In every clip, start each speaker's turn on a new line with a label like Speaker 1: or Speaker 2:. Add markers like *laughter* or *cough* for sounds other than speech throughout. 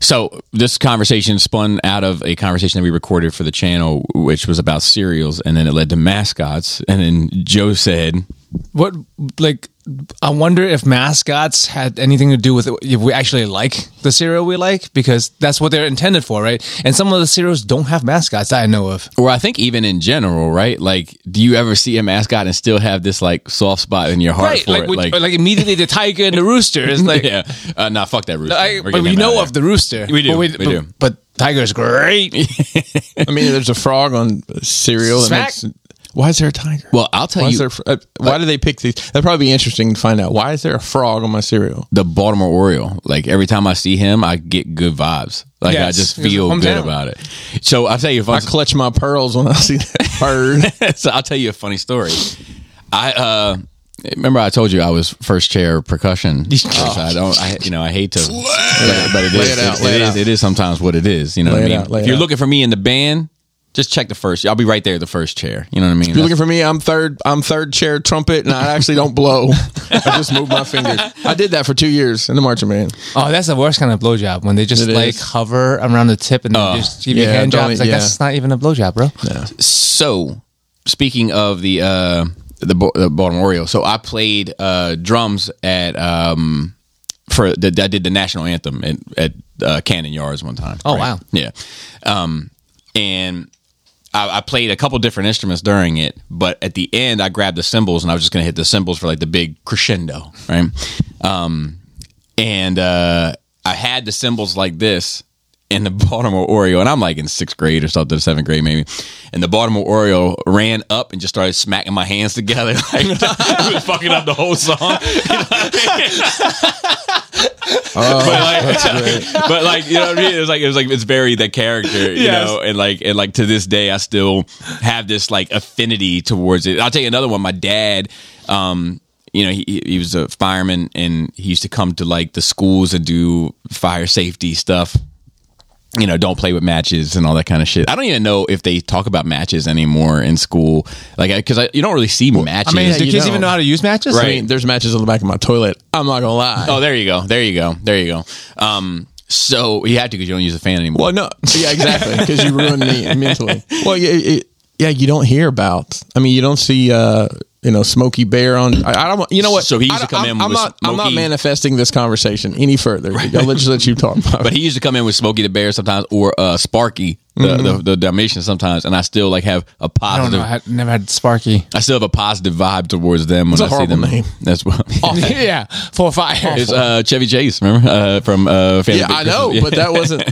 Speaker 1: So this conversation spun out of a conversation that we recorded for the channel, which was about cereals, and then it led to mascots. And then Joe said,
Speaker 2: What like I wonder if mascots had anything to do with if we actually like the cereal we like because that's what they're intended for, right? And some of the cereals don't have mascots that I know of.
Speaker 1: or I think even in general, right? Like, do you ever see a mascot and still have this like soft spot in your heart
Speaker 2: Right,
Speaker 1: for
Speaker 2: like,
Speaker 1: it?
Speaker 2: we-
Speaker 1: like,
Speaker 2: like, immediately the tiger and the rooster is *laughs*
Speaker 1: *laughs*
Speaker 2: like, *laughs*
Speaker 1: yeah, uh, nah, fuck that rooster.
Speaker 2: I,
Speaker 1: We're
Speaker 2: but
Speaker 1: getting
Speaker 2: we
Speaker 1: him
Speaker 2: know
Speaker 1: out
Speaker 2: of the rooster.
Speaker 1: We do,
Speaker 2: but
Speaker 1: we do.
Speaker 2: But, but tiger's great. *laughs*
Speaker 3: I mean, there's a frog on cereal.
Speaker 2: Smack.
Speaker 3: And it's, why is there a tiger?
Speaker 1: Well, I'll tell
Speaker 3: why
Speaker 1: you-
Speaker 3: Is there, fr- uh, why do they pick these? That'd probably be interesting to find out. Why is there a frog on my cereal?
Speaker 1: the Baltimore Oriole. Like every time I see him, I get good vibes. Like I
Speaker 2: Yes,
Speaker 1: just
Speaker 2: he's
Speaker 1: feel good
Speaker 2: hometown.
Speaker 1: about it. So I'll tell you a
Speaker 3: I
Speaker 1: funny.
Speaker 3: clutch my pearls when I *laughs* see that
Speaker 1: *laughs*
Speaker 3: bird.
Speaker 1: so I'll tell you a funny story. I uh, remember I told you I was first chair
Speaker 3: *laughs*
Speaker 1: percussion. So I don't. I you know I hate to, but, but it is.
Speaker 3: Lay Oh. it out,
Speaker 1: it-
Speaker 3: lay
Speaker 1: it
Speaker 3: it
Speaker 1: is-
Speaker 3: out.
Speaker 1: it is sometimes what it is. You know what
Speaker 3: Lay
Speaker 1: I
Speaker 3: it
Speaker 1: mean.
Speaker 3: out, lay
Speaker 1: if
Speaker 3: it
Speaker 1: you're
Speaker 3: out.
Speaker 1: looking for me in the band, just check the first. I'll be right there, at the first chair. You know what I mean.
Speaker 3: You're looking for me. I'm third. I'm third chair trumpet, and I actually don't blow. I just move my fingers. I did that for two years in the marching band.
Speaker 2: Oh, that's the worst kind of blowjob when they just
Speaker 3: It
Speaker 2: like
Speaker 3: is.
Speaker 2: hover around the tip and
Speaker 1: Oh,
Speaker 2: then just give you
Speaker 3: yeah,
Speaker 2: hand
Speaker 3: don't
Speaker 2: jobs.
Speaker 3: e-
Speaker 2: Like
Speaker 3: yeah.
Speaker 2: that's not even a blowjob, bro.
Speaker 1: so speaking of the uh the, Bo- the Baltimore Orioles, so I played uh drums at um for the I did the national anthem at, at uh, Cannon Yards one time.
Speaker 2: Oh, wow.
Speaker 1: Yeah, um, and I, I played a couple different instruments during it, but at the end I grabbed the cymbals and I was just gonna hit the cymbals for like the big crescendo, right? Um, and uh, I had the cymbals like this in the *laughs* Baltimore Oriole, and I'm like in sixth grade or something, seventh grade maybe. And the Baltimore Oriole ran up and just started smacking my hands together, *laughs* like it was fucking up the whole song.
Speaker 3: *laughs*
Speaker 1: but like, but like, you know what I mean? It was like, it was like, it's very the character, you
Speaker 2: Yes.
Speaker 1: know, and like, and like to this day, I still have this like affinity towards it. I'll tell you another one. My dad, um, you know, he, he was a fireman and he used to come to like the schools and do fire safety stuff. You know, don't play with matches and all that kind of shit. I don't even know if they talk about matches anymore in school, like because you don't really see matches.
Speaker 3: mean, Yeah,
Speaker 2: Do
Speaker 3: you
Speaker 2: kids
Speaker 3: know.
Speaker 2: even know how to use matches?
Speaker 3: I mean, there's matches on the back of my toilet. I'm not gonna lie.
Speaker 1: Oh, there you go. There you go. There you go. Um, so you have to because you don't use a fan anymore.
Speaker 3: Well, no, yeah, exactly, because you ruined me mentally. *laughs* Well, yeah, it, yeah, you don't hear about. I mean, you don't see, uh, you know, Smokey Bear on. I, I don't. You know what?
Speaker 1: So he used to
Speaker 3: I,
Speaker 1: come
Speaker 3: I'm,
Speaker 1: in
Speaker 3: I'm
Speaker 1: with
Speaker 3: not. I'm not
Speaker 1: Smokey-
Speaker 3: manifesting this conversation any further. I'll let, just let you talk. About
Speaker 1: But
Speaker 3: it.
Speaker 1: he used to come in with Smokey the Bear sometimes or uh, Sparky, the,
Speaker 3: Mm-hmm.
Speaker 1: the, the Dalmatian sometimes, and I still like have a
Speaker 2: I
Speaker 1: positive.
Speaker 2: don't know.
Speaker 1: I,
Speaker 2: I had, never had Sparky.
Speaker 1: still have a positive vibe towards them when
Speaker 3: a
Speaker 1: I see
Speaker 3: horrible
Speaker 1: them.
Speaker 3: name.
Speaker 1: That's
Speaker 3: *laughs*
Speaker 1: what. *laughs*
Speaker 2: *laughs* yeah, for fire.
Speaker 1: It's uh, Chevy Chase, remember uh, from uh, Fan
Speaker 3: yeah, I know, but that wasn't.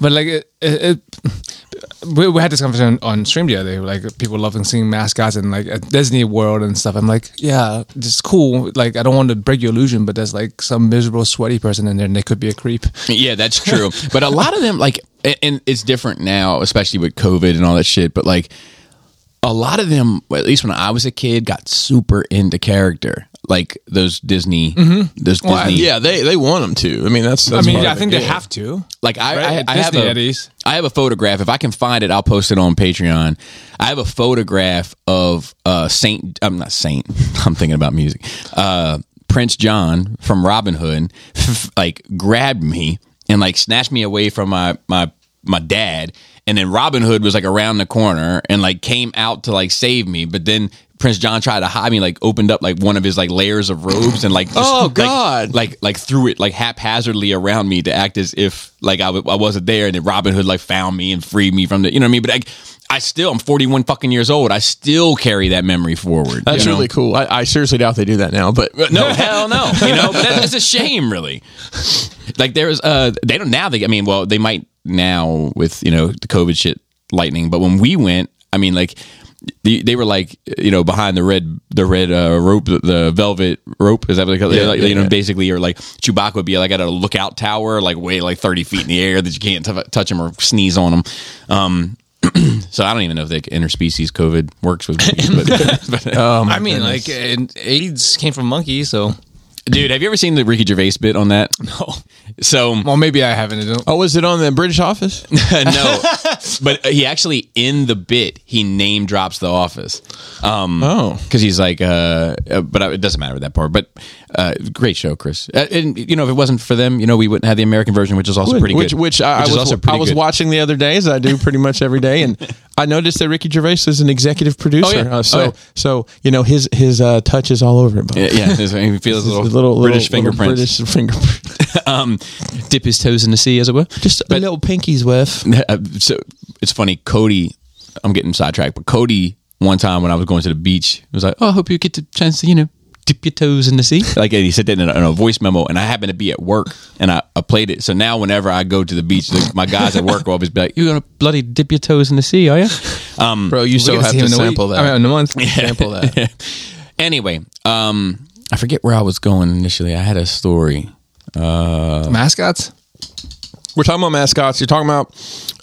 Speaker 2: But like it, it, it we, we had this conversation on stream the other day. Like people loving seeing mascots and like at Disney World and stuff. I'm like, yeah, it's cool. Like I don't want to break your illusion, but there's like some miserable sweaty person in there, and they could be a creep.
Speaker 1: *laughs* Yeah, that's true. But a lot of them, like, and- and it's different now, especially with COVID and all that shit. But like, a lot of them, at least when I was a kid, got super into character, like those Disney, those Disney.
Speaker 3: Mm-hmm. yeah, they they want them to. I mean, that's.
Speaker 2: I
Speaker 3: that's
Speaker 2: mean,
Speaker 3: part
Speaker 2: I
Speaker 3: of
Speaker 2: think
Speaker 3: it,
Speaker 2: they
Speaker 3: yeah.
Speaker 2: have to.
Speaker 1: Like I,
Speaker 2: Right?
Speaker 1: I, I have
Speaker 2: Disney
Speaker 1: a,
Speaker 2: Eddies.
Speaker 1: I have a photograph. If I can find it, I'll post it on Patreon. I have a photograph of uh, Saint. I'm not Saint. *laughs* I'm thinking about music. Uh, Prince John from Robin Hood, *laughs* like grabbed me and like snatched me away from my my my dad. And then Robin Hood was like around the corner and like came out to like save me, but then. Prince John tried to hide me, like opened up like one of his like layers of robes and like just,
Speaker 3: Oh,
Speaker 1: like-
Speaker 3: God.
Speaker 1: like like threw it like haphazardly around me to act as if like I w- I wasn't there, and then Robin Hood like found me and freed me from the you know what I mean. But I, I still I'm 41 fucking years old. I still carry that memory forward.
Speaker 3: That's
Speaker 1: you know?
Speaker 3: really cool. I, I seriously doubt they do that now, but
Speaker 1: *laughs* But no, hell no. You know, but that, that's a shame, really. Like there was, uh, they don't now. They, I mean, well, they might now with you know the COVID shit lightning. But when we went, I mean, like they, they were like you know behind the red the red uh, rope the, the velvet rope is that what they call it?
Speaker 3: Yeah,
Speaker 1: like,
Speaker 3: yeah,
Speaker 1: you know,
Speaker 3: yeah.
Speaker 1: basically, or like Chewbacca would be like at a lookout tower, like way like thirty feet in the air that you can't t- touch him or sneeze on him. Um, *clears throat* so I don't even know if the interspecies COVID works with monkeys, but, *laughs*
Speaker 3: *laughs*
Speaker 1: but- uh,
Speaker 3: Oh,
Speaker 2: I mean, like and AIDS came from monkeys, so
Speaker 1: Dude, have you ever seen the Ricky Gervais bit on
Speaker 3: *laughs*
Speaker 1: that? No. So
Speaker 2: well, maybe I haven't. I don't-
Speaker 1: Mm-hmm.
Speaker 3: oh, was it on the British Office?
Speaker 1: no, but he actually in the bit he name drops the office
Speaker 3: Oh,
Speaker 1: because he's like, uh, uh, but I, it doesn't matter that part. But uh, great show, Chris. Uh, and you know, if it wasn't for them, you know, we wouldn't have the American version, which is also pretty
Speaker 3: which,
Speaker 1: good.
Speaker 3: Which I, I
Speaker 1: is
Speaker 3: was,
Speaker 1: also
Speaker 3: I
Speaker 1: pretty
Speaker 3: was
Speaker 1: good.
Speaker 3: watching the other day, as I do pretty much every day, and I noticed that Ricky Gervais is an executive producer.
Speaker 1: Oh, yeah.
Speaker 3: Uh, so
Speaker 1: Oh, yeah.
Speaker 3: so you know his his uh, touch is all over it.
Speaker 1: *laughs*
Speaker 3: but-
Speaker 1: Yeah, yeah, he feels
Speaker 3: *laughs* His
Speaker 1: little, little British fingerprints.
Speaker 3: British fingerprint.
Speaker 1: *laughs* um, dip his toes in the sea, as it were.
Speaker 3: Just a little pinky's worth.
Speaker 1: *laughs* Uh, so it's funny, Cody. I'm getting sidetracked, but Cody, one time when I was going to the beach, was like, "Oh, I hope you get the chance to, you know, dip your toes in the sea." *laughs* Like and he said that in a, in a voice memo, and I happened to be at work, and I, I played it. So now whenever I go to the beach, like, my guys at work will always be like, "You're gonna *laughs* bloody dip your toes in the sea, are you?" Um,
Speaker 3: Bro, you
Speaker 2: We
Speaker 3: still
Speaker 2: gotta
Speaker 3: have
Speaker 2: see him
Speaker 3: to
Speaker 2: in a week.
Speaker 3: sample that.
Speaker 2: I mean, in a
Speaker 3: *laughs*
Speaker 2: month.
Speaker 3: sample that.
Speaker 1: anyway, um, I forget where I was going initially. I had a story.
Speaker 2: Mascots?
Speaker 3: We're talking about mascots. You're talking about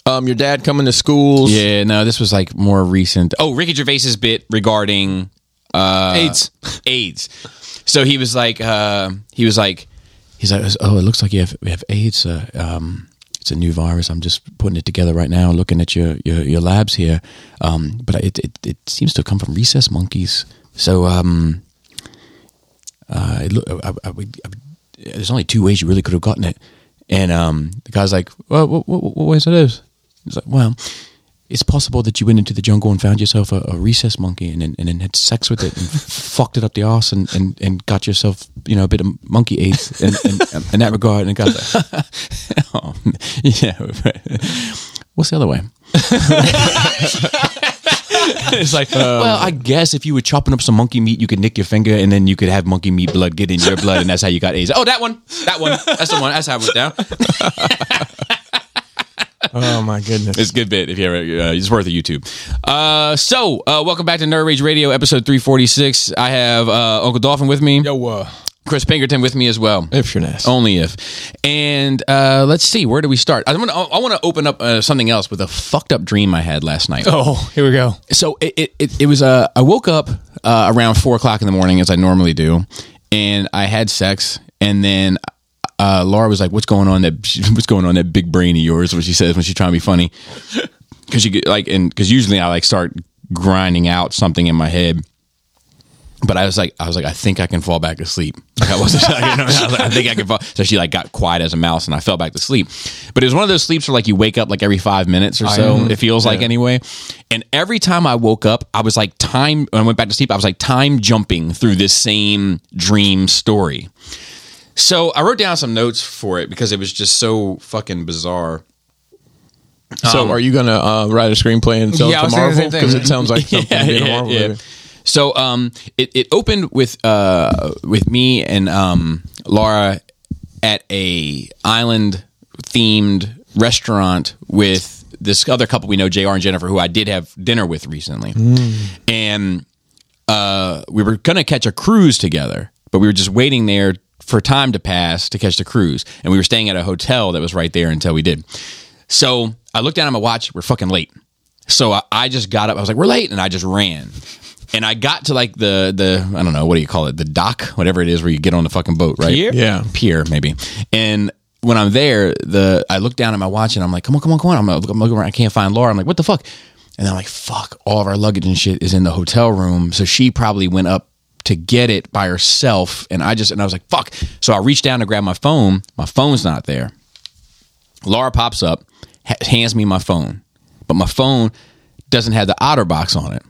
Speaker 3: um, your dad coming to schools. *laughs*
Speaker 1: Yeah, no, this was like more recent. Oh, Ricky Gervais's bit regarding uh,
Speaker 2: AIDS.
Speaker 1: AIDS. So he was like, uh, he was like, he's like, oh, it looks like you have, you have AIDS. Uh, um, it's a new virus. I'm just putting it together right now, looking at your your, your labs here. Um, but it, it it seems to come from recess monkeys. So um, uh, it look, I, I would, I would, there's only two ways you really could have gotten it. And um, the guy's like, well, what, what, what ways are those? He's like, well, it's possible that you went into the jungle and found yourself a, a recess monkey and, then and then had sex with it and *laughs* fucked it up the arse and, and, and got yourself, you know, a bit of monkey AIDS in, in, in that regard. And the guy's like, *laughs* oh, yeah. What's the other way? it's like, well, I guess if you were chopping up some monkey meat, you could nick your finger, and then you could have monkey meat blood get in your blood, and that's how you got AIDS. Oh, that one, that one, that's the one. That's how it went down.
Speaker 3: Oh my goodness.
Speaker 1: It's a good bit if you ever. Uh, it's worth a YouTube. Uh, so, uh, welcome back to Nerd Rage Radio, episode three forty six. I have uh, Uncle Dolphin with me,
Speaker 2: Yo, uh,
Speaker 1: Chris Pinkerton with me as well.
Speaker 3: if you're nasty.
Speaker 1: Only if. And uh, let's see, where do we start? I want to. I want to open up uh, something else with a fucked up dream I had last night.
Speaker 2: Oh, here we go.
Speaker 1: so it it, it, it was uh, I woke up uh, around four o'clock in the morning as I normally do, and I had sex, and then uh, Laura was like, "What's going on? That *laughs* what's going on? That big brain of yours?" What she says when she's trying to be funny, because you get like, and because usually I like start grinding out something in my head. But I was like, I was like, I think I can fall back to sleep. Like I wasn't, *laughs* like, you know, I, was like, I think I can fall. So she like got quiet as a mouse, and I fell back to sleep. But it was one of those sleeps where like you wake up like every five minutes or so. It feels like anyway. And every time I woke up, I was like time. When I went back to sleep, I was like time jumping through this same dream story. So I wrote down some notes for it because it was just so fucking bizarre.
Speaker 3: So, are you gonna uh, write a screenplay and sell
Speaker 2: Yeah, I was thinking
Speaker 3: it to
Speaker 2: the
Speaker 3: Marvel?
Speaker 2: same thing.
Speaker 3: Because it sounds like something yeah, a Marvel
Speaker 1: yeah.
Speaker 3: movie.
Speaker 1: So um, it, it opened with uh, with me and um, Laura at a island themed restaurant with this other couple we know, Jr. and Jennifer, who I did have dinner with recently, and uh, we were gonna catch a cruise together, but we were just waiting there for time to pass to catch the cruise, and we were staying at a hotel that was right there until we did. So I looked down at my watch; we're fucking late. So I, I just got up. I was like, "We're late," and I just ran. And I got to like the the I don't know what do you call it the dock whatever it is where you get on the fucking boat right
Speaker 2: Pier?
Speaker 3: Yeah.
Speaker 1: pier maybe and when I'm there the I look down at my watch and I'm like come on come on come on I'm, I'm looking around I can't find Laura I'm like what the fuck and I'm like fuck all of our luggage and shit is in the hotel room so she probably went up to get it by herself and I just and I was like fuck so I reached down to grab my phone my phone's not there Laura pops up, ha- hands me my phone, but my phone doesn't have the OtterBox on it.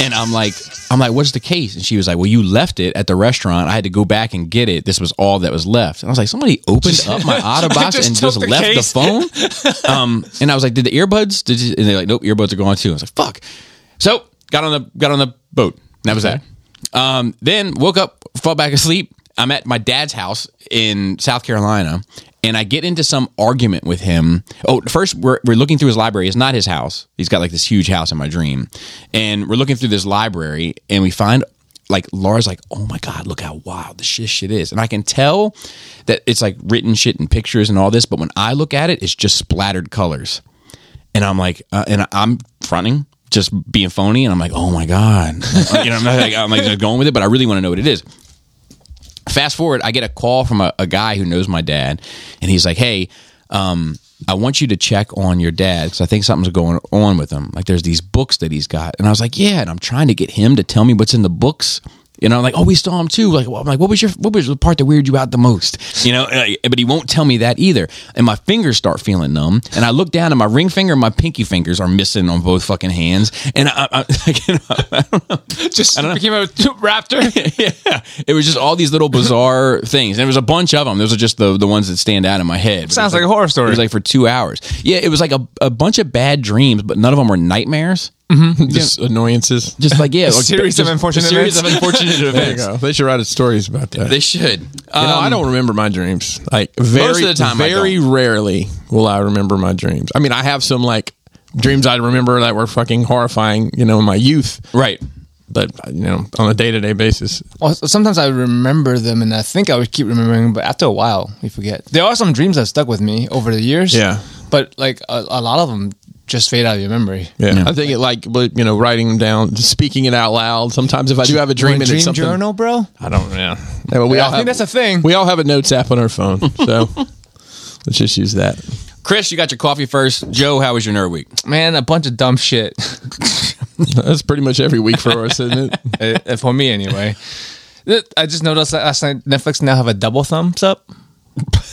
Speaker 1: And I'm like, I'm like, what's the case? And she was like, Well, you left it at the restaurant. I had to go back and get it. This was all that was left. And I was like, Somebody opened up my OtterBox
Speaker 2: *laughs* Just
Speaker 1: and
Speaker 2: took
Speaker 1: just
Speaker 2: the
Speaker 1: left
Speaker 2: case.
Speaker 1: the
Speaker 2: *laughs*
Speaker 1: phone. Um, and I was like, Did the earbuds? Did you? And they're like, Nope, earbuds are gone too. I was like, Fuck. So got on the got on the boat. And that was that. Um, then woke up, fell back asleep. I'm at my dad's house in South Carolina, and I get into some argument with him. Oh, first we're we're looking through his library. It's not his house. He's got like this huge house in my dream, and we're looking through this library, and we find like Laura's like, oh my God, look how wild this shit, shit is. And I can tell that it's like written shit and pictures and all this, but when I look at it, it's just splattered colors. And I'm like, uh, and I'm fronting, just being phony. And I'm like, oh my God. you know, I'm not like, I'm like just going with it, but I really want to know what it is. Fast forward, I get a call from a, a guy who knows my dad, and he's like, hey, um, I want you to check on your dad because I think something's going on with him. Like, there's these books that he's got. And I was like, yeah. And I'm trying to get him to tell me what's in the books. You know, like, oh, we saw him too. Like, well, I'm like, what was your, what was the part that weirded you out the most? You know, and I- but he won't tell me that either. And my fingers start feeling numb. And I look down and my ring finger and my pinky fingers are missing on both fucking hands. And I, I, *laughs* I, I don't know.
Speaker 2: Just became a *laughs* raptor.
Speaker 1: *laughs* yeah, it was just all these little bizarre things, and there was a bunch of them. Those are just the the ones that stand out in my head. But it
Speaker 2: Sounds
Speaker 1: was
Speaker 2: like a horror story.
Speaker 1: It was like for two hours. Yeah, it was like a, a bunch of bad dreams, but none of them were nightmares.
Speaker 3: Just annoyances.
Speaker 1: Just like
Speaker 2: *laughs*
Speaker 1: yeah, a
Speaker 2: series of unfortunate
Speaker 1: a series
Speaker 2: events.
Speaker 1: of unfortunate
Speaker 2: *laughs*
Speaker 3: There you
Speaker 1: events.
Speaker 3: go. They should write stories about that.
Speaker 1: They should.
Speaker 3: You know,
Speaker 1: Um,
Speaker 3: I don't remember my dreams. Like very,
Speaker 1: of the time I
Speaker 3: very rarely will I remember my dreams. I mean, I have some like dreams I remember that were fucking horrifying, you know, in my youth.
Speaker 1: Right.
Speaker 3: But you know, on a day to day basis,
Speaker 2: Also, sometimes I remember them, and I think I would keep remembering, but after a while, you forget. There are some dreams that stuck with me over the years.
Speaker 3: Yeah.
Speaker 2: but like a, a lot of them just fade out of your memory.
Speaker 3: yeah, I think it like but, you know, writing them down, just speaking it out loud. Sometimes if I do have a dream,
Speaker 2: Dream,
Speaker 3: and it's something,
Speaker 2: journal, bro.
Speaker 3: I don't know. Yeah, but we
Speaker 2: Yeah,
Speaker 3: all
Speaker 2: I
Speaker 3: have,
Speaker 2: think that's a thing.
Speaker 3: We all have a notes app on our phone, so let's just use that.
Speaker 1: Chris, you got your coffee first. Joe, how was your nerd week?
Speaker 2: Man, a bunch of dumb shit. *laughs*
Speaker 3: That's pretty much every week for us, isn't it?
Speaker 2: Uh, uh, for me, anyway. Th- I just noticed that last night Netflix now have a double thumbs up.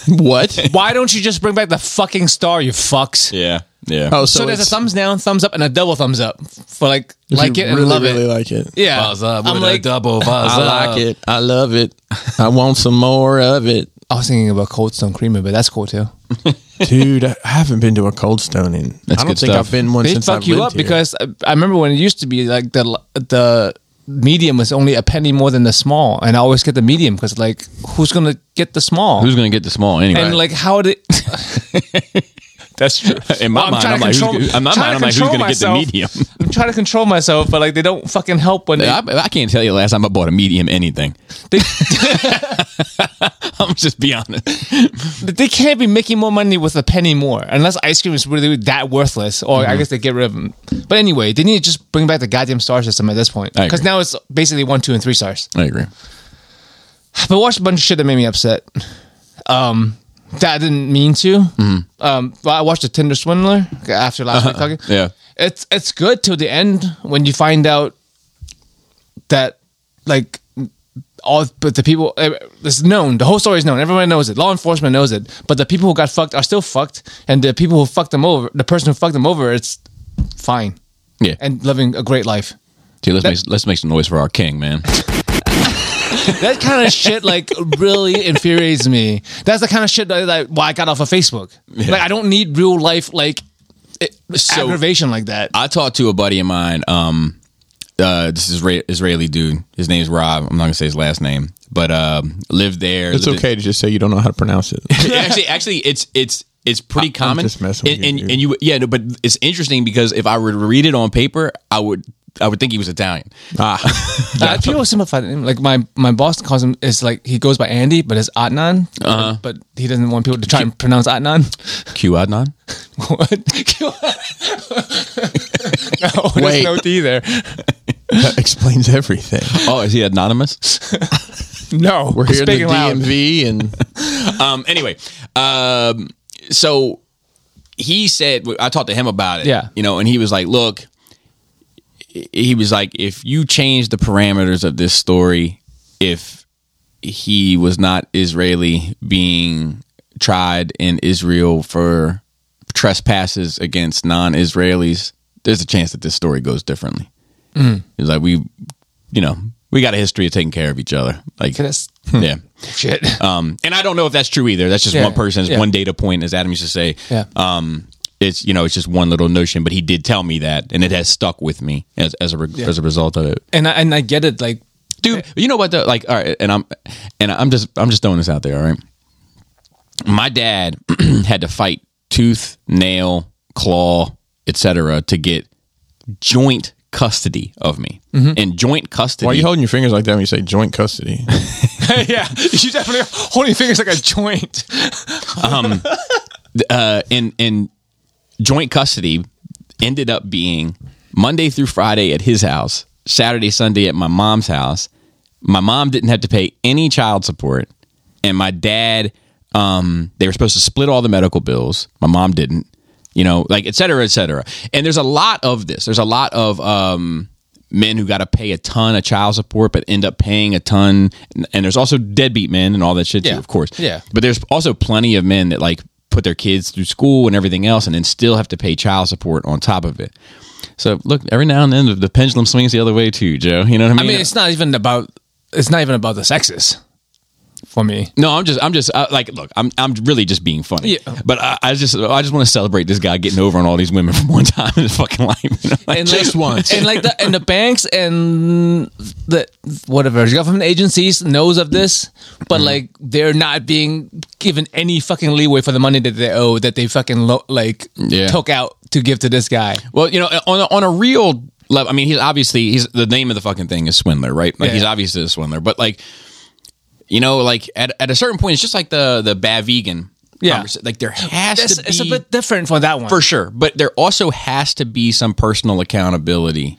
Speaker 3: What?
Speaker 2: Why don't you just bring back the fucking star, you fucks?
Speaker 1: Yeah. Yeah.
Speaker 3: Oh,
Speaker 2: So,
Speaker 3: so,
Speaker 2: there's a
Speaker 3: it's-
Speaker 2: thumbs down, thumbs up, and a double thumbs up for like
Speaker 3: if
Speaker 2: like
Speaker 3: you
Speaker 2: it
Speaker 3: really,
Speaker 2: and love
Speaker 3: really
Speaker 2: it.
Speaker 3: like it.
Speaker 2: yeah, I'm like, *laughs*
Speaker 1: double
Speaker 3: I like it. I love it. *laughs* I want some more of it.
Speaker 2: I was thinking about Cold Stone Creamer, but that's cool too.
Speaker 3: *laughs* Dude, I haven't been to a cold stone in. I don't
Speaker 1: good
Speaker 3: think
Speaker 1: stuff.
Speaker 3: I've been one
Speaker 2: They
Speaker 3: since
Speaker 2: fuck
Speaker 3: I've
Speaker 2: you up
Speaker 3: lived here.
Speaker 2: because I, I remember when it used to be like the the medium was only a penny more than the small, and I always get the medium because like who's gonna get the small?
Speaker 1: Who's gonna get the small anyway?
Speaker 2: and like how did
Speaker 1: that's true. In my
Speaker 2: *laughs* I'm
Speaker 1: mind, I'm
Speaker 2: trying to
Speaker 1: like, who's,
Speaker 2: control-
Speaker 1: gonna- in my
Speaker 2: trying
Speaker 1: mind,
Speaker 2: to
Speaker 1: I'm like, who's
Speaker 2: control
Speaker 1: gonna
Speaker 2: myself.
Speaker 1: get the medium?
Speaker 2: *laughs* I'm trying to control myself, but like they don't fucking help when they,
Speaker 1: I, I can't tell you the last time I bought a medium anything.
Speaker 2: they,
Speaker 1: *laughs* I'm just be honest.
Speaker 2: they can't be making more money with a penny more unless ice cream is really that worthless. Or
Speaker 1: Mm-hmm.
Speaker 2: I guess they get rid of them. But anyway, they need to just bring back the goddamn star system at this point
Speaker 1: I agree.
Speaker 2: because now it's basically one, two, and three stars.
Speaker 1: I agree.
Speaker 2: But I watched a bunch of shit that made me upset. Um, that I didn't mean to. Um, but I watched The Tinder Swindler after last week talking.
Speaker 1: Yeah.
Speaker 2: It's it's good till the end when you find out that like all but the people eh, it's known the whole story is known everyone knows it law enforcement knows it but the people who got fucked are still fucked and the people who fucked them over the person who fucked them over it's fine
Speaker 1: Yeah.
Speaker 2: and living a great life
Speaker 1: Dude, let's make, let's make some noise for our king, man.
Speaker 2: That kind of shit like really infuriates me. That's the kind of shit that like why I got off of Facebook. Like I don't need real life like it,
Speaker 1: *laughs* So-
Speaker 2: aggravation like that. *laughs*
Speaker 1: I talked to a buddy of mine. Um, uh, this is Isra- Israeli dude. His name's Rob. I'm not gonna say his last name, but um, lived there.
Speaker 3: It's
Speaker 1: lived in-
Speaker 3: okay to just say you don't know how to pronounce *laughs* it.
Speaker 1: Yeah, *laughs* actually, actually, it's it's it's pretty common.
Speaker 3: just messing with
Speaker 1: and,
Speaker 3: you,
Speaker 1: and,
Speaker 3: dude.
Speaker 1: and you, yeah, no, but it's interesting because if I were to read it on paper, I would I would think he was Italian.
Speaker 3: ah,
Speaker 2: Uh, people simplify him. Like my my boss calls him is like he goes by Andy, but it's Adnan. uh But he doesn't want people to try and pronounce Adnan. *laughs*
Speaker 1: Q Adnan.
Speaker 2: what? *laughs* no, there's
Speaker 3: Wait.
Speaker 2: no D there.
Speaker 3: that explains everything.
Speaker 1: Oh, is he *laughs* anonymous?
Speaker 2: No,
Speaker 3: We're here in the
Speaker 2: speaking loud.
Speaker 3: DMV, and
Speaker 1: um, anyway, um, so he said I talked to him about it.
Speaker 2: Yeah.
Speaker 1: you know, and he was like, "Look," he was like, "If you change the parameters of this story, if he was not Israeli being tried in Israel for trespasses against non-Israelis, there's a chance that this story goes differently." He's like, "We, you know." We got a history of taking care of each other. Like,
Speaker 2: That's-
Speaker 1: yeah.
Speaker 2: Shit.
Speaker 1: Um, and I don't know if that's true either. That's just
Speaker 2: Yeah,
Speaker 1: one person's
Speaker 2: yeah.
Speaker 1: one data point, as Adam used to say.
Speaker 2: Yeah.
Speaker 1: Um, it's you know it's just one little notion, but he did tell me that, and it has stuck with me as as a re- as a result of it.
Speaker 2: And I, and I get it. Like
Speaker 1: Dude, you know what? Though, like, all right, and I'm and I'm just I'm just throwing this out there. All right, my dad *clears throat* had to fight tooth, nail, claw, etc. to get joint custody of me,
Speaker 2: Mm-hmm.
Speaker 1: and joint custody.
Speaker 3: why are you holding your fingers like that when you say joint custody?
Speaker 2: *laughs* yeah, you definitely holding your fingers like a joint.
Speaker 1: uh, in in joint custody ended up being Monday through Friday at his house, Saturday Sunday at my mom's house. My mom didn't have to pay any child support, and my dad Um, they were supposed to split all the medical bills. My mom didn't, you know, like et cetera, et cetera. And there's a lot of this. There's a lot of um, men who got to pay a ton of child support, but end up paying a ton. And- And there's also deadbeat men and all that shit too,
Speaker 2: Yeah.
Speaker 1: of course.
Speaker 2: Yeah.
Speaker 1: But there's also plenty of men that like put their kids through school and everything else, and then still have to pay child support on top of it. So look, every now and then the- the pendulum swings the other way too, Joe. You know what I mean?
Speaker 2: I mean, it's not even about it's not even about the sexes for me.
Speaker 1: No, I'm just, I'm just uh, like, look, I'm, I'm really just being funny.
Speaker 2: Yeah.
Speaker 1: But I, I just, I just want to celebrate this guy getting over on all these women from one time in his fucking life. you know? Like,
Speaker 3: Just
Speaker 2: like,
Speaker 3: once.
Speaker 2: and like the and the banks and the whatever government agencies knows of this, but
Speaker 1: Mm-hmm.
Speaker 2: like they're not being given any fucking leeway for the money that they owe that they fucking lo- like
Speaker 1: Yeah.
Speaker 2: took out to give to this guy.
Speaker 1: well, you know, on a, on a real level, I mean, he's obviously he's the name of the fucking thing is swindler, right? Like
Speaker 2: Yeah.
Speaker 1: he's obviously a swindler, but like, you know, like at, at a certain point, it's just like the the bad vegan.
Speaker 2: Yeah.
Speaker 1: conversa- like there has
Speaker 2: It's,
Speaker 1: to be
Speaker 2: it's a bit different for that one.
Speaker 1: for sure, but there also has to be some personal accountability.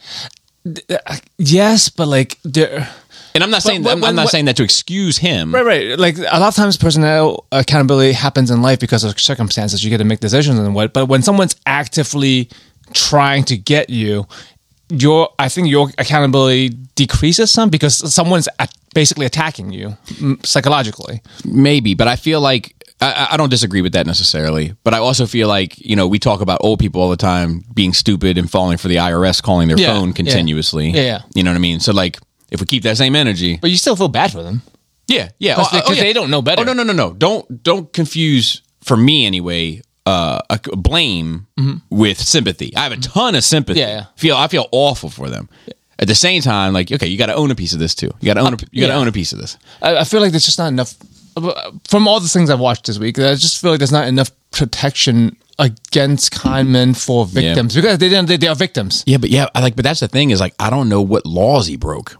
Speaker 2: yes, but like there.
Speaker 1: And I'm not saying
Speaker 2: but-
Speaker 1: I'm, I'm
Speaker 2: but-
Speaker 1: not
Speaker 2: but-
Speaker 1: saying that to excuse him.
Speaker 2: Right, right. Like a lot of times, personnel uh, accountability happens in life because of circumstances. You get to make decisions and what. But when someone's actively trying to get you, your I think your accountability decreases some because someone's a- basically attacking you mm, psychologically.
Speaker 1: maybe but i feel like I, I- I don't disagree with that necessarily but i also feel like you know we talk about old people all the time being stupid and falling for the irs calling their
Speaker 2: Yeah,
Speaker 1: phone
Speaker 2: yeah.
Speaker 1: continuously
Speaker 2: Yeah, yeah.
Speaker 1: you know what i mean so like if we keep that same energy
Speaker 2: But you still feel bad for them.
Speaker 1: yeah yeah
Speaker 2: Because they- 'cause they don't know better.
Speaker 1: oh no no no no don't don't confuse for me anyway uh a c- blame with sympathy i have a ton of sympathy
Speaker 2: Mm-hmm. Yeah, yeah.
Speaker 1: feel i feel awful for them at the same time like okay you got to own a piece of this too you got to own a, you got to
Speaker 2: yeah.
Speaker 1: own a piece of this
Speaker 2: I, I feel like there's just not enough. uh, From all the things I've watched this week, I just feel like there's not enough protection against kind men for victims because they didn't. They, they are victims.
Speaker 1: Yeah, but yeah, I like, but that's the thing is like, I don't know what laws he broke.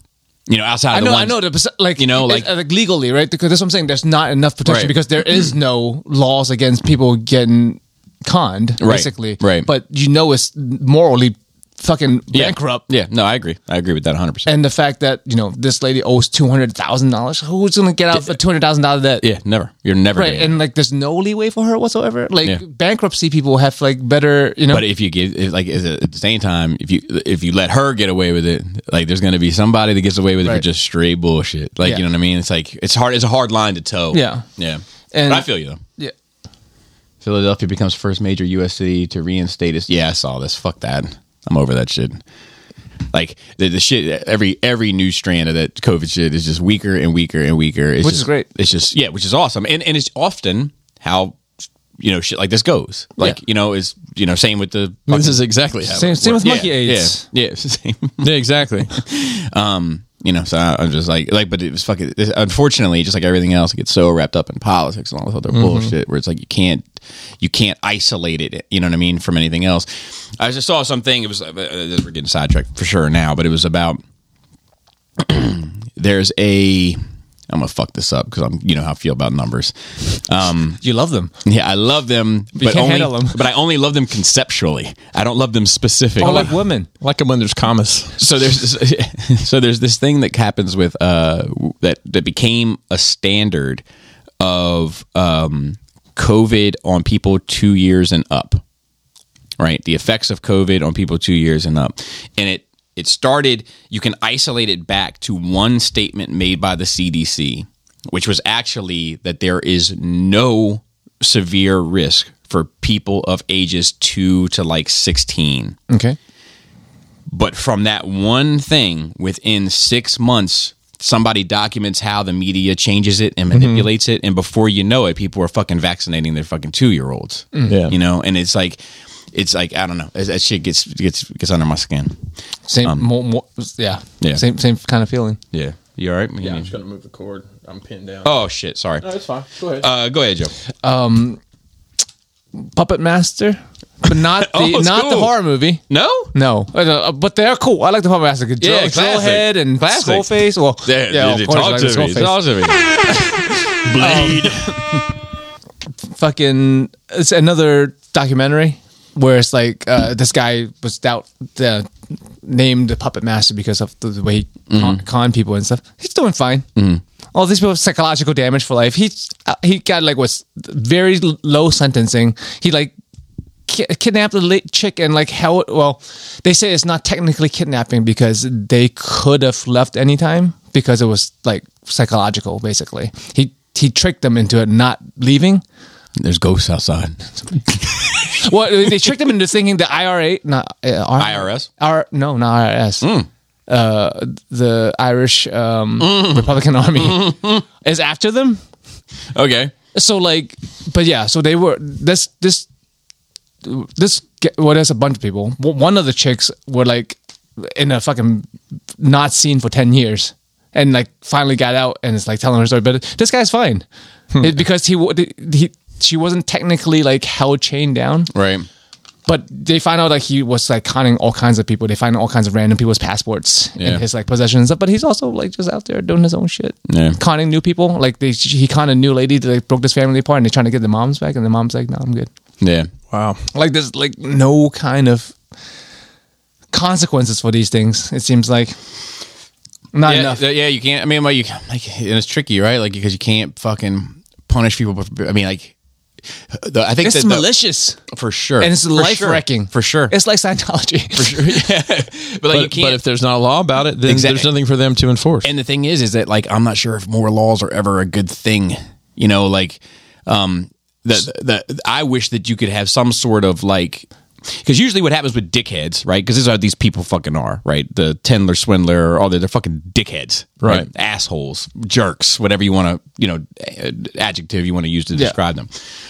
Speaker 1: You know, outside
Speaker 2: I
Speaker 1: of the
Speaker 2: know, I
Speaker 1: ones-
Speaker 2: know, the, perce- like
Speaker 1: You know,
Speaker 2: it's-
Speaker 1: like-
Speaker 2: uh, legally, right? Because that's what I'm saying. There's not enough protection
Speaker 1: Right.
Speaker 2: because there is no laws against people getting conned,
Speaker 1: Right,
Speaker 2: basically.
Speaker 1: right.
Speaker 2: But you know, it's morally fucking
Speaker 1: yeah.
Speaker 2: bankrupt.
Speaker 1: Yeah, no, I agree. I agree with that 100. percent
Speaker 2: And the fact that you know this lady owes two hundred thousand dollars, who's gonna get out for two hundred thousand dollars debt?
Speaker 1: Yeah, never. You're never.
Speaker 2: Right,
Speaker 1: getting-
Speaker 2: and like, there's no leeway for her whatsoever. Like,
Speaker 1: Yeah.
Speaker 2: bankruptcy people have like better, you know.
Speaker 1: but if you give, if, like, is it- at the same time, if you if you let her get away with it, like, there's going to be somebody that gets away with it for
Speaker 2: Right.
Speaker 1: just straight bullshit. Like,
Speaker 2: Yeah.
Speaker 1: you know what I mean? It's like it's hard. It's a hard line to toe.
Speaker 2: Yeah.
Speaker 1: yeah.
Speaker 2: And-
Speaker 1: but I feel you though.
Speaker 2: yeah,
Speaker 1: Philadelphia becomes first major U.S. city to reinstate its. Yeah, I saw this. Fuck that. I'm over that shit. Like the, the shit, every every new strand of that COVID shit is just weaker and weaker and weaker. It's
Speaker 2: Which
Speaker 1: just-
Speaker 2: is great.
Speaker 1: It's just yeah, which is awesome, and and it's often how you know shit like this goes. Like
Speaker 2: Yeah.
Speaker 1: you know is you know same with the
Speaker 3: this is exactly how. it
Speaker 2: same, same
Speaker 3: works.
Speaker 2: with monkey
Speaker 1: yeah,
Speaker 2: AIDS.
Speaker 1: Yeah, *laughs* yeah, it's the same.
Speaker 3: Yeah, exactly.
Speaker 1: *laughs* Um, you know, so I, I'm just like, like, but it was fucking. This, unfortunately, just like everything else, it gets so wrapped up in politics and all this other
Speaker 2: Mm-hmm.
Speaker 1: bullshit, where it's like you can't, you can't isolate it. You know what I mean from anything else. I just saw something. It was uh, uh, we're getting sidetracked for sure now, but it was about *clears throat* there's a. I'm gonna fuck this up because I'm, you know how I feel about numbers. *laughs*
Speaker 2: You love them.
Speaker 1: Yeah, I love them, but
Speaker 2: can't
Speaker 1: only,
Speaker 2: handle 'em.
Speaker 1: *laughs* but I only love them conceptually. I don't love them specifically
Speaker 2: I Oh, like women.
Speaker 3: like them when there's commas.
Speaker 1: so there's this, *laughs* so there's this thing that happens with uh that that became a standard of um covid on people 2 years and up right the effects of covid on people 2 years and up and it it started you can isolate it back to one statement made by the CDC which was actually that there is no severe risk for people of ages 2 to like 16
Speaker 2: Okay.
Speaker 1: but from that one thing, within six months, somebody documents how the media changes it and manipulates it, and before you know it, people are fucking vaccinating their fucking two year olds.
Speaker 3: Yeah.
Speaker 1: you know, and it's like, it's like I don't know, that that shit gets gets gets under my skin.
Speaker 2: Same, more, more, yeah,
Speaker 1: Um, Yeah.
Speaker 2: Same, same kind of feeling.
Speaker 1: Yeah, you all right?
Speaker 3: gonna move the cord. I'm pinned down.
Speaker 1: Oh shit, sorry.
Speaker 3: it's fine. Go ahead.
Speaker 1: Uh, go ahead, Joe.
Speaker 2: Puppet Master, but not the
Speaker 1: *laughs* Oh, it's
Speaker 2: not the
Speaker 1: cool.
Speaker 2: horror movie.
Speaker 1: No,
Speaker 2: No, Uh, no, uh, but they're cool. I like the Puppet Master. Drill,
Speaker 1: Yeah,
Speaker 2: drill
Speaker 1: classic.
Speaker 2: head and
Speaker 1: Classic.
Speaker 2: skull face. Well,
Speaker 1: yeah,
Speaker 2: yeah, of course, I
Speaker 1: talk
Speaker 2: like
Speaker 1: to
Speaker 2: the skull
Speaker 1: me.
Speaker 2: face.
Speaker 1: Talk to me. *laughs*
Speaker 3: Blade.
Speaker 2: Fucking, it's another documentary. where it's like uh, this guy was doubt the named the puppet master because of the, the way he con, con people and stuff. He's doing fine. All these people have psychological damage for life. He's uh, he got like was very l- low sentencing. He like ki- kidnapped the late chick and like held. Well, they say it's not technically kidnapping because they could have left anytime because it was like psychological. Basically, he he tricked them into it not leaving.
Speaker 1: There's ghosts outside.
Speaker 2: Well, they they tricked them into thinking the IRA, not uh, R-
Speaker 1: IRS?
Speaker 2: R- no, not IRS. Uh, the Irish um, Republican Army is after them.
Speaker 1: Okay.
Speaker 2: So, like, but yeah, so they were this this this. ge- Well, there's a bunch of people. W- One of the chicks were like in a fucking not seen for ten years, and like finally got out and is like telling her story. But this guy's fine It- because he wa- he she wasn't technically like held chained down
Speaker 1: Right.
Speaker 2: but they find out like he was like conning all kinds of people. They find all kinds of random people's passports
Speaker 1: Yeah.
Speaker 2: and his like possessions and stuff. But he's also like just out there doing his own shit,
Speaker 1: Yeah.
Speaker 2: conning new people. Like they, he conned a new lady that like, broke this family apart, and they're trying to get the moms back, and the mom's like, "No, I'm good."
Speaker 1: Yeah.
Speaker 3: Wow.
Speaker 2: Like there's like no kind of consequences for these things. It seems like not
Speaker 1: yeah,
Speaker 2: enough.
Speaker 1: th- yeah, you can't. I mean, like, you, can't- like, and it's tricky, right? Like, because you can't fucking punish people. For, I mean, like, the, I think
Speaker 2: it's
Speaker 1: that the-
Speaker 2: malicious
Speaker 1: for sure,
Speaker 2: and it's
Speaker 1: For
Speaker 2: life
Speaker 1: sure.
Speaker 2: wrecking
Speaker 1: for sure.
Speaker 2: It's like Scientology.
Speaker 1: for sure. Yeah. *laughs* but like, you
Speaker 3: But,
Speaker 1: can't.
Speaker 3: but if there's not a law about it, then
Speaker 1: Exactly.
Speaker 3: there's nothing for them to enforce.
Speaker 1: and the thing is, is that like, I'm not sure if more laws are ever a good thing. You know, like, um, the the I wish that you could have some sort of like. Because usually what happens with dickheads, right? Because these are these people fucking are, right? The Tendler, Swindler, all that, they're fucking dickheads,
Speaker 3: Right.
Speaker 1: Assholes, jerks, whatever you want to, you know, a- adjective you want to use to describe them.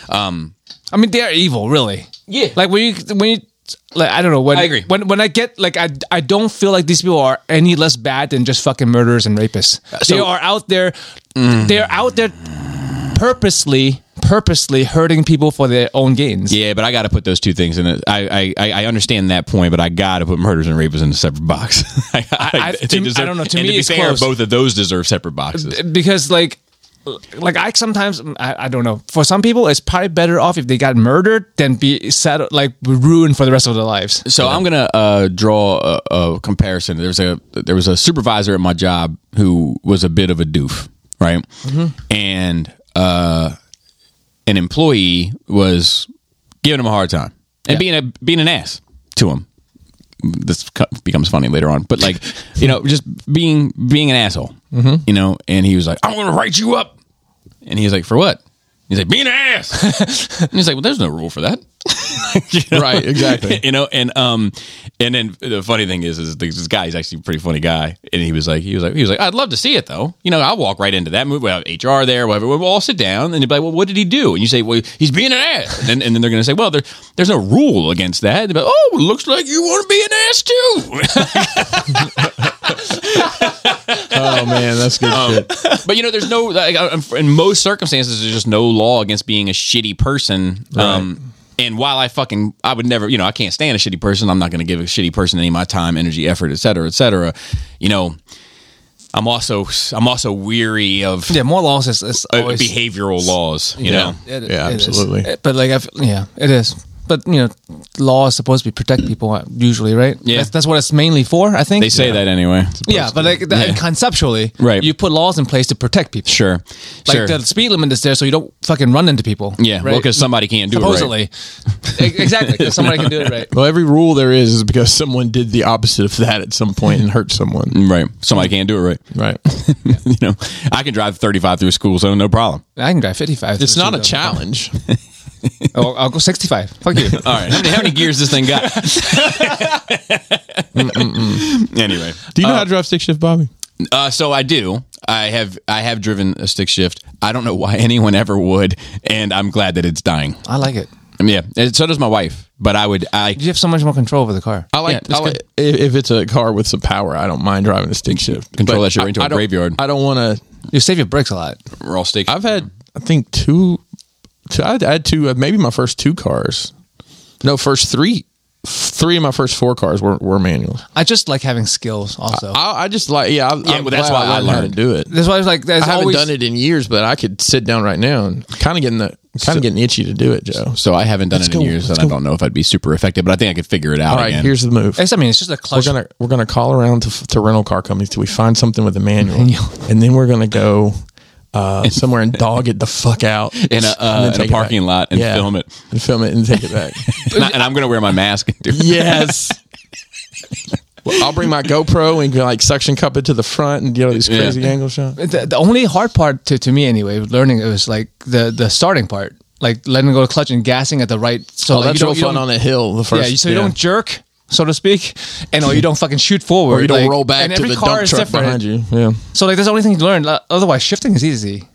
Speaker 2: I mean, they're evil, really.
Speaker 1: Yeah.
Speaker 2: Like when you when you like I don't know when
Speaker 1: I agree.
Speaker 2: when when I get like I I don't feel like these people are any less bad than just fucking murderers and rapists. they
Speaker 1: Uh, so- Mm.
Speaker 2: are out there. They're out there purposely purposely hurting people for their own gains.
Speaker 1: Yeah, but I got to put those two things in it. I, I, I I understand that point, but I got to put murders and rapists in a separate box. *laughs* I,
Speaker 2: I- to- I don't know. To
Speaker 1: and to
Speaker 2: me,
Speaker 1: be
Speaker 2: it's
Speaker 1: fair,
Speaker 2: close.
Speaker 1: both of those deserve separate boxes.
Speaker 2: Because like like I sometimes I, I don't know. For some people, it's probably better off if they got murdered than be set like ruined for the rest of their lives.
Speaker 1: So I'm gonna uh, draw a, a comparison. There's a there was a supervisor at my job who was a bit of a doof, right? And uh, an employee was giving him a hard time and being a being an ass to him. This co- becomes funny later on, but like you know, just being being an asshole, you know. And he was like, "I'm gonna write you up," and he was like, "For what?" He's like, "Being an *laughs* ass." and he's like, "Well, there's no rule for that." *laughs* You know?
Speaker 3: Right, exactly.
Speaker 1: *laughs* you know, and um, and then the funny thing is, is this guy is actually a pretty funny guy, and he was like, he was like, he was like, I'd love to see it though. You know, I'll walk right into that movie. We'll have HR there, whatever. We'll all sit down, and you'll be like, well, what did he do? And you say, well, he's being an ass, and then, and then they're gonna say, well, there, there's no rule against that. And they'll be like, oh, it looks like you want to be an ass too. *laughs*
Speaker 3: oh man, that's *laughs* good shit.
Speaker 1: but you know, there's no like, uh, in most circumstances, there's just no law against being a shitty person. Um, and while I fucking, I would never, you know, I can't stand a shitty person. I'm not going to give a shitty person any of my time, energy, effort, et cetera, et cetera. You know, I'm also, I'm also weary of
Speaker 2: Yeah, more losses is
Speaker 1: uh,
Speaker 2: always
Speaker 1: behavioral laws. You know,
Speaker 2: It-
Speaker 3: Yeah,
Speaker 2: it is.
Speaker 3: absolutely.
Speaker 2: Uh, But like, I've, yeah, it is. But you know, law is supposed to be protect people uh, usually, right?
Speaker 1: Yeah.
Speaker 2: that's, that's what it's mainly for. I think
Speaker 1: they say that anyway.
Speaker 2: Yeah, but like that,
Speaker 1: Yeah.
Speaker 2: conceptually,
Speaker 1: Right.
Speaker 2: You put laws in place to protect people.
Speaker 1: Sure,
Speaker 2: Like
Speaker 1: sure.
Speaker 2: the speed limit is there so you don't fucking run into people.
Speaker 1: yeah, well, because somebody can't do it.
Speaker 2: supposedly, *laughs* E- exactly, 'cause somebody can do it
Speaker 1: *laughs*
Speaker 2: right.
Speaker 3: Well, every rule there is is because someone did the opposite of that at some point and hurt someone.
Speaker 1: Right, right. Somebody can't do it right. *laughs*
Speaker 3: *laughs* Right.
Speaker 1: you know, I can drive 35 through a school zone, no problem.
Speaker 2: I can drive fifty-five.
Speaker 3: It's not a challenge.
Speaker 1: *laughs*
Speaker 2: Oh, I'll go sixty-five. Fuck you.
Speaker 1: All right, how many, how many gears this thing
Speaker 3: *laughs*
Speaker 1: got? anyway,
Speaker 3: Do you know how to drive stick shift, Bobby?
Speaker 1: uh, so I do. I have I have driven a stick shift. I don't know why *laughs* anyone ever would, and I'm glad that it's dying.
Speaker 2: I like it.
Speaker 1: I mean, yeah, and so does my wife. But I would I
Speaker 2: You have so much more control over the car.
Speaker 1: Uh,
Speaker 3: I like, I like if if it's a car with some power, I don't mind driving a stick shift.
Speaker 1: Control
Speaker 3: But
Speaker 1: that shit right
Speaker 3: I-
Speaker 1: into
Speaker 3: I
Speaker 1: a
Speaker 3: don't-
Speaker 1: graveyard.
Speaker 3: I don't want to.
Speaker 2: You save your brakes a lot.
Speaker 1: raw stick.
Speaker 3: I've had, I think, two. two I had two, uh, maybe my first two cars. No, first three. Three of my first four cars were, were manual.
Speaker 2: I just like having skills.
Speaker 1: uh,
Speaker 2: Also,
Speaker 3: I, I just like, yeah, I, yeah.
Speaker 1: well, that's why I
Speaker 3: learned how to
Speaker 1: learned.
Speaker 3: do it.
Speaker 2: that's why I was like,
Speaker 3: I haven't done it in years, but I could sit down right now and kind of get in the kind of getting itchy to do it, Joe.
Speaker 1: So I haven't done
Speaker 3: Let's
Speaker 1: it in
Speaker 3: go.
Speaker 1: years,
Speaker 3: Let's
Speaker 1: and I
Speaker 3: go.
Speaker 1: don't know if I'd be super effective, but I think I could figure it out.
Speaker 3: All right,
Speaker 1: again.
Speaker 3: here's the move.
Speaker 2: It's, I mean, it's just a
Speaker 3: We're
Speaker 2: clutch.
Speaker 3: gonna we're gonna call around to, f- to rental car companies till we find something with a manual, and then we're gonna go uh, somewhere and dog it the fuck
Speaker 1: *laughs*
Speaker 3: out
Speaker 1: in a,
Speaker 3: and then
Speaker 1: uh, in
Speaker 3: take
Speaker 1: a
Speaker 3: it back.
Speaker 1: parking lot and
Speaker 3: Yeah.
Speaker 1: film it.
Speaker 3: and film it and take
Speaker 1: *laughs*
Speaker 3: it back.
Speaker 1: And, I, am going to wear my mask and do it.
Speaker 3: yes. Well, I'll bring my GoPro and like suction cup it to the front and get all these
Speaker 1: Yeah.
Speaker 3: crazy angle shots.
Speaker 2: the, the only hard part to, to me anyway of learning it was like the the starting part like letting go of clutch and gassing at the right so
Speaker 3: Oh,
Speaker 2: like,
Speaker 3: that's
Speaker 2: you
Speaker 3: real
Speaker 2: don't- you
Speaker 3: fun
Speaker 2: don't-
Speaker 3: on a hill. The
Speaker 2: yeah
Speaker 3: first,
Speaker 2: you- so you don't jerk so to speak and or you don't fucking shoot forward
Speaker 3: or you don't
Speaker 2: like-
Speaker 3: roll back
Speaker 2: and
Speaker 3: to
Speaker 2: every
Speaker 3: the
Speaker 2: car
Speaker 3: dump
Speaker 2: is
Speaker 3: truck
Speaker 2: different.
Speaker 3: behind you. Yeah.
Speaker 2: so like that's the only thing you learn Like, otherwise shifting is easy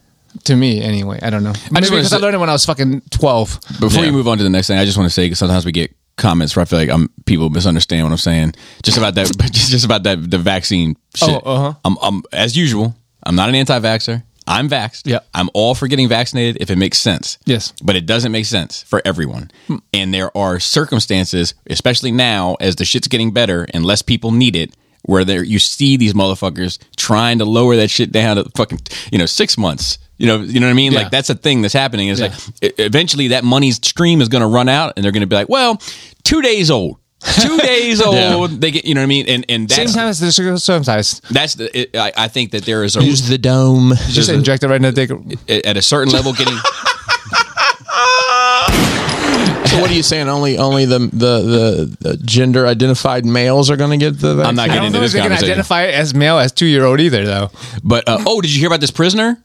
Speaker 2: to me anyway I don't know I
Speaker 1: wanna
Speaker 2: just because I
Speaker 1: say-
Speaker 2: learned it when I was fucking 12
Speaker 1: Before
Speaker 3: Yeah.
Speaker 1: you move on to the next thing, I just want to say because sometimes we get comments where I feel like I'm people misunderstand what I'm saying just about that, *laughs* just, just about that the vaccine shit.
Speaker 2: Oh, uh-huh.
Speaker 1: I'm, I'm as usual. I'm not an anti-vaxxer. I'm vaxxed.
Speaker 2: Yeah.
Speaker 1: I'm all for getting vaccinated if it makes sense.
Speaker 2: Yes.
Speaker 1: but it doesn't make sense for everyone.
Speaker 2: Hmm.
Speaker 1: And there are circumstances, especially now as the shit's getting better and less people need it, where there you see these motherfuckers trying to lower that shit down to fucking you know six months. You know, you know what I mean.
Speaker 2: Yeah.
Speaker 1: Like that's a thing that's happening. It's like e- eventually that money stream is going to run out, and they're going to be like, well, two days old.
Speaker 2: *laughs*
Speaker 1: Two days old, they get you know what I mean, and and
Speaker 2: same
Speaker 1: that's
Speaker 2: time as the circumcised
Speaker 1: that's the it, I, I think that there is a
Speaker 3: Use the dome.
Speaker 1: *laughs*
Speaker 2: just inject it right in the dick
Speaker 1: at a certain level
Speaker 2: *laughs*
Speaker 1: getting
Speaker 3: So what are you saying? Only only the the the, the gender identified males are going to get the. Vaccine?
Speaker 1: I'm not
Speaker 2: I
Speaker 1: getting into
Speaker 2: don't know if
Speaker 1: this
Speaker 2: they can
Speaker 1: conversation.
Speaker 2: identify it as male as two year old either though
Speaker 1: But uh, oh, did you hear about this prisoner?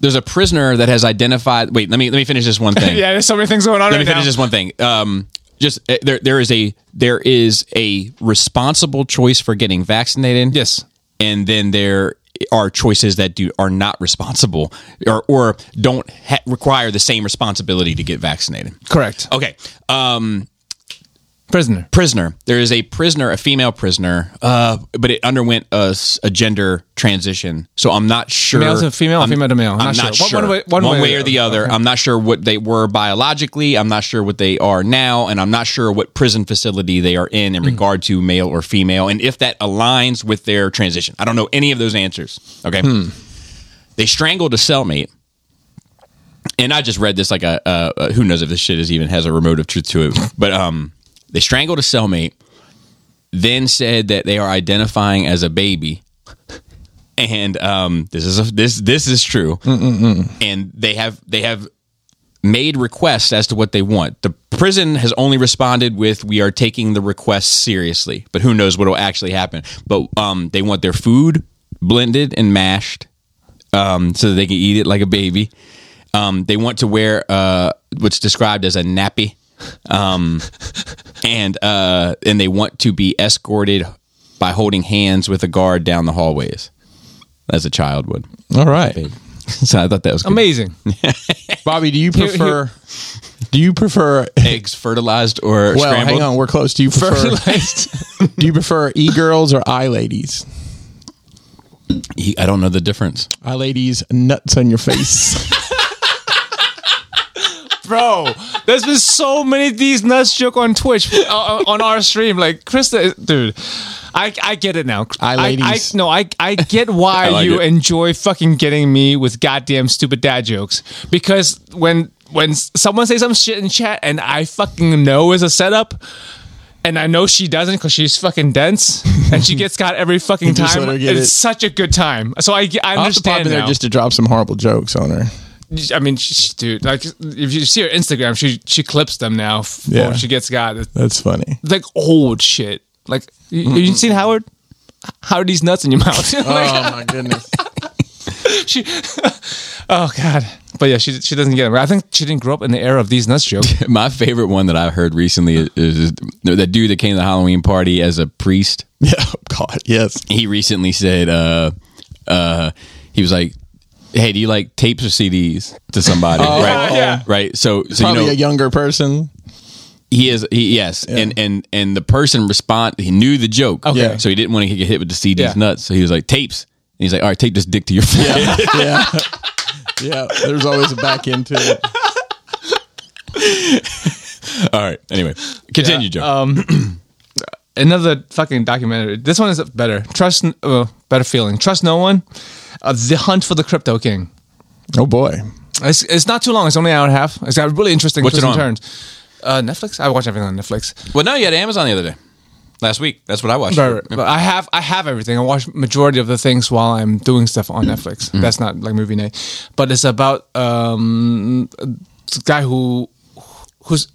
Speaker 1: There's a prisoner that has identified. Wait, let me let me finish this
Speaker 2: *laughs*
Speaker 1: one thing.
Speaker 2: yeah there's so many things going on
Speaker 1: let me
Speaker 2: right now
Speaker 1: finish this one thing. Um, just uh, there there is a there is a responsible choice for getting vaccinated.
Speaker 2: Yes.
Speaker 1: and then there are choices that do are not responsible or or don't ha- require the same responsibility to get vaccinated.
Speaker 2: correct
Speaker 3: Oh.
Speaker 1: Okay. Um,
Speaker 2: prisoner
Speaker 1: prisoner. There is a prisoner, a female prisoner, uh, but it underwent a, s- a gender transition. So I'm not sure.
Speaker 2: Male to female or
Speaker 1: I'm,
Speaker 2: female to male?
Speaker 1: I'm
Speaker 2: Not
Speaker 1: not,
Speaker 2: sure. One-
Speaker 1: sure.
Speaker 2: one way- one way-
Speaker 1: or the other. I'm not sure what they were biologically. I'm not sure what they are now, and I'm not sure what prison facility they are in in
Speaker 2: Mm.
Speaker 1: regard to male or female, and if that aligns with their transition. I don't know any of those answers. Okay.
Speaker 2: Hmm.
Speaker 1: They strangled a cellmate and I just read this like a, a, a who knows if this shit is even has a remote of truth to it, but um, they strangled a cellmate, then said that they are identifying as a baby, and um, this is a, this this is true, and they have they have made requests as to what they want. The prison has only responded with we are taking the requests seriously, but who knows what will actually happen. But um, they want their food blended and mashed um, so that they can eat it like a baby. Um, they want to wear uh, what's described as a nappy, um, and uh, and they want to be escorted by holding hands with a guard down the hallways, as a child would. *laughs*
Speaker 3: All right,
Speaker 1: So I thought that was good.
Speaker 2: amazing
Speaker 3: Bobby. Do you prefer? Do you prefer?
Speaker 1: eggs fertilized or
Speaker 3: Well,
Speaker 1: scrambled. *laughs*
Speaker 3: hang on. We're close. Do you prefer? do you *laughs* prefer e girls or i ladies?
Speaker 1: He- I don't know the difference.
Speaker 3: I ladies nuts on your *laughs* face.
Speaker 2: bro. There's been so many of these nuts joke on Twitch uh, on our stream. Like Krista, is- dude, I I get it now.
Speaker 3: I ladies.
Speaker 2: I, no, I I
Speaker 3: *laughs*
Speaker 2: get why
Speaker 1: I like
Speaker 2: you
Speaker 1: it.
Speaker 2: enjoy fucking getting me with goddamn stupid dad jokes because when when someone says some shit in chat and I fucking know is a setup. And I know she doesn't because she's fucking dense, and
Speaker 3: *laughs*
Speaker 2: she gets got every fucking
Speaker 3: just let
Speaker 2: time.
Speaker 3: her get
Speaker 2: It's
Speaker 3: it.
Speaker 2: such a good time. So I, I
Speaker 3: I'll have to pop
Speaker 2: understand
Speaker 3: in there
Speaker 2: now.
Speaker 3: just to drop some horrible jokes on her.
Speaker 2: I mean, she, she- dude, like if you see her Instagram, she she clips them now. f-
Speaker 3: Yeah.
Speaker 2: when she gets got it's
Speaker 3: That's funny.
Speaker 2: like old shit. Like you, you seen Howard? How are these nuts in your
Speaker 1: *laughs*
Speaker 2: mouth?
Speaker 1: Uh.
Speaker 2: Like,
Speaker 3: Oh my goodness.
Speaker 2: *laughs* she, oh god. But yeah, she she doesn't get it. I think she didn't grow up in the era of these
Speaker 1: *laughs*
Speaker 2: nuts jokes.
Speaker 1: My favorite one that I heard recently is, is that dude that came to the Halloween party as a priest.
Speaker 3: *laughs* Yeah. Oh God. Yes.
Speaker 1: he recently said uh uh he was like hey do you like tapes or cds to somebody
Speaker 2: *laughs*
Speaker 1: right
Speaker 2: Oh, yeah.
Speaker 1: right so so
Speaker 3: Probably
Speaker 1: you know
Speaker 3: a younger person.
Speaker 1: he is he yes and and and the person respond he knew the joke
Speaker 2: Okay. Yeah.
Speaker 1: so he didn't want to get hit with the cds
Speaker 2: Yeah.
Speaker 1: nuts so he was like tapes and he's like all right take this dick to your face
Speaker 3: *laughs* Yeah. yeah. There's always a back end to it.
Speaker 1: *laughs* all right anyway continue joe
Speaker 2: um, Another fucking documentary. This one is better. Trust, n- uh, better feeling. Trust no one. Uh, the hunt for the crypto king.
Speaker 3: Oh boy.
Speaker 2: It's, it's not too long. It's only an hour and a half. It's got really interesting
Speaker 1: What's it
Speaker 2: twists and
Speaker 1: on?
Speaker 2: turns. Uh, Netflix. I watch everything on Netflix.
Speaker 1: Well, no, you had Amazon the other day, last week. That's what I watched.
Speaker 2: Right, right. But I have I have everything. I watch majority of the things while I'm doing stuff on Netflix.
Speaker 1: Mm.
Speaker 2: That's not like movie night, but it's about um, a guy who who's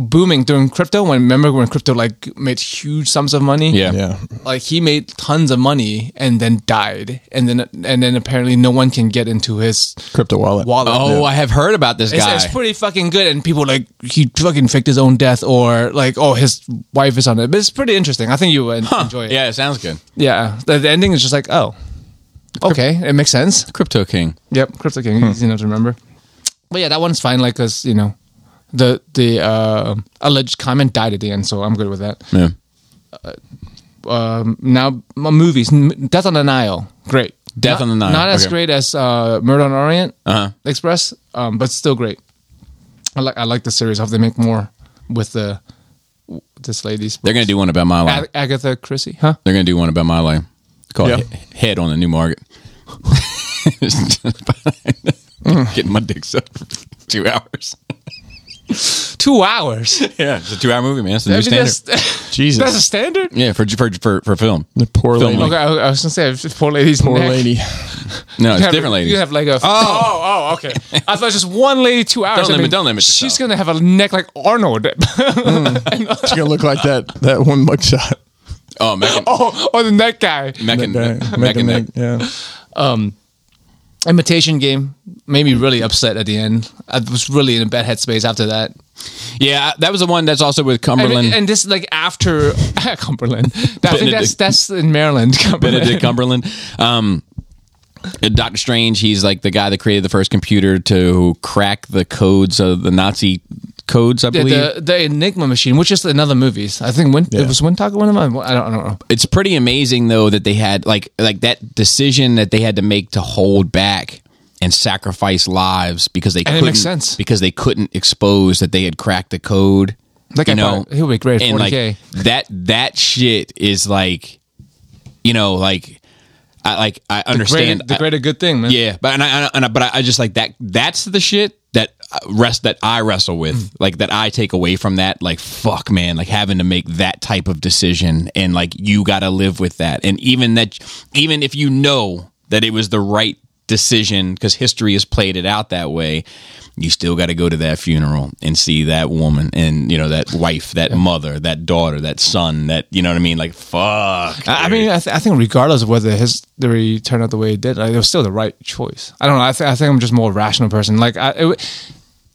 Speaker 2: booming during crypto. When remember when crypto like made huge sums of money?
Speaker 1: Yeah.
Speaker 3: Yeah.
Speaker 2: like he made tons of money and then died, and then and then apparently no one can get into his
Speaker 3: Crypto wallet.
Speaker 2: wallet.
Speaker 1: Oh, I have heard about this
Speaker 2: It's,
Speaker 1: guy.
Speaker 2: it's pretty fucking good, and people like he fucking faked his own death, or like oh his wife is on it. But it's pretty interesting. I think you would
Speaker 1: Huh.
Speaker 2: enjoy it.
Speaker 1: Yeah, it sounds good.
Speaker 2: Yeah, the, the ending is just like, oh, okay, it makes sense. Hmm.
Speaker 1: Crypto King.
Speaker 2: Yep, Crypto King, easy enough to remember. But yeah, that one's fine, like, cause you know, the the uh, alleged comment died at the end, so I'm good with that.
Speaker 1: Yeah.
Speaker 2: Um, now, my movies, M- Death on the Nile, great.
Speaker 1: Death
Speaker 2: Not-
Speaker 1: on the Nile,
Speaker 2: not as
Speaker 1: okay.
Speaker 2: great as uh, Murder on Orient
Speaker 1: Uh-huh.
Speaker 2: Express, um, but still great. I like I like the series. I hope they make more with the this lady's
Speaker 1: They're gonna do one about my life.
Speaker 2: Ag- Agatha Chrissy, huh?
Speaker 1: They're gonna do one about my life called
Speaker 3: Yeah.
Speaker 1: He- Head on the New Market. *laughs* Getting my dick sucked for two hours.
Speaker 2: Two hours.
Speaker 1: Yeah, it's a two-hour movie, man. It's the new
Speaker 2: I mean,
Speaker 1: standard.
Speaker 2: that's- *laughs*
Speaker 3: Jesus.
Speaker 2: That's a standard.
Speaker 1: Yeah, for for for, for film.
Speaker 3: The poor
Speaker 1: Film
Speaker 3: lady.
Speaker 1: like-
Speaker 2: Okay, I, I was gonna say if poor ladies.
Speaker 3: Poor
Speaker 2: neck,
Speaker 3: lady.
Speaker 1: No,
Speaker 2: You
Speaker 1: it's
Speaker 2: have,
Speaker 1: different ladies.
Speaker 2: You have like a oh oh, oh, okay. I thought just one lady two hours.
Speaker 1: Don't
Speaker 2: I
Speaker 1: limit- don't limit
Speaker 2: She's
Speaker 1: yourself.
Speaker 2: gonna have a neck like Arnold. *laughs* Mm.
Speaker 3: She's gonna look like that that one mugshot.
Speaker 1: oh, Megan,
Speaker 2: oh, or the neck guy.
Speaker 1: Megan,
Speaker 3: That guy.
Speaker 1: Megan, Nick.
Speaker 3: Yeah.
Speaker 2: Imitation game made me really upset at the end. I was really in a bad headspace after that.
Speaker 1: Yeah, that was the one that's also with
Speaker 2: And,
Speaker 1: Cumberland.
Speaker 2: and this like after *laughs* Cumberland. I think that's
Speaker 1: Benedict.
Speaker 2: that's in Maryland. Cumberland.
Speaker 1: Benedict Cumberland. Um, Doctor Strange, he's like the guy that created the first computer to crack the codes of the Nazi codes, I
Speaker 2: Yeah,
Speaker 1: believe.
Speaker 2: *laughs* the, the Enigma machine, which is another movie. I think when it was Windtalker one of them. I don't, I don't know.
Speaker 1: it's pretty amazing though that they had like like that decision that they had to make to hold back and sacrifice lives because they
Speaker 2: And
Speaker 1: couldn't
Speaker 2: it makes sense.
Speaker 1: because they couldn't expose that they had cracked the code.
Speaker 2: That guy
Speaker 1: you know,
Speaker 2: thought he'll be great at
Speaker 1: and like
Speaker 2: 40K.
Speaker 1: that that shit is like, you know, like I like I understand
Speaker 2: Great, the
Speaker 1: I-
Speaker 2: greater good thing, man.
Speaker 1: yeah, but and I, and I but I, I just like that. That's the shit that uh, rest that I wrestle with, like that I take away from that. Like fuck, man, like having to make that type of decision, and like you got to live with that. And even that, even if you know that it was the right decision because history has played it out that way you still got to go to that funeral and see that woman and you know that wife that mother that daughter that son that you know what i mean like fuck
Speaker 2: I I mean, I, th- I think regardless of whether history turned out the way it did, like, it was still the right choice. I don't know. I, th- I think I'm just more rational person. Like I, it, w-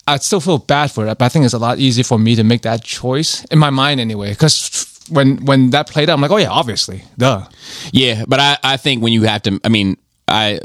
Speaker 2: I still feel bad for it, but I think it's a lot easier for me to make that choice in my mind anyway. Because when when that played out, I'm like, oh yeah, obviously, duh.
Speaker 1: Yeah, but I, I think when you have to, I mean, I.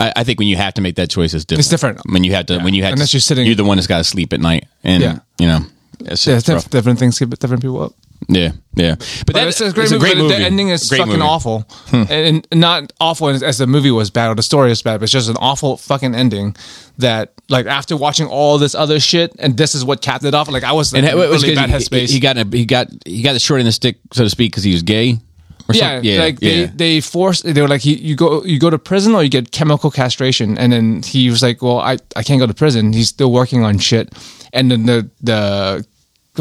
Speaker 1: I I think when you have to make that choice is different.
Speaker 2: It's different.
Speaker 1: when you have to. When you have
Speaker 2: Unless
Speaker 1: to,
Speaker 2: you're sitting-
Speaker 1: you're the one that's got to sleep at night, and
Speaker 2: Yeah.
Speaker 1: you know, it's,
Speaker 2: Yeah,
Speaker 1: it's
Speaker 2: diff-
Speaker 1: rough.
Speaker 2: different things keep different people up.
Speaker 1: yeah, yeah. But,
Speaker 2: But
Speaker 1: that-
Speaker 2: it's a great movie. but The ending is
Speaker 1: Great
Speaker 2: fucking
Speaker 1: movie. Hmm.
Speaker 2: awful, and, and not awful as, as the movie was bad or the story is bad. But it's just an awful fucking ending. That like after watching all this other shit, and this is what capped it off. Like I was in
Speaker 1: And
Speaker 2: a
Speaker 1: it was
Speaker 2: really bad
Speaker 1: 'cause he,
Speaker 2: headspace.
Speaker 1: he got in a, he got he got the short end of the stick, so to speak, because he was gay. Or
Speaker 2: yeah,
Speaker 1: something. yeah,
Speaker 2: like
Speaker 1: yeah.
Speaker 2: they they forced. They were like, you, you go you go to prison or you get chemical castration. And then he was like, well, I I can't go to prison. He's still working on shit. And then the the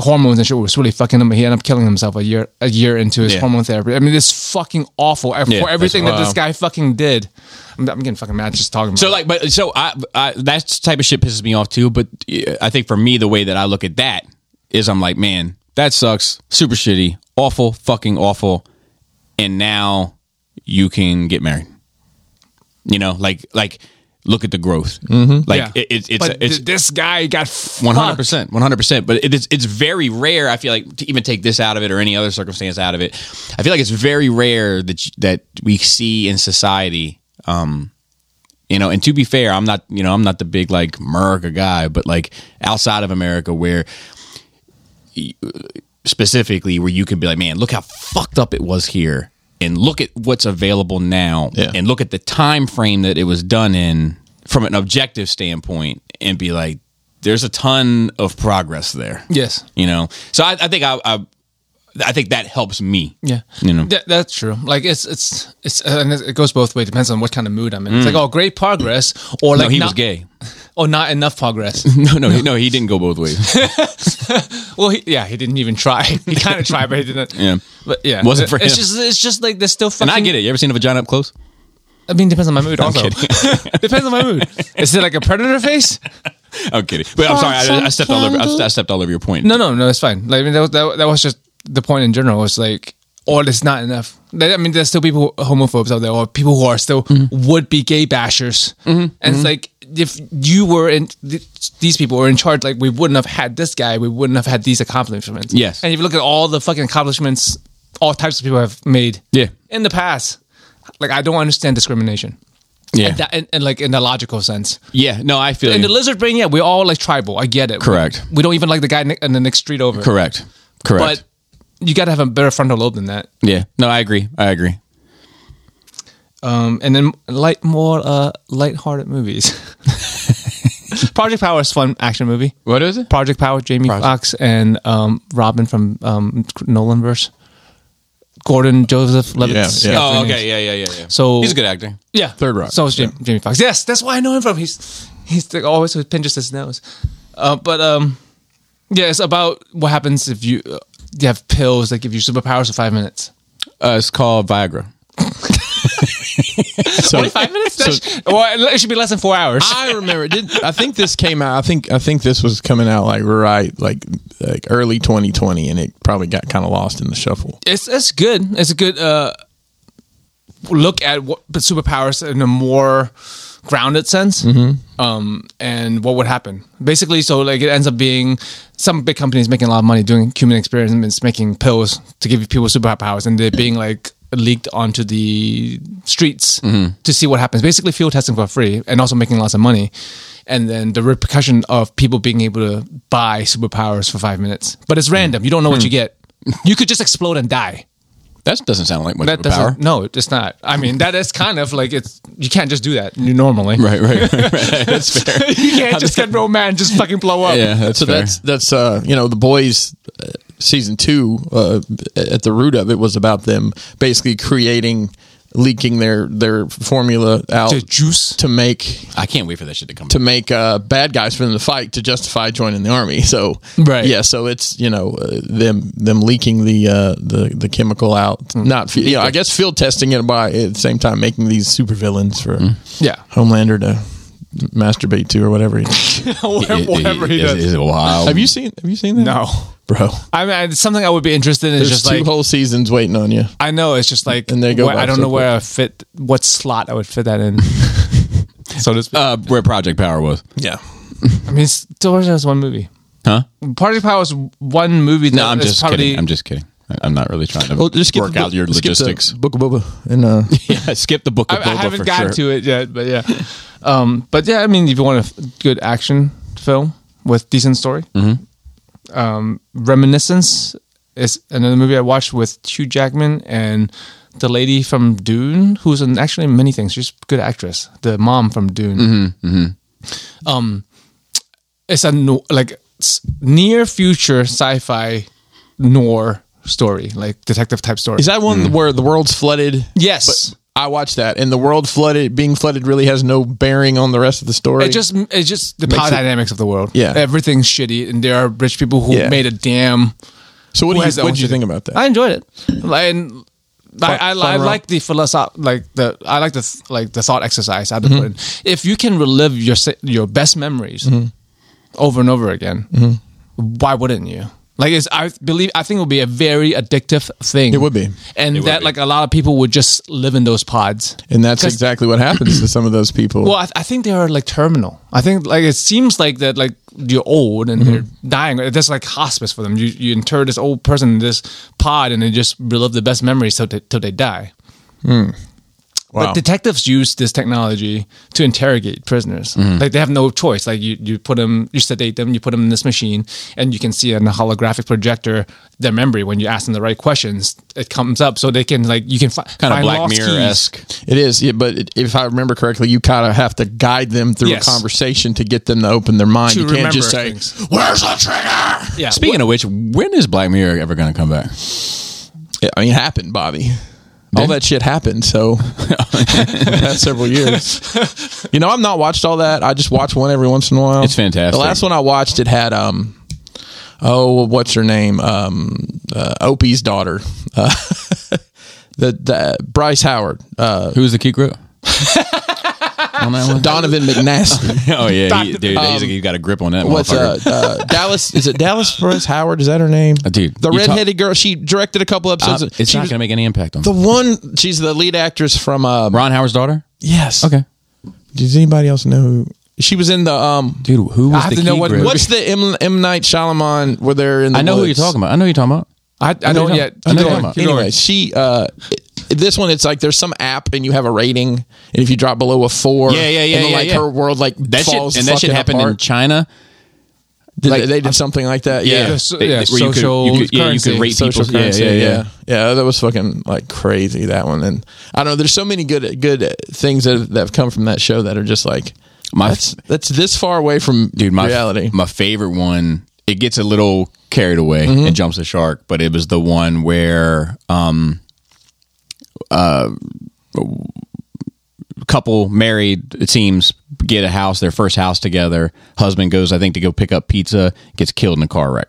Speaker 2: hormones and shit was really fucking him. He ended up killing himself a year a year into his
Speaker 1: Yeah.
Speaker 2: hormone therapy. I mean, it's fucking awful I-
Speaker 1: that's
Speaker 2: for everything that this
Speaker 3: wild.
Speaker 2: guy fucking did. I'm, I'm getting fucking mad just talking. About
Speaker 1: So
Speaker 2: it.
Speaker 1: like, but so I, I that type of shit pisses me off too. But uh, I think for me, the way that I look at that is, I'm like, man, that sucks, super shitty, awful, fucking awful, and now you can get married. You know, like like look at the growth. Mm-hmm. Like
Speaker 2: Yeah.
Speaker 1: it, it's it's
Speaker 2: but
Speaker 1: it's
Speaker 2: th- this guy got fucked.
Speaker 1: one hundred percent, one hundred percent. But it is it's very rare. I feel like to even take this out of it or any other circumstance out of it. I feel like it's very rare that you- that we see in society. Um, you know, and to be fair, I'm not you know I'm not the big like America guy, but like outside of America where specifically where you could be like, man, look how fucked up it was here, and look at what's available now,
Speaker 3: Yeah.
Speaker 1: and look at the time frame that it was done in from an objective standpoint, and be like, there's a ton of progress there.
Speaker 2: Yes.
Speaker 1: you know. So I, I think I, I, I think that helps me.
Speaker 2: Yeah,
Speaker 1: you know.
Speaker 2: That- that's true. Like it's it's it's and it goes both ways. Depends on what kind of mood I'm in. It's like oh, great progress, or like
Speaker 1: Mm. no, he
Speaker 2: not-
Speaker 1: was gay. *laughs*
Speaker 2: Oh, not enough progress.
Speaker 1: No, no, he- no. He didn't go both
Speaker 2: *laughs*
Speaker 1: ways.
Speaker 2: Well, he, yeah, he didn't even try. *laughs* He kind of tried, but he didn't.
Speaker 1: Yeah.
Speaker 2: But yeah,
Speaker 1: Wasn't for
Speaker 2: it's
Speaker 1: him.
Speaker 2: just it's just like there's still fucking.
Speaker 1: And I get it. You ever seen a vagina up close?
Speaker 2: I mean, depends on my mood. also,
Speaker 1: kidding.
Speaker 2: *laughs* depends on my
Speaker 1: *laughs*
Speaker 2: mood. Is it like a predator face?
Speaker 1: I'm kidding. But I'm sorry. I, I stepped all over. I, I stepped all over your point.
Speaker 2: No, no, no. It's fine. Like I mean, that, was- that, that was just the point in general. It's like, or it's not enough. Like, I mean, there's still people homophobes out there, or people who are still
Speaker 1: Mm-hmm.
Speaker 2: would be gay bashers. And it's like, if you were in th- these people were in charge, like we wouldn't have had this guy. We wouldn't have had these accomplishments.
Speaker 1: Yes.
Speaker 2: And if you look at all the fucking accomplishments, all types of people have made.
Speaker 1: Yeah.
Speaker 2: In the past, like I don't understand discrimination.
Speaker 1: Yeah.
Speaker 2: And, that, and, and like in the logical sense.
Speaker 1: yeah. No, I feel
Speaker 2: In the
Speaker 1: you.
Speaker 2: lizard brain, yeah, we're all like tribal. I get it.
Speaker 1: Correct.
Speaker 2: We don't even like the guy ne- in the next street over.
Speaker 1: correct. Correct.
Speaker 2: But you got to have a better frontal lobe than that.
Speaker 1: yeah. No, I agree. I agree.
Speaker 2: Um, and then light more uh lighthearted movies. *laughs* Project Power is fun action movie.
Speaker 1: What is it?
Speaker 2: Project Power, Jamie Foxx and um, Robin from um, Nolanverse. Gordon Joseph Levitt.
Speaker 3: Yeah, yeah.
Speaker 1: Oh, okay. Yeah, yeah, yeah, yeah.
Speaker 2: So-
Speaker 1: he's a good actor.
Speaker 2: Yeah,
Speaker 3: Third Rock.
Speaker 2: So is Jam- Jamie Fox. Yes, that's why I know him from. He's he's like always who pinches his nose. Uh, but um, yeah, it's about what happens if you uh, you have pills that give you superpowers for five minutes.
Speaker 1: Uh, it's called Viagra.
Speaker 3: So
Speaker 2: Five minutes? That's- Ah, well, it should be less than four hours.
Speaker 3: I remember. Did I think this came out? I think I think this was coming out like right like like early 2020, and it probably got kind of lost in the shuffle.
Speaker 2: it's it's good. It's a good uh, look at what but superpowers in a more grounded sense. Um, and what would happen? Basically, so like it ends up being some big companies making a lot of money doing human experiments, making pills to give people superpowers, and they're being like leaked onto the streets
Speaker 1: Mm-hmm.
Speaker 2: to see what happens. Basically, field testing for free, and also making lots of money. And then the repercussion of people being able to buy superpowers for five minutes, but it's random. You don't know what you get.
Speaker 1: Mm-hmm.
Speaker 2: You could just explode and die.
Speaker 1: That doesn't sound like much
Speaker 2: That
Speaker 1: of a power.
Speaker 2: doesn't. No, it's not. I mean, that is kind of like it's. You can't just do that you normally.
Speaker 1: *laughs* Right, right, right, right. That's fair.
Speaker 2: *laughs* you can't just get romance, just fucking blow up.
Speaker 1: Yeah, Uh, that's
Speaker 3: so
Speaker 1: fair.
Speaker 3: that's that's uh you know the boys uh, season two uh, at the root of it was about them basically creating leaking their their formula out
Speaker 2: The juice.
Speaker 3: *laughs* to make
Speaker 1: I can't wait for that shit to come.
Speaker 3: to make uh, bad guys for them to fight to justify joining the army. So
Speaker 2: Right.
Speaker 3: yeah. So it's you know uh, them them leaking the uh, the the chemical out. Not fe- you know I guess field testing it by at the same time making these supervillains for
Speaker 1: Mm.
Speaker 2: Yeah.
Speaker 3: Homelander to masturbate to
Speaker 1: *laughs*
Speaker 3: or whatever. he
Speaker 2: *laughs*
Speaker 3: does.
Speaker 2: Whatever he does.
Speaker 1: Is, wild.
Speaker 3: have you seen Have you seen that?
Speaker 2: No.
Speaker 3: bro.
Speaker 2: I mean, it's something I would be interested in. It's
Speaker 3: There's
Speaker 2: just
Speaker 3: two
Speaker 2: like
Speaker 3: whole seasons waiting on you.
Speaker 2: I know. It's just like
Speaker 3: And they go
Speaker 2: where-
Speaker 3: back
Speaker 2: I don't
Speaker 3: so
Speaker 2: know where I fit what slot I would fit that in. so to speak.
Speaker 1: uh, where Project Power was?
Speaker 3: Yeah.
Speaker 2: I mean, it's still just one movie.
Speaker 1: Huh?
Speaker 2: Party Power is one movie. That
Speaker 1: No, I'm
Speaker 2: is
Speaker 1: just
Speaker 2: probably,
Speaker 1: kidding. I'm just kidding. I- I'm not really trying to work out your
Speaker 3: *laughs*
Speaker 1: logistics.
Speaker 3: Book of Boba and uh,
Speaker 1: yeah, skip the book
Speaker 2: I,
Speaker 1: of
Speaker 2: I
Speaker 1: Boba
Speaker 2: haven't
Speaker 1: for
Speaker 2: gotten
Speaker 1: sure.
Speaker 2: to it yet, but yeah. um, but yeah, I mean, if you want a f- good action film with decent story,
Speaker 1: Mm-hmm.
Speaker 2: um, Reminiscence is another movie I watched with Hugh Jackman and the lady from Dune, who's in actually many things. She's a good actress. The mom from Dune.
Speaker 1: Mm-hmm,
Speaker 2: Um, it's a no, like s- near future sci-fi noir story, like detective type story.
Speaker 3: *laughs* is that one
Speaker 1: Mm.
Speaker 3: where the world's flooded?
Speaker 2: yes.
Speaker 3: I watched that, and the world flooded being flooded really has no bearing on the rest of the story.
Speaker 2: It just it just the power
Speaker 3: it-
Speaker 2: dynamics of the world.
Speaker 3: Yeah.
Speaker 2: everything's shitty, and there are rich people who
Speaker 3: Yeah.
Speaker 2: made a dam.
Speaker 3: so what
Speaker 2: who
Speaker 3: do
Speaker 2: has
Speaker 3: you
Speaker 2: their
Speaker 3: what
Speaker 2: own
Speaker 3: do you
Speaker 2: shit.
Speaker 3: think about that?
Speaker 2: I enjoyed it, Like, and I I,
Speaker 3: Fun-
Speaker 2: I
Speaker 3: fun romp.
Speaker 2: like the philosoph like the I like the th- like the thought exercise. I
Speaker 3: Mm-hmm.
Speaker 2: put in. If you can relive your se- your best memories
Speaker 3: Mm-hmm.
Speaker 2: over and over again, why wouldn't you? Like it's, I believe I think it would be a very addictive thing.
Speaker 3: It would be.
Speaker 2: and
Speaker 1: would
Speaker 2: that
Speaker 1: be.
Speaker 2: like a lot of people would just live in those pods.
Speaker 3: and that's exactly what happens to some of those people.
Speaker 2: Well, I, th- I think they are like terminal. I think like it seems like that like you're old and they're dying. That's like hospice for them. You you inter this old person in this pod and they just relive the best memories till they, till they die.
Speaker 3: wow.
Speaker 2: But detectives use this technology to interrogate prisoners. Like they have no choice. Like you, you put them, you sedate them, you put them in this machine, and you can see on a holographic projector their memory. When you ask them the right questions, it comes up, so they can like you can fi-
Speaker 1: Kind of
Speaker 2: find
Speaker 1: Black
Speaker 2: lost keys.
Speaker 1: Mirror esque.
Speaker 3: it is, yeah, but it, if I remember correctly, you kind of have to guide them through
Speaker 2: Yes.
Speaker 3: a conversation to get them to open their mind.
Speaker 2: To
Speaker 3: you can't just say,
Speaker 2: remember things.
Speaker 3: "Where's the trigger?"
Speaker 2: Yeah.
Speaker 1: Speaking of which, when is Black Mirror ever going to come back?
Speaker 3: Yeah, I mean, it happened, Bobby. all that shit happened. So *laughs* that's several years.
Speaker 1: *laughs*
Speaker 3: You know, I've not watched all that. I just watch one every once in a while.
Speaker 1: It's fantastic.
Speaker 3: The last one I watched, it had um, oh, what's her name? Um, uh, Opie's daughter. Uh, *laughs* the, the Bryce Howard, uh,
Speaker 1: Who was the key crew? on that
Speaker 3: *laughs*
Speaker 1: one?
Speaker 3: Donovan McNasty.
Speaker 1: Oh yeah, he, dude, he's, you got a grip on that
Speaker 3: What's uh,
Speaker 1: *laughs* motherfucker.
Speaker 3: uh, Dallas? Is it Dallas Bryce Howard? Is that her name?
Speaker 1: Uh, dude,
Speaker 3: the
Speaker 1: you talk-
Speaker 3: redheaded girl. She directed a couple episodes.
Speaker 1: Uh, it's
Speaker 3: she
Speaker 1: not
Speaker 3: was-
Speaker 1: going to make any impact on
Speaker 3: the
Speaker 1: me.
Speaker 3: one. She's the lead actress from uh,
Speaker 1: Ron Howard's daughter.
Speaker 3: Yes.
Speaker 1: Okay,
Speaker 3: Does anybody else know who she was in the um?
Speaker 1: dude, who was
Speaker 2: have
Speaker 1: the
Speaker 2: to
Speaker 1: key
Speaker 2: know what-
Speaker 1: grip?
Speaker 3: What's the M, M Night Shyamalan? Where they're in? The
Speaker 1: I know who you're
Speaker 3: woods?
Speaker 1: talking about. I know who you're talking about.
Speaker 2: I, I don't
Speaker 1: talking-
Speaker 2: yet.
Speaker 1: I know
Speaker 2: Keep
Speaker 1: you're
Speaker 2: going,
Speaker 1: talking
Speaker 2: keep
Speaker 3: Anyway,
Speaker 2: going.
Speaker 3: she. Uh, this one, it's like there's some app and you have a rating, and if you drop below a four,
Speaker 1: Yeah, yeah, yeah,
Speaker 3: and then,
Speaker 1: yeah,
Speaker 3: like
Speaker 1: yeah.
Speaker 3: her world like
Speaker 1: That
Speaker 3: falls
Speaker 1: shit, and that shit
Speaker 3: fucking
Speaker 1: happened in
Speaker 3: apart.
Speaker 1: China.
Speaker 3: Did they, they did something like that.
Speaker 1: Yeah,
Speaker 2: Yeah, so-
Speaker 1: They-
Speaker 2: yeah,
Speaker 1: where you could-
Speaker 2: social
Speaker 1: you could, yeah, you could
Speaker 2: currency,
Speaker 1: rate
Speaker 3: social
Speaker 1: people. Yeah,
Speaker 3: currency.
Speaker 1: yeah, yeah.
Speaker 3: yeah. That was fucking like crazy. That one, and I don't know. There's so many good good things that have, that have come from that show that are just like
Speaker 1: My-
Speaker 3: that's that's this far away from
Speaker 1: dude my
Speaker 3: reality.
Speaker 1: my favorite one it gets a little carried away and jumps the shark but it was the one where um uh couple married it seems get a house their first house together husband goes i think to go pick up pizza gets killed in a car wreck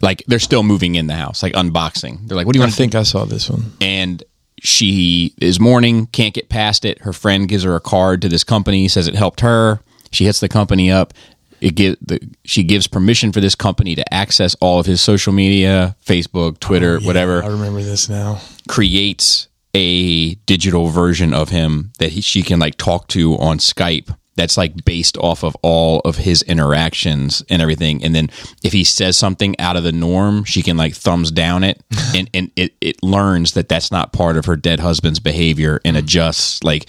Speaker 1: like they're still moving in the house like unboxing they're like what do you
Speaker 3: I
Speaker 1: want to
Speaker 3: think I saw this one.
Speaker 1: and she is mourning, can't get past it. Her friend gives her a card to this company, says it helped her. She hits the company up. It give the, she gives permission for this company to access all of his social media, Facebook, Twitter, whatever.
Speaker 3: I remember this now.
Speaker 1: Creates a digital version of him that he, she can like talk to on Skype. That's like based off of all of his interactions and everything. And then if he says something out of the norm, she can like thumbs down it, and and it it learns that that's not part of her dead husband's behavior and adjusts. Like,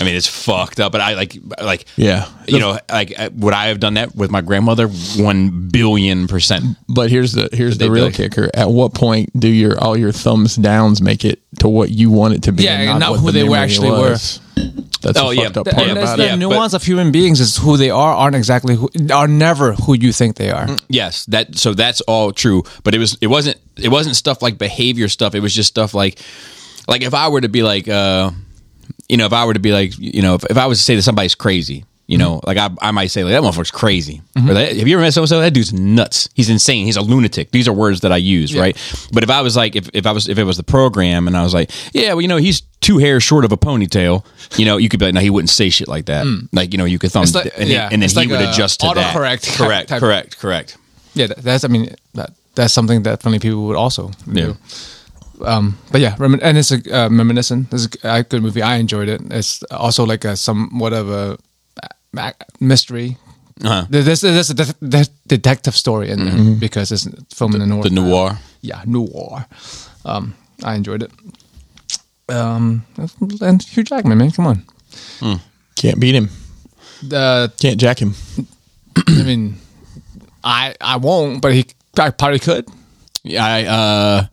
Speaker 1: I mean, it's fucked up. But I like like
Speaker 3: Yeah.
Speaker 1: You know, like uh, would I have done that with my grandmother? One billion percent.
Speaker 3: But here's the here's the
Speaker 1: They
Speaker 3: real
Speaker 1: like-
Speaker 3: kicker. At what point do your all your thumbs downs make it to what you want it to be?
Speaker 2: Yeah,
Speaker 3: and
Speaker 2: and not
Speaker 3: what
Speaker 2: who
Speaker 3: the
Speaker 2: they were
Speaker 3: memory
Speaker 2: actually
Speaker 3: was? That's
Speaker 1: Oh,
Speaker 3: the
Speaker 1: yeah.
Speaker 3: fucked up
Speaker 1: Th-
Speaker 3: part
Speaker 2: and that's
Speaker 3: about
Speaker 2: the
Speaker 1: Yeah, but-
Speaker 2: nuance of human beings is who they are aren't exactly who are never who you think they are.
Speaker 1: Yes, that so that's all true. But it was it wasn't it wasn't stuff like behavior stuff. It was just stuff like like if I were to be like uh you know if I were to be like you know if, if I was to say that somebody's crazy. You know, like I, I might say, like that motherfucker's crazy.
Speaker 2: Mm-hmm.
Speaker 1: Or that, have you ever met someone say that dude's nuts? He's insane. He's a lunatic. These are words that I use, right? But if I was like, if, if I was, if it was the program, and I was like, yeah, well, you know, he's two hairs short of a ponytail. You know, you could be like, no, he wouldn't say shit like that. Like, you know, you could thumb,
Speaker 2: like-
Speaker 1: and, he-
Speaker 2: yeah,
Speaker 1: and then
Speaker 2: Mm. it's
Speaker 1: he
Speaker 2: like
Speaker 1: would
Speaker 2: a
Speaker 1: adjust to that.
Speaker 2: autocorrect type-
Speaker 1: correct,
Speaker 2: type-
Speaker 1: correct, correct.
Speaker 2: Yeah, that, that's I mean that that's something that funny people would also do. Um, but yeah, remin- and it's a uh, reminiscent. It's a good movie. I enjoyed it. It's also like a somewhat of a a mystery.
Speaker 1: Uh-huh.
Speaker 2: There's, there's a de- de- detective story in there because it's filmed in Mm-hmm. the North.
Speaker 1: the noir.
Speaker 2: yeah, noir. Um, I enjoyed it. Um, and Hugh Jackman, man, come on.
Speaker 3: Can't beat him.
Speaker 2: The
Speaker 3: Can't jack him.
Speaker 2: I mean, I I won't, but he I probably could.
Speaker 1: Yeah, I uh,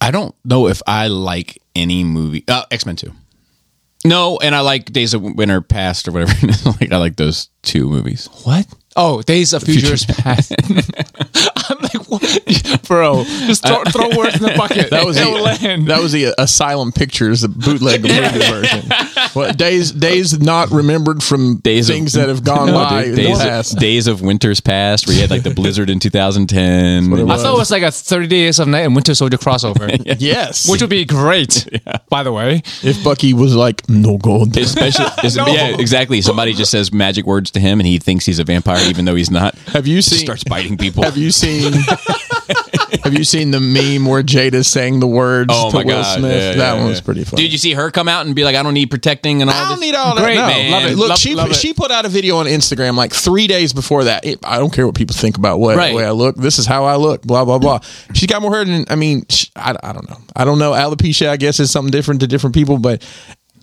Speaker 1: I don't know if I like any movie. Uh, X Men Two. No, and I like Days of Winter Past or whatever. *laughs* like I like those two movies.
Speaker 2: What? Oh, Days of Futures Past. *laughs* I'm like, what, bro? Just
Speaker 1: Uh,
Speaker 2: throw, throw words in the
Speaker 1: *laughs*
Speaker 2: bucket.
Speaker 3: That was
Speaker 2: It'll
Speaker 3: the,
Speaker 2: land.
Speaker 3: that was the Asylum Pictures the
Speaker 1: *laughs*
Speaker 3: bootleg movie version. What days days not remembered from
Speaker 1: Days of-
Speaker 3: things that have
Speaker 1: *laughs*
Speaker 3: gone
Speaker 1: No,
Speaker 3: by
Speaker 1: dude,
Speaker 3: in
Speaker 1: days,
Speaker 3: the
Speaker 1: *laughs*
Speaker 3: past.
Speaker 1: Of, days of Winter's Past, where you had like the
Speaker 3: *laughs*
Speaker 1: blizzard in 2010.
Speaker 3: it
Speaker 2: I thought it was like a 30 Days of Night and Winter
Speaker 1: *laughs*
Speaker 2: Soldier crossover,
Speaker 3: yes,
Speaker 2: which would be great. By the way,
Speaker 3: if Bucky was like no gold,
Speaker 1: Especially, is- yeah, exactly. Somebody just says magic words to him, and he thinks he's a vampire, even though he's not.
Speaker 3: have you
Speaker 1: He
Speaker 3: seen?
Speaker 1: starts biting people.
Speaker 3: Have you seen? have you seen the meme where Jada sang the words
Speaker 1: Oh
Speaker 3: to
Speaker 1: my
Speaker 3: Will
Speaker 1: god,
Speaker 3: Smith?
Speaker 1: Yeah,
Speaker 3: that
Speaker 1: yeah,
Speaker 3: one was
Speaker 1: yeah.
Speaker 3: pretty funny.
Speaker 1: Dude, you see her come out and be like, "I don't need protecting," and all.
Speaker 3: I
Speaker 1: this?
Speaker 3: don't need all
Speaker 2: Great,
Speaker 3: that. No,
Speaker 2: man.
Speaker 3: love it. Look,
Speaker 2: Love-
Speaker 3: she
Speaker 2: love it.
Speaker 3: she put out a video on Instagram like three days before that. It, I don't care what people think about what
Speaker 1: Right.
Speaker 3: way I look. This is how I look. Blah blah blah. She's got more hair than I mean. sh I, I don't know. I don't know. Alopecia, I guess, is something different to different people, but.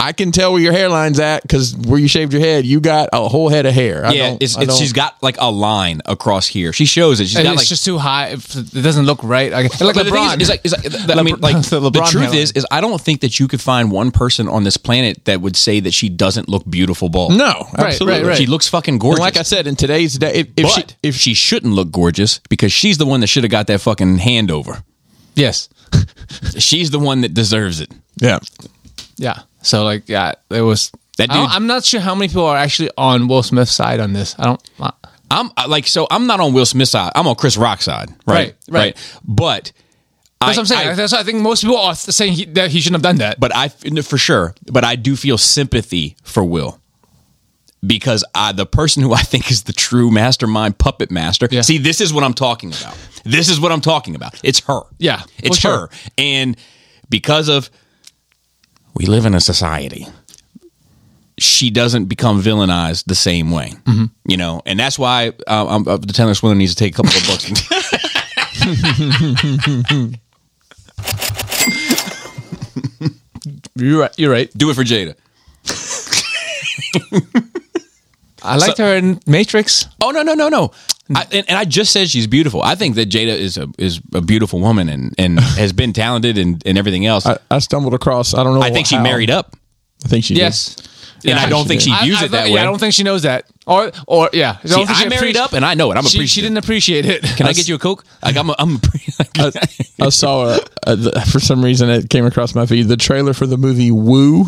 Speaker 3: I can tell where your hairline's at because where you shaved your head, you got a whole head of hair. I
Speaker 1: Yeah,
Speaker 3: don't,
Speaker 1: it's,
Speaker 3: I
Speaker 1: it's,
Speaker 3: don't-
Speaker 1: she's got like a line across here. She shows it. She's
Speaker 2: it's
Speaker 1: got like
Speaker 2: just too high. If It doesn't look right. Like, like
Speaker 1: But the thing
Speaker 2: LeBron.
Speaker 1: Is, is like, is like, th- I mean,
Speaker 2: LeBron-
Speaker 1: like
Speaker 2: the
Speaker 1: the,
Speaker 2: LeBron
Speaker 1: truth
Speaker 2: hairline.
Speaker 1: is, is I don't think that you could find one person on this planet that would say that she doesn't look beautiful bald.
Speaker 3: no,
Speaker 2: right,
Speaker 3: absolutely.
Speaker 2: right.
Speaker 1: she looks fucking gorgeous.
Speaker 3: And like I said, in today's day, if, if
Speaker 1: but
Speaker 3: she
Speaker 1: if she shouldn't look gorgeous because she's the one that should have got that fucking hand over.
Speaker 2: yes.
Speaker 1: She's the one that deserves it.
Speaker 3: Yeah.
Speaker 2: Yeah. So like, yeah, it was.
Speaker 1: That
Speaker 2: I don't-
Speaker 1: dude-
Speaker 2: I'm not sure how many people are actually on Will Smith's side on this. I don't. uh, I-
Speaker 1: I'm I- like, so I'm not on Will Smith's side. I'm on Chris Rock's side, right?
Speaker 2: Right, right.
Speaker 1: But
Speaker 2: That's what I'm saying.
Speaker 1: I-
Speaker 2: That's what I think most people are saying he, that he shouldn't have done that.
Speaker 1: but I for sure, but I do feel sympathy for Will because I, the person who I think is the true mastermind puppet master.
Speaker 2: Yeah.
Speaker 1: See, this is what I'm talking about. This is what I'm talking about. It's her.
Speaker 2: Yeah,
Speaker 1: it's
Speaker 2: well,
Speaker 1: her, and because of we live in a society. She doesn't become villainized the same way,
Speaker 2: Mm-hmm.
Speaker 1: you know, and that's why uh, I'm, uh, the Taylor Swindler needs to take a couple of books.
Speaker 2: You're right. You're right.
Speaker 1: *laughs* Do it for Jada.
Speaker 2: I liked her in Matrix.
Speaker 1: Oh no no no no! I, and, and I just said she's beautiful. I think that Jada is a is a beautiful woman and, *laughs* and has been talented and, and everything else. I,
Speaker 3: I, I stumbled across. I don't know.
Speaker 1: think she
Speaker 3: how.
Speaker 1: married up,
Speaker 3: I think she. did.
Speaker 2: Yes.
Speaker 1: and I don't
Speaker 3: she
Speaker 1: think
Speaker 3: did.
Speaker 1: she
Speaker 2: I-
Speaker 1: views
Speaker 2: I
Speaker 1: it that
Speaker 2: thought-
Speaker 1: way.
Speaker 2: Yeah, I don't think she knows that. Or or yeah. I,
Speaker 1: See,
Speaker 2: don't think
Speaker 1: I
Speaker 2: she
Speaker 1: married
Speaker 2: appreciates-
Speaker 1: up, and I know it. I'm
Speaker 2: She, she
Speaker 1: appreciative.
Speaker 2: didn't appreciate it.
Speaker 1: Can
Speaker 2: *laughs*
Speaker 1: I get you a coke? *laughs* Like I'm a, I'm. A,
Speaker 3: I, I saw uh, uh, the, for some reason it came across my feed the trailer for the movie Woo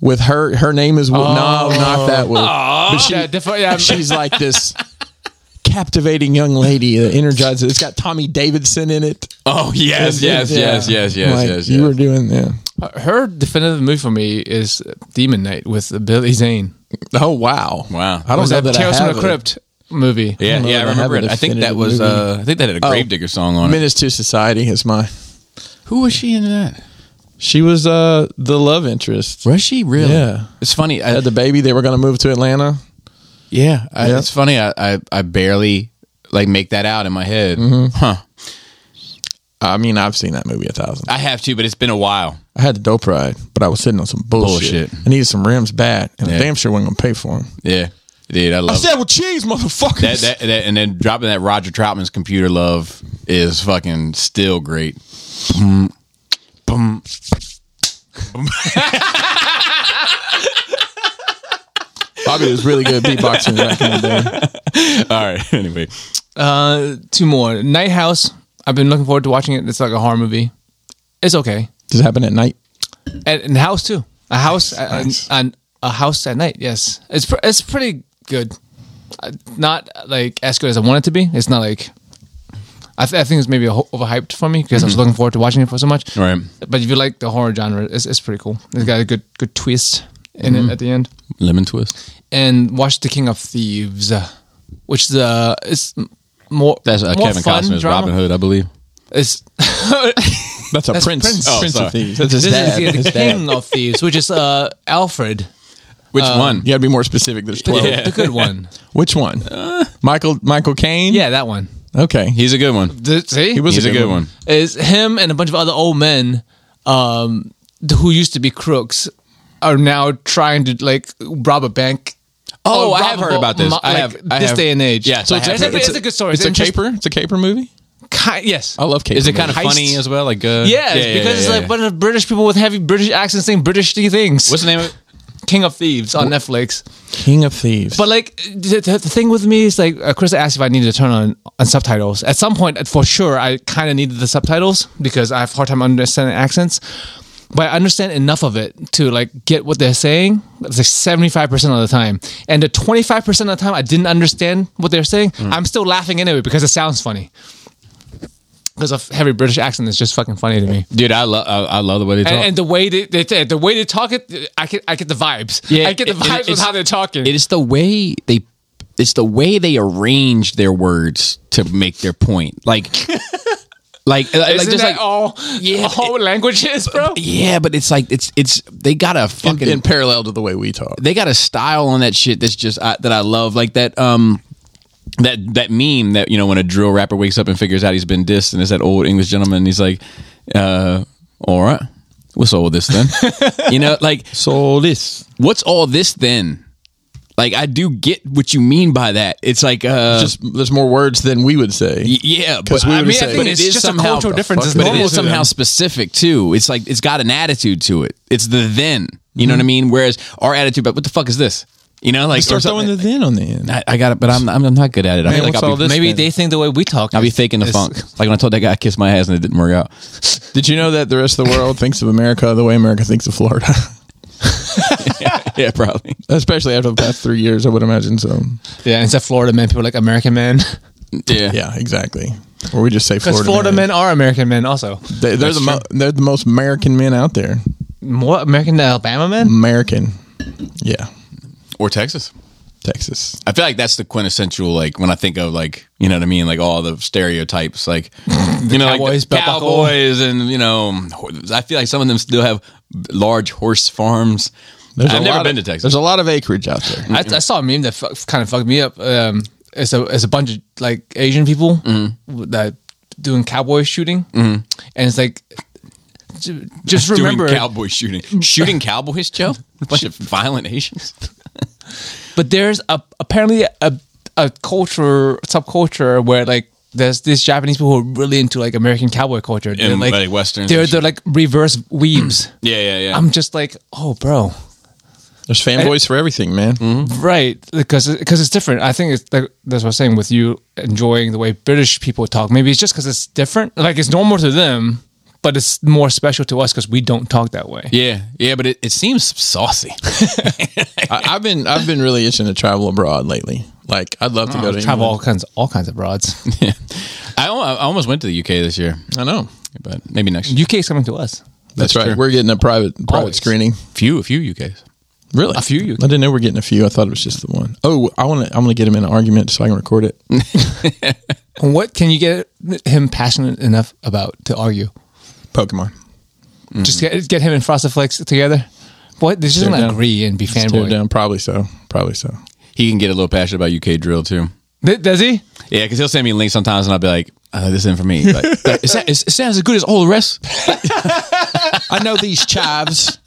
Speaker 3: with her her name is Woo. No, not that Woo.
Speaker 1: Oh.
Speaker 3: But she,
Speaker 2: Yeah,
Speaker 1: *laughs*
Speaker 2: different- yeah.
Speaker 3: she's like this captivating young lady that energizes. It's got Tommy Davidson in it.
Speaker 1: oh yes yes
Speaker 3: Yeah.
Speaker 1: yes yes yes
Speaker 3: Like,
Speaker 1: yes
Speaker 3: You were
Speaker 1: yes.
Speaker 3: doing yeah.
Speaker 2: Her definitive move for me is Demon Night with Billy Zane.
Speaker 3: Oh wow,
Speaker 1: Wow.
Speaker 3: I don't
Speaker 2: Was
Speaker 3: know
Speaker 2: that
Speaker 3: that
Speaker 2: Tales
Speaker 3: I
Speaker 2: from
Speaker 3: have
Speaker 2: the
Speaker 3: it.
Speaker 2: Crypt movie?
Speaker 1: Yeah,
Speaker 3: know
Speaker 1: yeah,
Speaker 3: that
Speaker 1: I
Speaker 3: I
Speaker 1: remember
Speaker 3: have
Speaker 1: it.
Speaker 3: a
Speaker 1: I think that was
Speaker 3: definitive
Speaker 1: uh, I think that had a Gravedigger song on it.
Speaker 3: Menace to Society is my.
Speaker 1: Who was she in that?
Speaker 3: She was uh the love interest.
Speaker 1: Was she really?
Speaker 3: Yeah.
Speaker 1: it's funny. I,
Speaker 3: Had the baby. They were going to move to Atlanta.
Speaker 1: Yeah, I,
Speaker 3: Yeah.
Speaker 1: it's funny. I, I I barely like make that out in my head. Huh?
Speaker 3: I mean, I've seen that movie a thousand.
Speaker 1: I have to, but it's been a while.
Speaker 3: I had the dope ride, but I was sitting on some bullshit.
Speaker 1: Bullshit.
Speaker 3: I needed some rims bad, and
Speaker 1: Yeah.
Speaker 3: I damn sure wasn't gonna pay for them.
Speaker 1: Yeah, dude, I
Speaker 3: I
Speaker 1: love
Speaker 3: said, "Well, cheese, motherfuckers."
Speaker 1: that, that,
Speaker 3: *laughs*
Speaker 1: that. And then dropping that Roger Troutman's computer love is fucking still great. Boom, boom.
Speaker 3: Bobby was really good at beatboxing back in the day.
Speaker 1: *laughs* All right. *laughs* Anyway,
Speaker 2: Uh, two more. Night House. I've been looking forward to watching it. It's like a horror movie. It's okay.
Speaker 3: Does it happen at night?
Speaker 2: And, and House too. A house
Speaker 3: nice.
Speaker 2: and a house at night. Yes, it's pr- it's pretty good. Uh, Not like as good as I want it to be. It's not like. I, th- I think it's maybe ho- overhyped for me because I was looking forward to watching it for so much.
Speaker 1: Mm-hmm. Right.
Speaker 2: But if you like the horror genre, it's, it's pretty cool. It's got a good good twist in
Speaker 1: Mm-hmm.
Speaker 2: it at the end
Speaker 1: lemon twist.
Speaker 2: and watch The King of Thieves, uh, which is uh, it's m- more
Speaker 1: That's uh,
Speaker 2: more
Speaker 1: Kevin
Speaker 2: fun
Speaker 1: Costner's
Speaker 2: drama.
Speaker 1: Robin Hood, I believe.
Speaker 2: It's *laughs*
Speaker 3: That's a
Speaker 2: That's
Speaker 3: prince.
Speaker 2: Prince.
Speaker 1: Oh,
Speaker 3: prince
Speaker 1: sorry.
Speaker 3: of thieves. That's his
Speaker 2: this
Speaker 3: dad.
Speaker 2: is
Speaker 3: his
Speaker 2: the
Speaker 3: dad.
Speaker 2: King of Thieves, which is uh, Alfred,
Speaker 1: Which one?
Speaker 3: You got to be more specific. There's twelve.
Speaker 2: the good
Speaker 1: *laughs*
Speaker 2: one.
Speaker 3: Which one? Michael Michael Caine.
Speaker 2: Yeah, that one.
Speaker 3: Okay.
Speaker 1: He's a good one.
Speaker 2: The, see,
Speaker 3: He was
Speaker 1: He's a good one.
Speaker 2: is him and a bunch of other old men um, who used to be crooks are now trying to like rob a bank.
Speaker 1: Oh,
Speaker 2: Or
Speaker 1: I
Speaker 2: rob
Speaker 1: have
Speaker 2: a
Speaker 1: heard
Speaker 2: vault,
Speaker 1: about this.
Speaker 2: mo-
Speaker 1: I
Speaker 2: like,
Speaker 1: have- I
Speaker 2: this
Speaker 1: have-
Speaker 2: day and age.
Speaker 1: Yes,
Speaker 2: so
Speaker 1: I
Speaker 2: it's,
Speaker 1: have
Speaker 2: it's,
Speaker 1: heard.
Speaker 2: a, it's a good story.
Speaker 3: It's, a
Speaker 2: interest-
Speaker 3: caper. It's a caper movie.
Speaker 2: Ki- yes,
Speaker 3: I love caper.
Speaker 1: Is it kind of
Speaker 3: movies.
Speaker 1: funny as well? Like, uh,
Speaker 2: Yes,
Speaker 1: yeah, yeah,
Speaker 2: because
Speaker 1: yeah,
Speaker 2: it's
Speaker 1: yeah,
Speaker 2: like
Speaker 1: yeah.
Speaker 2: a bunch of British people with heavy British accents saying British things.
Speaker 1: what's the name of it?
Speaker 2: King of Thieves on Netflix.
Speaker 3: King of Thieves.
Speaker 2: But like the, the, the thing with me is like uh, Chris asked if I needed to turn on, on subtitles. At some point, for sure, I kind of needed the subtitles because I have a hard time understanding accents. But I understand enough of it to like get what they're saying. That's like seventy five percent of the time, and the twenty five percent of the time I didn't understand what they're saying.
Speaker 1: Mm.
Speaker 2: I'm still laughing anyway because it sounds funny. Because of heavy British accent, it's just fucking funny to me.
Speaker 1: Dude, I love I, I love the way they talk.
Speaker 2: and, and the way they, they the way they talk it, I get I get the vibes.
Speaker 1: Yeah,
Speaker 2: I get the
Speaker 1: it- it-
Speaker 2: vibes
Speaker 1: it's-
Speaker 2: with how they're talking.
Speaker 1: It is the way they it's the way they arrange their words to make their point.
Speaker 2: *laughs*
Speaker 1: Like like like
Speaker 2: Isn't
Speaker 1: just
Speaker 2: that
Speaker 1: like
Speaker 2: all?
Speaker 1: Yeah,
Speaker 2: all languages, bro.
Speaker 1: yeah, but it's like it's it's they got a
Speaker 3: in,
Speaker 1: fucking
Speaker 3: in parallel to the way we talk.
Speaker 1: they got a style on that shit that's just I, that I love. Like that um that that meme that you know when a drill rapper wakes up and figures out he's been dissed and it's that old English gentleman and he's like uh all right. What's all this
Speaker 3: *laughs*
Speaker 1: then? you know, like
Speaker 3: So this.
Speaker 1: what's all this then? Like I do get what you mean by that. It's like uh
Speaker 3: Just there's more words than we would say.
Speaker 1: Y- Yeah, but
Speaker 3: 'Cause we
Speaker 1: I
Speaker 3: would
Speaker 1: mean,
Speaker 3: say-
Speaker 1: I think
Speaker 3: But
Speaker 1: it
Speaker 2: it's
Speaker 1: is
Speaker 2: just a
Speaker 1: somehow,
Speaker 2: cultural difference.
Speaker 1: Fuck
Speaker 2: It's
Speaker 1: it. But it
Speaker 2: normal
Speaker 1: is
Speaker 2: to them.
Speaker 1: somehow specific too. It's like Mm-hmm. it's got an attitude to it. It's the then. You know what I mean? Whereas our attitude, but what the fuck is this? You know, like or
Speaker 3: Start
Speaker 1: something.
Speaker 3: throwing the then on the end.
Speaker 1: I, I got it, but I'm I'm, I'm not good at it. I feel like
Speaker 3: what's
Speaker 1: I'll
Speaker 3: all
Speaker 1: be,
Speaker 3: this
Speaker 2: Maybe
Speaker 3: then?
Speaker 2: they think the way we talk.
Speaker 1: I'll be
Speaker 2: is-
Speaker 1: faking the
Speaker 2: is-
Speaker 1: funk. Like when I told that guy I kissed my ass and it didn't work out.
Speaker 3: Did you know that the rest of the world thinks of America the way America thinks of Florida?
Speaker 1: *laughs*
Speaker 3: *laughs*
Speaker 1: yeah, probably.
Speaker 3: Especially after the past three years, I would imagine. So,
Speaker 2: Yeah, instead of Florida men, people are like American *laughs* men.
Speaker 1: *laughs* Yeah.
Speaker 3: yeah, exactly. Or we just say
Speaker 2: Because
Speaker 3: Florida.
Speaker 2: Florida men are American men also.
Speaker 3: They, they're, the mo- they're the most American men out there.
Speaker 2: More American than Alabama
Speaker 1: Mm.
Speaker 2: men?
Speaker 3: American. Yeah.
Speaker 1: Or Texas.
Speaker 3: Texas.
Speaker 1: I feel like that's the quintessential, like when I think of like you know what I mean, like all the stereotypes, like you know,
Speaker 2: cowboys,
Speaker 1: like the
Speaker 2: belt buckle.
Speaker 1: cowboys, and you know, ho- I feel like some of them still have large horse farms.
Speaker 3: a
Speaker 1: I've never
Speaker 3: lot
Speaker 1: been
Speaker 3: of-
Speaker 1: to Texas. Mm.
Speaker 3: There's a lot of acreage out there.
Speaker 2: I, I saw a meme that fuck, kind of fucked me up. Um, it's a it's a bunch of like Asian people
Speaker 1: Mm.
Speaker 2: that doing cowboy shooting, and it's like ju- just remember.
Speaker 1: doing cowboy shooting, shooting cowboys, Joe. A bunch of violent Asians.
Speaker 2: but there's a, apparently a a culture subculture where like. There's these Japanese people who are really into like American cowboy culture. They're
Speaker 1: And,
Speaker 2: like,
Speaker 1: like, Westerns
Speaker 2: They're
Speaker 1: and
Speaker 2: they're like reverse weebs. *clears throat*
Speaker 1: Yeah, yeah, yeah.
Speaker 2: I'm just like, oh, bro,
Speaker 3: There's fanboys for everything, man.
Speaker 1: Mm-hmm.
Speaker 2: right? Because because it's different. I think it's like, that's what I was saying with you enjoying the way British people talk. Maybe it's just because it's different. Like it's normal to them, but it's more special to us because we don't talk that way.
Speaker 1: yeah, yeah, but it, it seems saucy. *laughs*
Speaker 3: I, I've been I've been really itching to travel abroad lately. Like I'd love to go to
Speaker 2: Oh, Travel all kinds all kinds of broads.
Speaker 1: *laughs* I, al- I almost went to the UK this year,
Speaker 3: England. I know.
Speaker 1: but maybe next year.
Speaker 2: UK is coming to us.
Speaker 3: That's,
Speaker 1: That's
Speaker 3: right.
Speaker 1: true.
Speaker 3: We're getting a private private
Speaker 2: Always.
Speaker 3: screening.
Speaker 1: Few, a few UKs.
Speaker 3: Really? A
Speaker 2: few you-
Speaker 3: I didn't know we're getting a few. I thought it was just the one. Oh, I want to. I'm going to get him in an argument so I can record it.
Speaker 2: What can you get him passionate enough about to argue?
Speaker 3: Pokemon.
Speaker 2: Just get get him and Frostaflex together. What they're just
Speaker 3: Mm-hmm. Tear
Speaker 2: gonna
Speaker 3: down.
Speaker 2: agree and be
Speaker 3: Tear
Speaker 2: fanboy.
Speaker 3: down. Probably so. Probably so.
Speaker 1: He can get a little passionate about UK drill too.
Speaker 2: Th- Does he?
Speaker 1: Yeah, because he'll send me links sometimes, and I'll be like, uh, "This isn't for me."
Speaker 3: *laughs*
Speaker 1: Like, is that, is, it sounds as good as all the rest.
Speaker 3: I know these chives.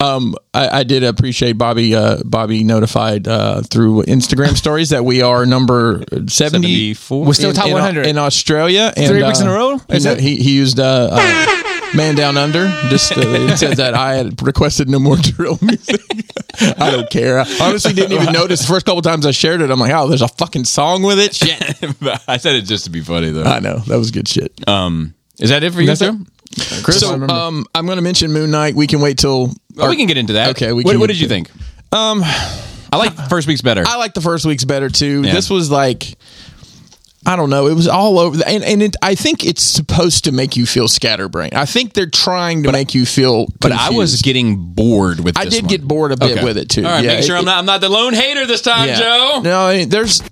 Speaker 3: Um, I, I did appreciate Bobby. Uh, Bobby notified uh, through Instagram stories that we are number seventy
Speaker 1: We're
Speaker 2: still
Speaker 3: in-
Speaker 2: top
Speaker 3: in-
Speaker 2: 100.
Speaker 3: in Australia. And,
Speaker 2: Three weeks
Speaker 3: uh,
Speaker 2: in a row?
Speaker 3: He,
Speaker 2: Is
Speaker 3: kno-
Speaker 2: it?
Speaker 3: he, he used uh, uh, "Man Down Under." Just uh, it said that I had requested no more *laughs* drill music. I don't care. I honestly didn't
Speaker 2: *laughs*
Speaker 3: even notice. The first couple times I shared it, I'm like, "Oh, there's a fucking song with
Speaker 1: *laughs*
Speaker 3: it." Shit.
Speaker 1: I said it just to be funny, though.
Speaker 3: I know that was good shit.
Speaker 2: Uh,
Speaker 1: um, is that it for you,
Speaker 2: That's
Speaker 1: sir? Chris,
Speaker 3: so um, I'm going to mention Moon Knight. We can wait till
Speaker 1: Oh, we can get into that.
Speaker 3: Okay, we
Speaker 1: what,
Speaker 3: can
Speaker 1: what
Speaker 3: get
Speaker 1: did you think? Um, I like first week's better.
Speaker 3: I like the first week's better too.
Speaker 1: Yeah.
Speaker 3: This was like I don't know. It was all over, and and it, I think it's supposed to make you feel scatterbrained. I think they're trying to make you feel.
Speaker 1: but I was
Speaker 3: confused.
Speaker 1: getting bored with.
Speaker 3: I
Speaker 1: this
Speaker 3: did
Speaker 1: one.
Speaker 3: get bored a bit
Speaker 1: Okay.
Speaker 3: with it too.
Speaker 1: All right,
Speaker 3: Yeah,
Speaker 1: make sure
Speaker 3: it-
Speaker 1: I'm not. I'm not the lone hater this time,
Speaker 3: yeah.
Speaker 1: Joe.
Speaker 3: No, I mean, there's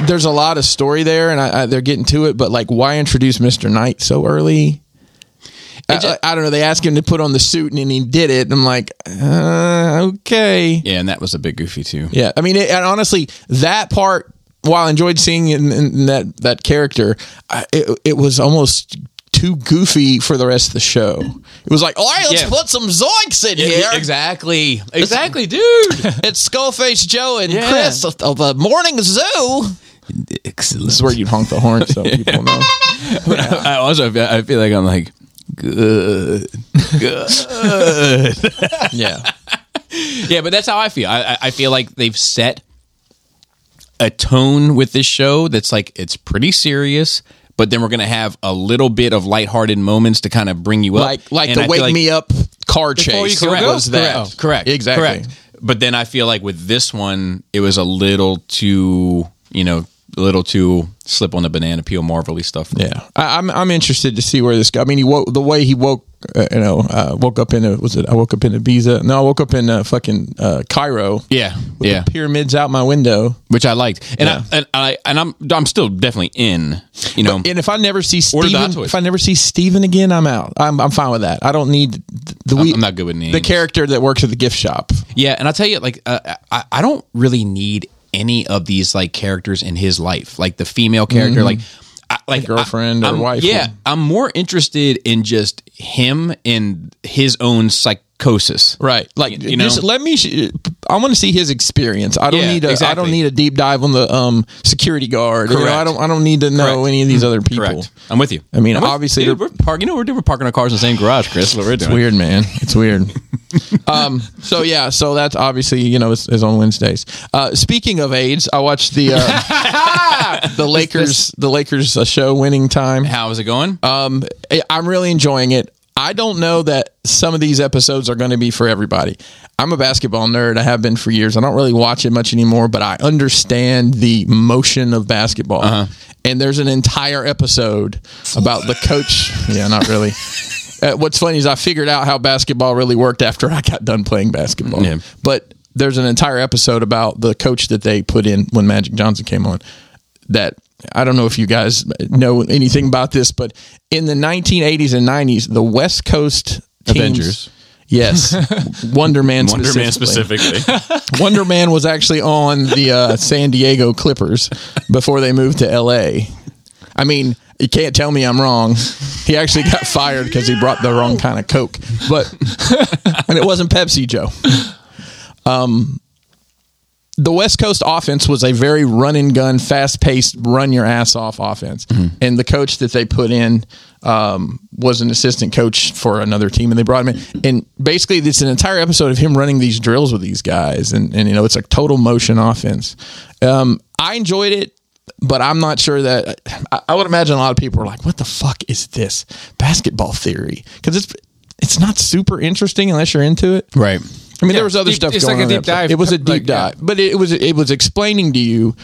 Speaker 3: there's a lot of story there, and I, I, they're getting to it. But like, why introduce Mister Knight so early? I,
Speaker 1: ju-
Speaker 3: I- I don't know. They asked him to put on the suit, and then he did it. And I'm like, uh, okay.
Speaker 1: Yeah, and that was a bit goofy too.
Speaker 3: Yeah, I mean, it, and honestly, that part while I enjoyed seeing it in, in that that character, I, it it was almost too goofy for the rest of the show. It was like, all right, let's
Speaker 1: Yeah.
Speaker 3: put some zoinks in here.
Speaker 1: Exactly. Exactly,
Speaker 3: *laughs*
Speaker 1: dude.
Speaker 3: It's Skullface Joe and
Speaker 1: Yeah.
Speaker 3: Chris of, of the Morning Zoo. This is
Speaker 1: Excellent.
Speaker 3: where you honk the horn
Speaker 1: *laughs*
Speaker 3: so people know.
Speaker 1: I also feel, I feel like I'm like good, good.
Speaker 3: Yeah,
Speaker 1: yeah, but that's how I feel. I, I- I feel like they've set a tone with this show that's like it's pretty serious, but then we're gonna have a little bit of lighthearted moments to kind of bring you up,
Speaker 3: like like
Speaker 1: And I feel
Speaker 3: the wake
Speaker 1: like-
Speaker 3: me up car
Speaker 1: Before you
Speaker 3: chase
Speaker 1: correct,
Speaker 3: was that
Speaker 1: correct, correct,
Speaker 3: exactly.
Speaker 1: correct. But then I feel like with this one, it was a little too, you know, a little too slip on the banana peel, marvelly stuff.
Speaker 3: Yeah, I, I'm I'm interested to see where this. go- I mean, he woke the way he woke. Uh, you know, uh, woke up in a was it? I woke up in Ibiza. No, I woke up in uh, fucking uh, Cairo.
Speaker 1: yeah,
Speaker 3: with
Speaker 1: yeah.
Speaker 3: The pyramids out my window.
Speaker 1: which I liked, and I and I and I'm I'm still definitely in. You know,
Speaker 3: And if I never see
Speaker 1: Order Um, the hot
Speaker 3: Steven,
Speaker 1: toys.
Speaker 3: if I never see Steven again, I'm out. I'm I'm fine with that. I don't need the we,
Speaker 1: I'm not good with names.
Speaker 3: the character that works at the gift shop.
Speaker 1: Yeah, and I'll tell you, like, uh, I, I don't really need any of these like characters in his life, like the female character, like, I, like
Speaker 3: Mm-hmm. girlfriend
Speaker 1: I,
Speaker 3: or
Speaker 1: I'm-
Speaker 3: wife.
Speaker 1: Yeah, I'm more interested in just him and his own psychosis.
Speaker 3: Right. Like
Speaker 1: You know?
Speaker 3: just let me sh- I want to see his experience. I don't
Speaker 1: Yeah,
Speaker 3: need a I
Speaker 1: exactly.
Speaker 3: don't need a deep dive on the um security guard. You know,
Speaker 1: Correct.
Speaker 3: I don't I don't need to know
Speaker 1: Correct. Mm-hmm.
Speaker 3: any of these other people.
Speaker 1: Correct. I'm with you.
Speaker 3: I mean,
Speaker 1: I'm with-
Speaker 3: obviously
Speaker 1: dude,
Speaker 3: they're-
Speaker 1: we're parking. You know, we're doing. We're parking our cars in the same garage, Chris. That's what we're doing.
Speaker 3: It's weird, man. It's weird. *laughs* Um, so yeah, so that's obviously you know is, is on Wednesdays. Uh, speaking of AIDS, I watched the *laughs* uh, the Lakers the Lakers uh, show Winning Time.
Speaker 1: How is it going?
Speaker 3: Um, I- I'm really enjoying it. I don't know that some of these episodes are going to be for everybody. I'm a basketball nerd. I have been for years. I don't really watch it much anymore, but I understand the motion of basketball. And there's an entire episode about the coach. Yeah, not really. Uh, what's funny is I figured out how basketball really worked after I got done playing basketball.
Speaker 1: Yeah.
Speaker 3: But there's an entire episode about the coach that they put in when Magic Johnson came on that I don't know if you guys know anything about this, but in the 1980s and 90s, the West Coast teams,
Speaker 1: Avengers. *laughs*
Speaker 3: Yes, Wonder Man.
Speaker 1: Wonder Man
Speaker 3: specifically.
Speaker 1: specifically.
Speaker 3: *laughs* Wonder Man was actually on the uh, San Diego Clippers before they moved to LA. I mean, you can't tell me I'm wrong. He actually got fired because he brought the wrong kind of Coke, but and it wasn't Pepsi, Joe. Um, the West Coast offense was a very run and gun, fast paced, run your ass off offense, and the coach that they put in um, was an assistant coach for another team, and they brought him in. And basically, it's an entire episode of him running these drills with these guys, and and you know it's a total motion offense. Um, I enjoyed it but I'm not sure that I, I would imagine a lot of people are like, "What the fuck is this basketball theory?" Because it's it's not super interesting unless you're into it.
Speaker 1: right.
Speaker 3: I mean, there was other
Speaker 2: deep-
Speaker 3: stuff
Speaker 2: it's
Speaker 3: going
Speaker 2: like a
Speaker 3: on. in
Speaker 2: deep
Speaker 3: that episode.
Speaker 2: dive,
Speaker 3: It was a
Speaker 2: like,
Speaker 3: deep
Speaker 2: yeah.
Speaker 3: dive, but it was it was explaining to you,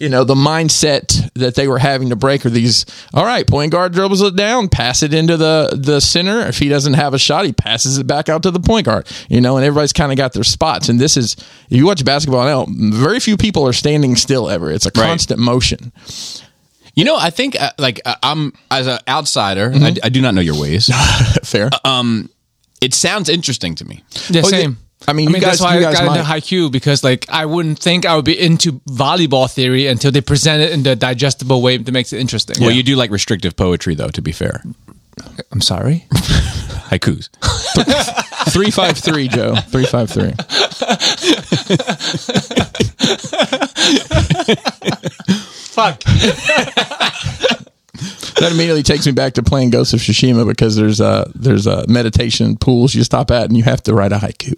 Speaker 3: you know, the mindset that they were having to break. Or these, all right, point guard dribbles it down, pass it into the the center. If he doesn't have a shot, he passes it back out to the point guard. You know, and everybody's kind of got their spots. And this is you watch basketball now. Very few people are standing still ever. It's a
Speaker 1: Right.
Speaker 3: constant motion. *laughs*
Speaker 1: You know, I think uh, like uh, I'm as an outsider,
Speaker 3: Mm-hmm.
Speaker 1: I, I do not know your
Speaker 3: *laughs*
Speaker 1: ways.
Speaker 3: Fair.
Speaker 2: Uh,
Speaker 1: it sounds interesting to me.
Speaker 2: Yeah,
Speaker 3: Oh, yeah.
Speaker 2: same.
Speaker 3: I mean, you guys-
Speaker 2: that's why
Speaker 3: you
Speaker 2: I
Speaker 3: guys
Speaker 2: got
Speaker 3: might-
Speaker 2: into high Q because, like, I wouldn't think I would be into volleyball theory until they present it in the digestible way that makes it interesting.
Speaker 1: Well, you do like restrictive poetry, though. To be fair,
Speaker 2: I'm sorry.
Speaker 1: haikus.
Speaker 3: three five three, Joe. Three five three.
Speaker 2: Fuck.
Speaker 3: That immediately takes me back to playing Ghost of Tsushima because there's uh there's uh meditation pools you stop at and you have to write a haiku,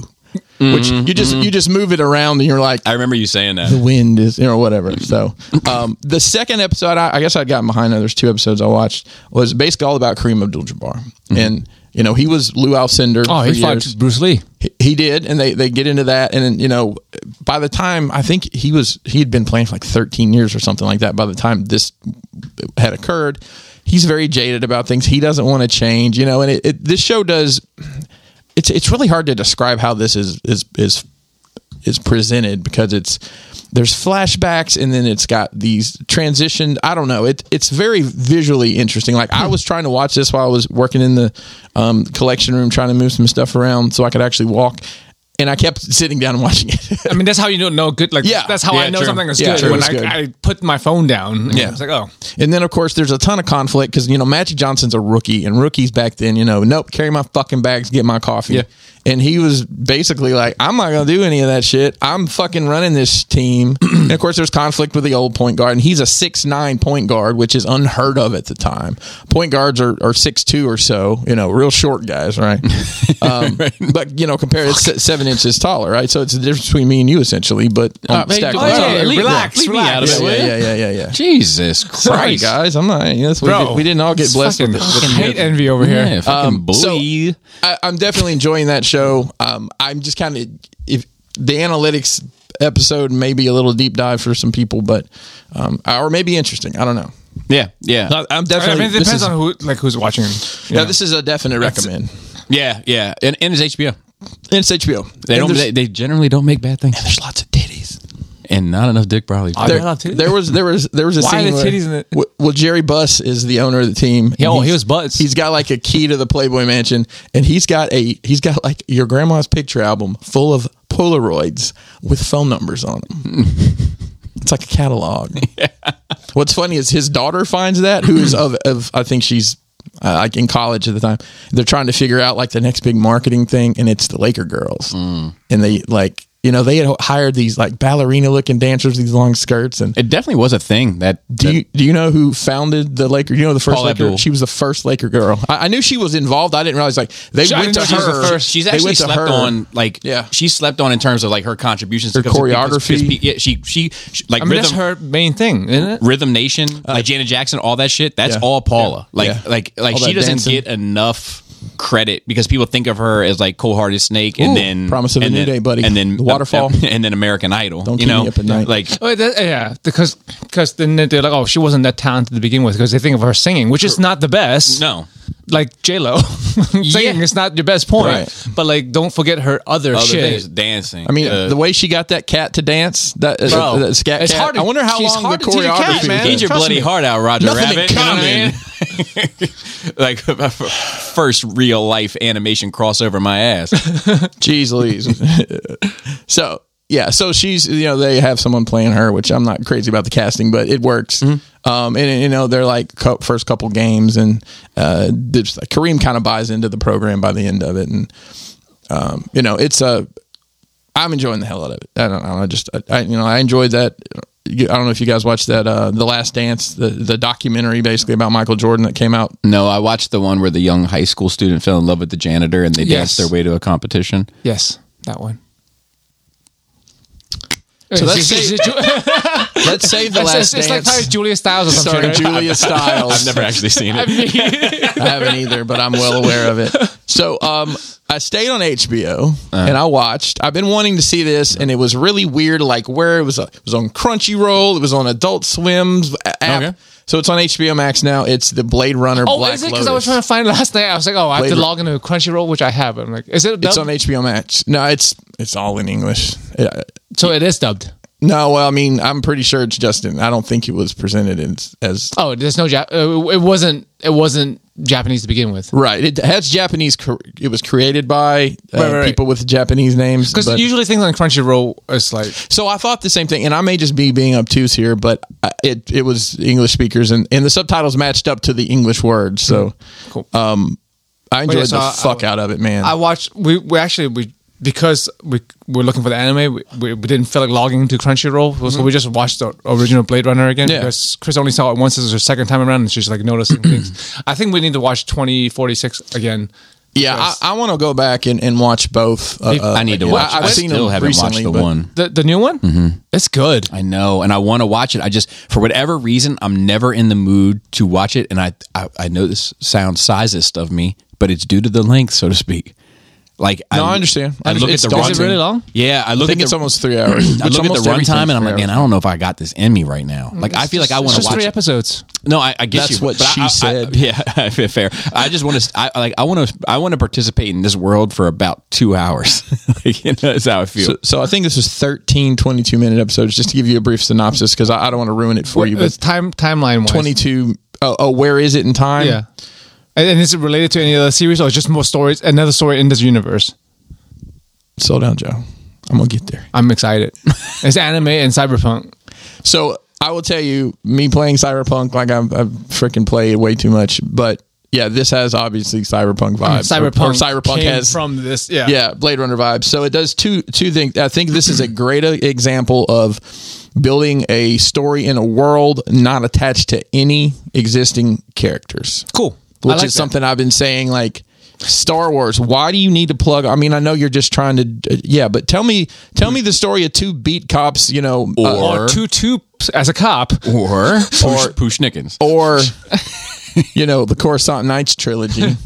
Speaker 3: which you just
Speaker 2: Mm-hmm.
Speaker 3: you just move it around and you're like
Speaker 1: *laughs*
Speaker 3: "Ah,
Speaker 1: I remember you saying
Speaker 3: the
Speaker 1: that.
Speaker 3: wind is or whatever. So um, the second episode, I, I guess I'd gotten behind. There's two episodes I watched was basically all about Kareem Abdul-Jabbar and. You know, he was Lou Alcindor.
Speaker 2: Mm-hmm. Oh,
Speaker 3: for
Speaker 2: he fought
Speaker 3: years.
Speaker 2: Bruce Lee.
Speaker 3: He- he did and they they get into that and then you know by the time i think he was he had been playing for like 13 years or something like that by the time this had occurred he's very jaded about things he doesn't want to change you know and it, it this show does it's it's really hard to describe how this is is is is presented because it's there's flashbacks and then it's got these transitioned i don't know it, it's very visually interesting like i was trying to watch this while i was working in the um, collection room trying to move some stuff around so i could actually walk and i kept sitting down and watching it
Speaker 2: I mean, that's how you don't know good. Like,
Speaker 3: Yeah.
Speaker 2: that's how
Speaker 1: Yeah,
Speaker 2: I know
Speaker 1: true.
Speaker 2: something is
Speaker 3: Yeah,
Speaker 2: good.
Speaker 3: true,
Speaker 2: when
Speaker 3: it's
Speaker 2: I,
Speaker 3: good.
Speaker 2: I put my phone down, yeah.
Speaker 3: Yeah.
Speaker 2: I was like, oh,
Speaker 3: And then, of course, there's a ton of conflict because, you know, Magic Johnson's a rookie, and rookies back then, you know, nope, carry my fucking bags, get my coffee.
Speaker 2: Yeah.
Speaker 3: And he was basically like, I'm not going to do any of that shit. I'm fucking running this team. *clears throat* and of course, there's conflict with the old point guard, and he's a six nine point guard, which is unheard of at the time. Point guards are, are 6'2 or so, you know, real short
Speaker 1: *laughs*
Speaker 3: guys, right? Um, But, you know, compared it's se- seven inches taller, right? So it's the difference between me and you, essentially, but on
Speaker 1: hey,
Speaker 3: stacked
Speaker 1: oh,
Speaker 3: on top.
Speaker 1: yeah, leave-
Speaker 2: relax,
Speaker 1: leave me
Speaker 2: relax.
Speaker 1: out of
Speaker 3: yeah,
Speaker 1: it, will
Speaker 3: yeah,
Speaker 1: you?
Speaker 3: yeah, yeah, yeah, yeah.
Speaker 1: Jesus
Speaker 3: Sorry,
Speaker 1: Christ,
Speaker 3: guys. I'm not. Yes, we,
Speaker 2: Bro.
Speaker 3: did, we didn't all get
Speaker 2: It's
Speaker 3: blessed
Speaker 2: fucking
Speaker 3: with this.
Speaker 2: fucking hate envy over here.
Speaker 1: Yeah, Um, fucking bully.
Speaker 3: I, I'm definitely enjoying that show. Um, I'm just kind of if the analytics episode may be a little deep dive for some people, but um, or maybe interesting. I don't know.
Speaker 1: yeah, yeah,
Speaker 3: I-
Speaker 2: I
Speaker 3: I'm definitely.
Speaker 2: mean, it
Speaker 3: this
Speaker 2: depends
Speaker 3: is,
Speaker 2: on who, like, who's watching.
Speaker 3: yeah, this is a definite recommend.
Speaker 1: yeah, yeah. And, and it's HBO.
Speaker 3: And it's HBO.
Speaker 1: They
Speaker 3: And
Speaker 1: don't.
Speaker 3: there's-
Speaker 1: They, they generally don't make bad things,
Speaker 3: there's lots of titties.
Speaker 1: and not enough dick probably.
Speaker 2: I-
Speaker 3: There,
Speaker 2: There are titties?
Speaker 3: there was there was there was a
Speaker 2: Why are
Speaker 3: scene
Speaker 2: the
Speaker 3: where-
Speaker 2: titties in it?
Speaker 3: w- well Jerry Buss is the owner of the team.
Speaker 2: Yeah,
Speaker 3: and
Speaker 2: oh, he
Speaker 3: he's-
Speaker 2: was Butts.
Speaker 3: He's got like a key to the Playboy Mansion, and he's got a he's got like your grandma's picture album full of Polaroids with phone numbers on them. it's like a catalog. What's funny is his daughter finds that, who is of, of I think she's uh, like in college at the time. They're trying to figure out like the next big marketing thing, and it's the Laker girls, and they like You know, they had hired these like ballerina looking dancers, with these long skirts, and
Speaker 1: It definitely was a thing that
Speaker 3: do you do you know who founded the Laker? You know the first
Speaker 1: Paul
Speaker 3: Laker.
Speaker 1: Abdul.
Speaker 3: She was the first Laker girl. I, I knew she was involved. I didn't realize like they
Speaker 2: She- I
Speaker 3: went to
Speaker 2: didn't know she was the
Speaker 3: her.
Speaker 2: first.
Speaker 1: she's
Speaker 3: they
Speaker 1: actually
Speaker 3: went to
Speaker 1: slept
Speaker 3: her.
Speaker 1: on like
Speaker 3: Yeah.
Speaker 1: she slept on in terms of like her contributions her
Speaker 3: choreography.
Speaker 1: yeah, she, she she- like
Speaker 2: I mean, that's
Speaker 1: rhythm
Speaker 2: her main thing, isn't it?
Speaker 1: Rhythm Nation, like Janet Jackson, all that shit. That's
Speaker 3: Uh, Yeah.
Speaker 1: all Paula. Like,
Speaker 3: Yeah.
Speaker 1: like, like
Speaker 3: All
Speaker 1: she
Speaker 3: that
Speaker 1: doesn't
Speaker 3: dancing.
Speaker 1: get enough credit because people think of her as like cold hearted snake, and
Speaker 3: Ooh,
Speaker 1: then
Speaker 3: Promise of a
Speaker 1: and
Speaker 3: New
Speaker 1: then-
Speaker 3: Day, buddy.
Speaker 1: and then
Speaker 3: The Waterfall.
Speaker 1: *laughs* and then American Idol. Don't you
Speaker 3: keep
Speaker 1: know,
Speaker 3: me up at night.
Speaker 1: like
Speaker 2: Oh, that, yeah, because because then they're like, oh, she wasn't that talented to begin with, because they think of her singing, which is not the best.
Speaker 1: no.
Speaker 2: like J Lo *laughs* singing
Speaker 1: Yeah.
Speaker 2: is not your best point,
Speaker 3: Right.
Speaker 2: but like don't forget her other,
Speaker 1: Other
Speaker 2: shit.
Speaker 1: things, dancing.
Speaker 3: I mean,
Speaker 1: uh,
Speaker 3: the way she got that cat to dance, that, uh,
Speaker 1: Bro,
Speaker 3: that scat
Speaker 2: it's
Speaker 3: cat.
Speaker 2: hard to-
Speaker 3: I wonder how
Speaker 2: she's
Speaker 3: long
Speaker 2: hard
Speaker 3: the
Speaker 2: to teach a cat,
Speaker 3: choreography
Speaker 2: man.
Speaker 3: took.
Speaker 1: Eat your
Speaker 2: Trust
Speaker 1: bloody
Speaker 2: me.
Speaker 1: heart out, Roger
Speaker 3: Nothing in
Speaker 1: Rabbit. *laughs* like first real life animation crossover my
Speaker 3: *laughs*
Speaker 1: ass.
Speaker 3: Jeez *laughs* Louise. so yeah, so she's you know they have someone playing her, which I'm not crazy about the casting, but it works. Um, and you know they're like co- first couple games, and uh, there's- Kareem kind of buys into the program by the end of it, and um, you know it's a. I'm enjoying the hell out of it. I don't know. I just I, I you know I enjoyed that. You- I don't know if you guys watched that uh, the Last Dance, the the documentary basically about Michael Jordan that came out.
Speaker 1: No, I watched the one where the young high school student fell in love with the janitor and they
Speaker 2: Yes.
Speaker 1: danced their way to a competition.
Speaker 2: Yes, that one.
Speaker 3: So that's-
Speaker 2: it's, it's, it's,
Speaker 3: Let's save *laughs* the
Speaker 2: it's,
Speaker 3: Last
Speaker 2: it's like
Speaker 3: Dance.
Speaker 2: how Julia Styles or something. Right?
Speaker 3: starring
Speaker 2: *laughs*
Speaker 3: *laughs* Julia Stiles.
Speaker 1: I've never actually seen it.
Speaker 3: *laughs* I haven't either, but I'm well aware of it. So um, I stayed on HBO and I watched. I've been wanting to see this, and it was really weird. Like where it was, uh, it was on Crunchyroll, it was on Adult Swim's a- app.
Speaker 1: Okay.
Speaker 3: So it's on HBO Max now. It's the Blade Runner.
Speaker 2: Oh,
Speaker 3: Black
Speaker 2: is it? Because I was
Speaker 3: Lotus.
Speaker 2: trying to find last night. I was like, oh, I have to
Speaker 3: Flavor.
Speaker 2: log into Crunchyroll, which I have. I'm like, is it dubbed?
Speaker 3: It's on HBO Max. No, it's it's all in English. Yeah.
Speaker 2: so it is dubbed.
Speaker 3: No, well, I mean, I'm pretty sure it's Justin. I don't think it was presented in, as
Speaker 2: Oh, there's no Jap. Uh, it wasn't. It wasn't Japanese to begin with.
Speaker 3: right. It has Japanese. cr- It was created by uh,
Speaker 2: Right, right, right.
Speaker 3: people with Japanese names.
Speaker 2: Because
Speaker 3: but-
Speaker 2: usually things on Crunchyroll is like
Speaker 3: So I thought the same thing, and I may just be being obtuse here, but I- it it was English speakers, and, and the subtitles matched up to the English words. So,
Speaker 2: Mm. Cool.
Speaker 3: um, I enjoyed
Speaker 2: yeah, so
Speaker 3: the
Speaker 2: I-
Speaker 3: fuck out of it, man.
Speaker 2: I watched. We, we actually we because we we're looking for the anime. We, we, we didn't feel like logging to Crunchyroll, so we just watched the original Blade Runner again.
Speaker 3: Yeah.
Speaker 2: Because Chris only saw it once. This is her second time around, and she's like *clears throat* noticing things. I think we need to watch twenty forty six again.
Speaker 3: yeah, I, I want to go back and, and watch both. Uh,
Speaker 1: I need to
Speaker 3: uh,
Speaker 1: watch. I,
Speaker 3: I've seen
Speaker 1: still
Speaker 3: them
Speaker 1: haven't watched
Speaker 3: recently,
Speaker 1: the
Speaker 3: but-
Speaker 1: one.
Speaker 2: The the new one. Mm-hmm. It's good.
Speaker 1: I know, and I want to watch it. I just, for whatever reason, I'm never in the mood to watch it. And I, I, I know this sounds sizest of me, but it's due to the length, so to speak. Like,
Speaker 3: No, I understand.
Speaker 1: I look
Speaker 3: It's
Speaker 1: at the
Speaker 3: daunting.
Speaker 1: runtime.
Speaker 3: Is it really
Speaker 2: long?
Speaker 1: Yeah, I
Speaker 3: I
Speaker 1: look
Speaker 3: think
Speaker 1: at
Speaker 3: it's
Speaker 1: the,
Speaker 3: almost three
Speaker 1: *clears throat*
Speaker 3: hours.
Speaker 1: I look at the runtime, and I'm like, man,
Speaker 3: I,
Speaker 1: I don't know if I got this in me right now.
Speaker 3: Mm,
Speaker 1: Like, I feel like I want to
Speaker 2: Just
Speaker 1: watch.
Speaker 2: three
Speaker 1: it.
Speaker 2: episodes.
Speaker 1: No, I, I guess
Speaker 3: That's
Speaker 1: you,
Speaker 3: what
Speaker 1: but
Speaker 3: she
Speaker 1: I- I-
Speaker 3: said.
Speaker 1: I, *laughs* yeah, fair. I just want to. I like. I want to. I want to participate in this world for about two hours. *laughs* like, you know, that's how I feel.
Speaker 3: so, so I think this is 13, 22 minute episodes, just to give you a brief synopsis, because I, I don't want to ruin it for you.
Speaker 2: It's
Speaker 3: But
Speaker 2: time timeline wise.
Speaker 3: 22, oh, oh, where is it in time?
Speaker 2: Yeah. And, and is it related to any other series or just more stories? Another story in this universe.
Speaker 3: Slow down, Joe. I'm going to get there.
Speaker 2: I'm
Speaker 3: *laughs*
Speaker 2: excited. it's anime and cyberpunk.
Speaker 3: So I will tell you, me playing Cyberpunk, like I've, I've freaking played way too much, but yeah, this has obviously Cyberpunk vibes. Or-
Speaker 2: Mm, Cyberpunk.
Speaker 3: or, Cyberpunk
Speaker 2: came
Speaker 3: has
Speaker 2: from this. Yeah.
Speaker 3: yeah Blade Runner vibes. So it does two two things. I think this is a great e-, example of building a story in a world not attached to any existing characters
Speaker 2: Cool.
Speaker 3: which
Speaker 2: I like
Speaker 3: is
Speaker 2: that.
Speaker 3: something I've been saying like Star Wars. Why do you need to plug? I mean, I know you're just trying to, uh, yeah, but tell me, tell me the story of two beat cops, you know, uh, or
Speaker 2: or two two as a cop.
Speaker 1: or Oh, Poosh, Poosh Nickens.
Speaker 3: *laughs* or you know, the Coruscant Knights *laughs* trilogy.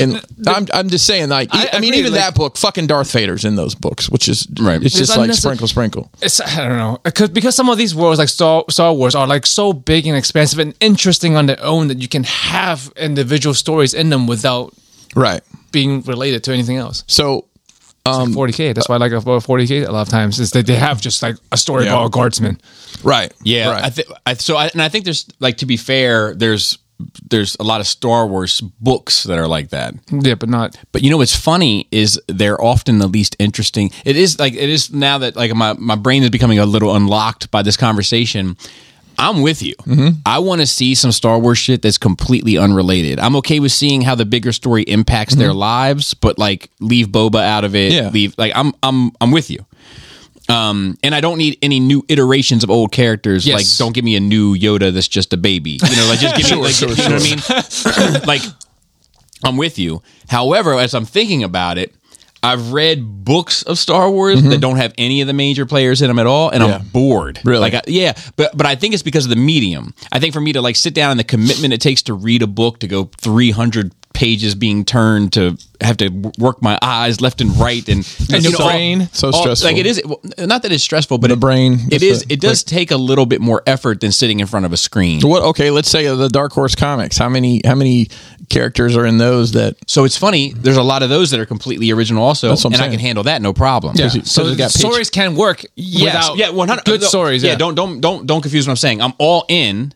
Speaker 3: And I'm I'm just saying, like, e, I,
Speaker 2: I
Speaker 3: mean,
Speaker 2: agree,
Speaker 3: even
Speaker 2: like-
Speaker 3: that book, fucking Darth Vader's in those books, which is
Speaker 1: Right.
Speaker 3: It's
Speaker 2: It's
Speaker 3: just like
Speaker 2: unnecessary-
Speaker 3: sprinkle, sprinkle.
Speaker 2: It's, I don't know because because some of these worlds like Star, Star Wars are like so big and expansive and interesting on their own that you can have individual stories in them without
Speaker 3: Right.
Speaker 2: being related to anything else.
Speaker 3: So
Speaker 1: Um,
Speaker 2: 40k. That's why I like about 40k a lot of times is that they have just like a story
Speaker 3: Yeah.
Speaker 2: about a guardsman.
Speaker 3: right.
Speaker 1: Yeah,
Speaker 3: Right.
Speaker 1: I th- I, so I, and I think there's like to be fair, there's there's a lot of Star Wars books that are like that.
Speaker 2: Yeah, but not.
Speaker 1: But you know what's funny is they're often the least interesting. It is like it is now that like my my brain is becoming a little unlocked by this conversation. I'm with you. I want to see some Star Wars shit that's completely unrelated. I'm okay with seeing how the bigger story impacts their lives, but like leave Boba out of it.
Speaker 3: Yeah.
Speaker 1: Leave like I'm I'm I'm with you. Um, and I don't need any new iterations of old characters.
Speaker 2: Yes.
Speaker 1: Like, don't give me a new Yoda that's just a baby. You know, like just give me, like, you know what I mean? *coughs* like, I'm with you. However, as I'm thinking about it, I've read books of Star Wars that don't have any of the major players in them at all, and I'm bored.
Speaker 3: Mm-hmm. Really?
Speaker 1: Like, I, yeah, but but I think it's because of the medium. I think for me to like sit down and the commitment it takes to read a book to go 300 pages being turned to have to w- work my eyes left and right
Speaker 3: *laughs*
Speaker 1: and,
Speaker 2: And your
Speaker 1: all-
Speaker 2: brain.
Speaker 3: So
Speaker 1: Like
Speaker 3: stressful.
Speaker 1: it is well, not that it's stressful, but
Speaker 3: The
Speaker 1: it-
Speaker 3: brain,
Speaker 1: It
Speaker 3: just
Speaker 1: is.
Speaker 3: the
Speaker 1: It does take a little bit more effort than sitting in front of a screen.
Speaker 3: What? Okay, let's say the Dark Horse comics. How many? How many characters are in those? That
Speaker 1: So it's funny. There's a lot of those that are completely original, also,
Speaker 3: That's what I'm
Speaker 1: and I
Speaker 3: saying.
Speaker 1: can handle that no problem.
Speaker 3: Yeah. Because
Speaker 2: So
Speaker 3: it got pitched.
Speaker 2: stories can work without
Speaker 1: yeah, one hundred
Speaker 2: good stories. Yeah,
Speaker 1: don't don't don't don't confuse what I'm saying. I'm all in,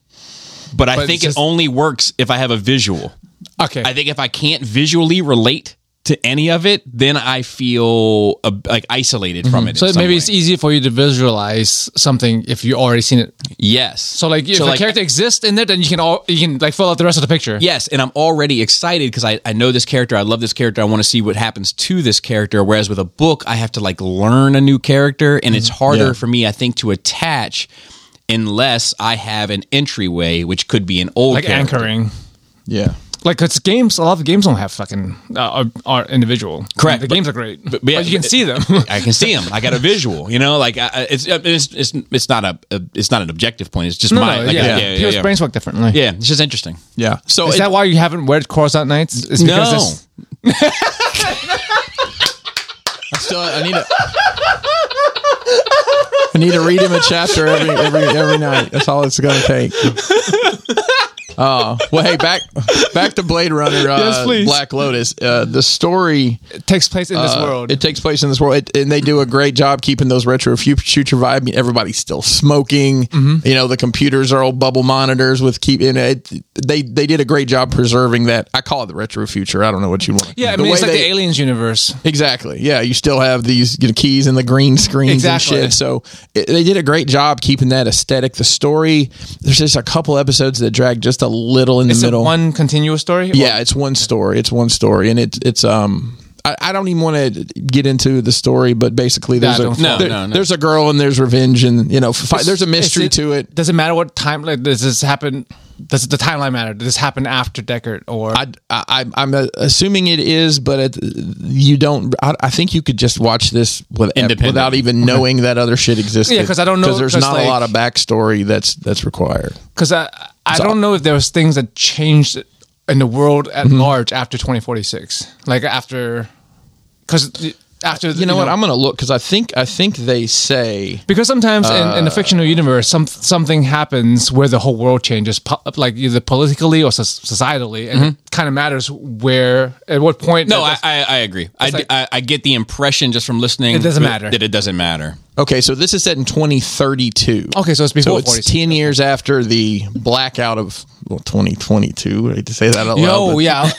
Speaker 1: but I
Speaker 2: But
Speaker 1: think
Speaker 2: it's just-
Speaker 1: it only works if I have a visual.
Speaker 2: Okay.
Speaker 1: I think if I can't visually relate to any of it, then I feel uh, like isolated from it. in
Speaker 2: Mm-hmm. so
Speaker 1: some
Speaker 2: maybe
Speaker 1: way.
Speaker 2: it's easier for you to visualize something if you already seen it.
Speaker 1: yes.
Speaker 2: So like, if
Speaker 1: So,
Speaker 2: a
Speaker 1: like,
Speaker 2: character exists in there, then you can all you can like fill out the rest of the picture.
Speaker 1: Yes, and I'm already excited because I, I know this character. I love this character. I want to see what happens to this character. Whereas with a book, I have to like learn a new character, and
Speaker 2: Mm-hmm.
Speaker 1: it's harder
Speaker 3: Yeah.
Speaker 1: for me, I think, to attach unless I have an entryway, which could be an old
Speaker 2: like
Speaker 1: character.
Speaker 2: anchoring.
Speaker 3: yeah.
Speaker 2: Like it's games. A lot of games don't have fucking uh, are, are individual.
Speaker 1: Correct,
Speaker 2: The
Speaker 1: but-
Speaker 2: games are great, but,
Speaker 1: but yeah,
Speaker 2: you can
Speaker 1: but-
Speaker 2: see
Speaker 3: *laughs*
Speaker 2: them. *laughs*
Speaker 1: I can see him. I got a visual, you know. Like I, I- it's, uh, it's it's it's not a, a it's not an objective point. It's just
Speaker 2: no,
Speaker 1: my
Speaker 2: no,
Speaker 1: like,
Speaker 2: yeah.
Speaker 1: yeah, yeah,
Speaker 2: People's
Speaker 1: yeah.
Speaker 2: brains work differently.
Speaker 1: Yeah, it's just interesting.
Speaker 3: Yeah. So
Speaker 2: Is
Speaker 3: it-
Speaker 2: that why you haven't read Coruscant Nights? It's
Speaker 1: No.
Speaker 2: it's-
Speaker 3: I still I need to I need to read him a chapter every every every night. That's all it's gonna take. Oh well, hey back back to Blade Runner, uh,
Speaker 2: Yes, please.
Speaker 3: Black Lotus. Uh, the story
Speaker 2: it takes place in this
Speaker 3: uh,
Speaker 2: world.
Speaker 3: It takes place in this world, It- and they do a great job keeping those retro fu- future vibe. I mean, everybody's still smoking.
Speaker 2: Mm-hmm.
Speaker 3: You know, the computers are old bubble monitors with keep. And it, they they did a great job preserving that. I call it the retro future. I don't know what you want.
Speaker 2: yeah, I
Speaker 3: The
Speaker 2: mean, it's
Speaker 3: way
Speaker 2: like
Speaker 3: they-
Speaker 2: the Aliens universe.
Speaker 3: Exactly. Yeah, you still have these you know, keys and the green screens
Speaker 2: Exactly.
Speaker 3: and shit. So it, they did a great job keeping that aesthetic. The story, there's just a couple episodes that drag just a little in
Speaker 2: It's
Speaker 3: the
Speaker 2: a
Speaker 3: middle.
Speaker 2: one continuous story.
Speaker 3: yeah, it's one story. It's one story, and it's it's um. I, I don't even want to get into the story, but basically there's
Speaker 2: Nah,
Speaker 3: a
Speaker 2: don't
Speaker 1: No,
Speaker 3: there-
Speaker 1: no, no.
Speaker 3: there's a girl and there's revenge and you know fi- there's a
Speaker 2: Is
Speaker 3: mystery to it.
Speaker 2: Does it matter what time? Like, does this happen? Does the timeline matter? Does this happen after Deckard or?
Speaker 3: I, I I'm uh, assuming it is, but it, you don't. I, I think you could just watch this with,
Speaker 1: Independently.
Speaker 3: without even knowing that other shit existed.
Speaker 2: Yeah, 'cause I don't know-
Speaker 3: there's
Speaker 2: 'cause,
Speaker 3: not
Speaker 2: like-
Speaker 3: a lot of backstory that's that's required.
Speaker 2: Because I I don't know if there was things that changed in the world at large after 2046. Like after, because after
Speaker 3: You know what? I'm gonna look because I think I think they say
Speaker 2: because sometimes in, in the fictional universe, some something happens where the whole world changes, po- like either politically or so- societally, and it kind of matters where at what point.
Speaker 1: No,
Speaker 2: it-
Speaker 1: I, I, I agree. I,
Speaker 2: like-
Speaker 1: I, I get the impression just from listening.
Speaker 2: It doesn't
Speaker 1: that-
Speaker 2: matter.
Speaker 1: that it doesn't matter.
Speaker 3: okay. So this is set in 2032.
Speaker 2: okay, so it's
Speaker 3: So
Speaker 2: before
Speaker 3: it's
Speaker 2: 46.
Speaker 3: 10 years after the blackout of well, 2022. I hate to say that out
Speaker 2: Yo,
Speaker 3: loud. but-
Speaker 2: *laughs* yeah.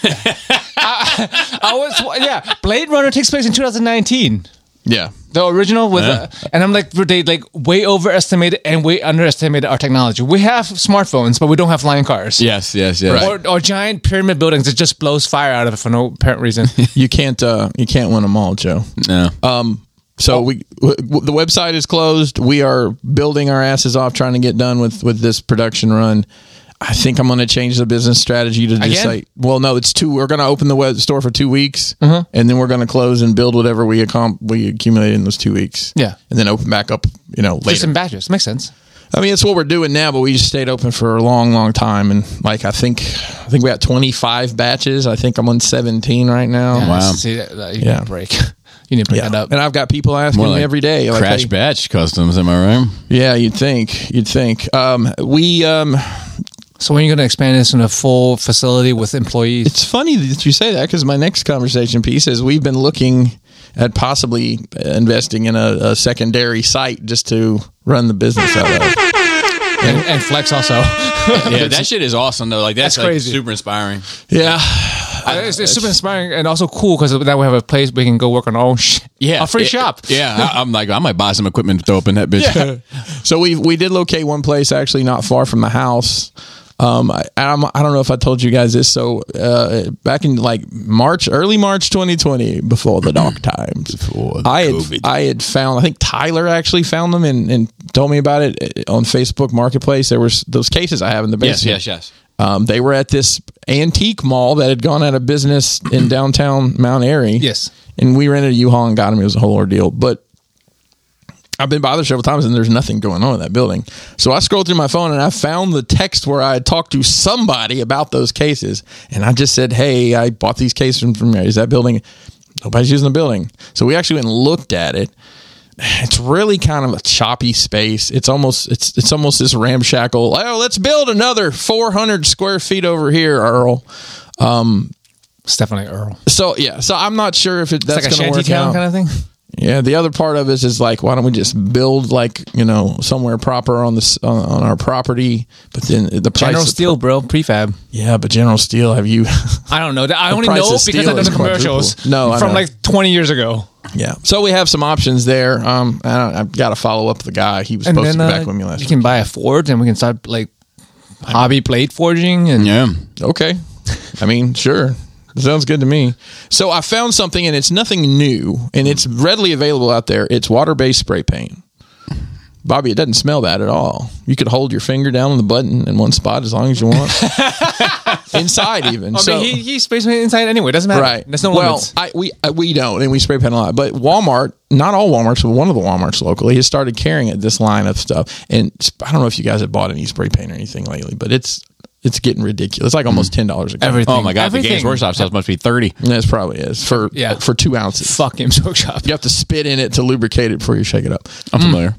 Speaker 2: I, I was yeah. Blade Runner takes place in 2019.
Speaker 3: yeah.
Speaker 2: The original was, uh, and I'm like, were they like way overestimated and way underestimated our technology? We have smartphones, but we don't have flying cars.
Speaker 1: Yes, yes, yes.
Speaker 2: Or, or giant pyramid buildings that just blows fire out of it for no apparent
Speaker 3: *laughs*
Speaker 2: reason.
Speaker 3: You can't uh, you can't win them all, Joe.
Speaker 1: No.
Speaker 3: Um,
Speaker 2: Oh.
Speaker 3: so we w- w- the website is closed. We are building our asses off trying to get done with with this production run. I think I'm going to change the business strategy to just
Speaker 2: Again?
Speaker 3: say, well, no, it's two. We're going to open the web store for two weeks,
Speaker 2: Mm-hmm.
Speaker 3: and then we're going to close and build whatever we accom- we accumulated in those two weeks.
Speaker 2: Yeah.
Speaker 3: and then open back up. You know,
Speaker 2: just
Speaker 3: later.
Speaker 2: in batches. Makes sense.
Speaker 3: I mean, it's what we're doing now, but we just stayed open for a long, long time. And like, I think I think we got 25 batches. I think I'm on 17 right now.
Speaker 1: Wow.
Speaker 2: See, that- that- you
Speaker 3: Oh, Yeah.
Speaker 2: need a break. *laughs* You need to pick
Speaker 3: Yeah,
Speaker 2: that up.
Speaker 3: and I've got people asking
Speaker 1: More
Speaker 3: me
Speaker 1: like
Speaker 3: every day. Like,
Speaker 1: Crash
Speaker 3: hey,
Speaker 1: Batch Customs, am I right?
Speaker 3: Yeah, you'd think. You'd think. Um, we. Um,
Speaker 2: So when are you going to expand this into a full facility with
Speaker 3: *laughs*
Speaker 2: employees?
Speaker 3: it's funny that you say that because my next conversation piece is we've been looking at possibly investing in a, a secondary site just to run the business out
Speaker 1: *laughs*
Speaker 3: of.
Speaker 2: And, and flex also.
Speaker 1: Yeah, that shit is awesome though. Like that's,
Speaker 2: That's crazy.
Speaker 1: Like, super inspiring.
Speaker 3: Yeah,
Speaker 2: it's, it's super inspiring and also cool because now we have a place we can go work on our own shit.
Speaker 1: Yeah,
Speaker 2: A free
Speaker 1: It-
Speaker 2: shop.
Speaker 1: Yeah, I, I'm like, I might buy some *laughs*
Speaker 3: *laughs*
Speaker 1: equipment to throw up in that bitch.
Speaker 3: So we we did locate one place actually not far from the house. Um, I, I'm, I don't know if I told you guys this. So uh, back in like March, early March 2020, before
Speaker 1: *clears throat*
Speaker 3: the dark times,
Speaker 1: Before the
Speaker 3: I had
Speaker 1: COVID.
Speaker 3: I had found. I think Tyler actually found them and, and told me about it uh, on Facebook Marketplace. There was those cases I have in the
Speaker 1: Yes,
Speaker 3: basement.
Speaker 1: yes, yes.
Speaker 3: Um, they were at this antique mall that had gone out of business in downtown Mount Airy.
Speaker 2: Yes.
Speaker 3: And we rented a U-Haul and got them. It was a whole ordeal. But I've been bothered several times and there's nothing going on in that building. So I scrolled through my phone and I found the text where I had talked to somebody about those cases. And I just said, Hey, I bought these cases from, from is that building? Nobody's using the building. So we actually went and looked at it it's really kind of a choppy space. It's almost it's it's almost this ramshackle. Oh, let's build another 400 square feet over here, Earl.
Speaker 2: It's definitely Earl.
Speaker 3: So yeah, so I'm not sure if it,
Speaker 2: It's
Speaker 3: that's
Speaker 2: like a
Speaker 3: going to
Speaker 2: shanty
Speaker 3: work
Speaker 2: town
Speaker 3: out.
Speaker 2: kind of thing.
Speaker 3: Yeah, the other part of it is like, why don't we just build like you know somewhere proper on this on, on our property? But then the price.
Speaker 2: General
Speaker 3: of-
Speaker 2: Steel, bro, prefab.
Speaker 3: yeah, but General Steel, have you? *laughs*
Speaker 2: I don't know. I only
Speaker 3: price
Speaker 2: know
Speaker 3: of
Speaker 2: because
Speaker 3: steel
Speaker 2: I've done
Speaker 3: is
Speaker 2: the commercials.
Speaker 3: quadruple. No, I
Speaker 2: from
Speaker 3: know.
Speaker 2: like 20 years ago.
Speaker 3: yeah, so we have some options there. Um, I don't, I've got to follow up with the guy. He was supposed to be back with me last.
Speaker 2: uh, you
Speaker 3: week.
Speaker 2: can buy a forge and we can start like hobby plate forging and
Speaker 1: Yeah.
Speaker 3: Okay. I mean, sure. Sounds good to me. So I found something and it's nothing new and it's readily available out there. It's water based spray paint. Bobby, it doesn't smell bad at all. You could hold your finger down on the button in one spot as long as
Speaker 2: *laughs*
Speaker 3: you want. Inside even.
Speaker 2: I mean,
Speaker 3: so
Speaker 2: Oh, he, he's basically inside anyway. Doesn't matter.
Speaker 3: Right.
Speaker 2: There's no
Speaker 3: well,
Speaker 2: limits.
Speaker 3: I, we uh, we don't, and we spray paint a lot. But Walmart, not all Walmarts, but one of the WalMarts locally, has started carrying it. This line of stuff, and it's- I don't know if you guys have bought any spray paint or anything lately, but it's it's getting ridiculous. It's like almost ten dollars a gallon.
Speaker 2: Mm-hmm. Everything.
Speaker 1: Oh my god, the Games
Speaker 2: Everything.
Speaker 1: Workshop stuff must be thirty.
Speaker 3: That's probably is for
Speaker 2: Yeah.
Speaker 3: for two ounces.
Speaker 2: Fuck
Speaker 3: *laughs*
Speaker 2: Games Workshop.
Speaker 3: You have to spit in it to lubricate it before you shake it up.
Speaker 1: I'm familiar.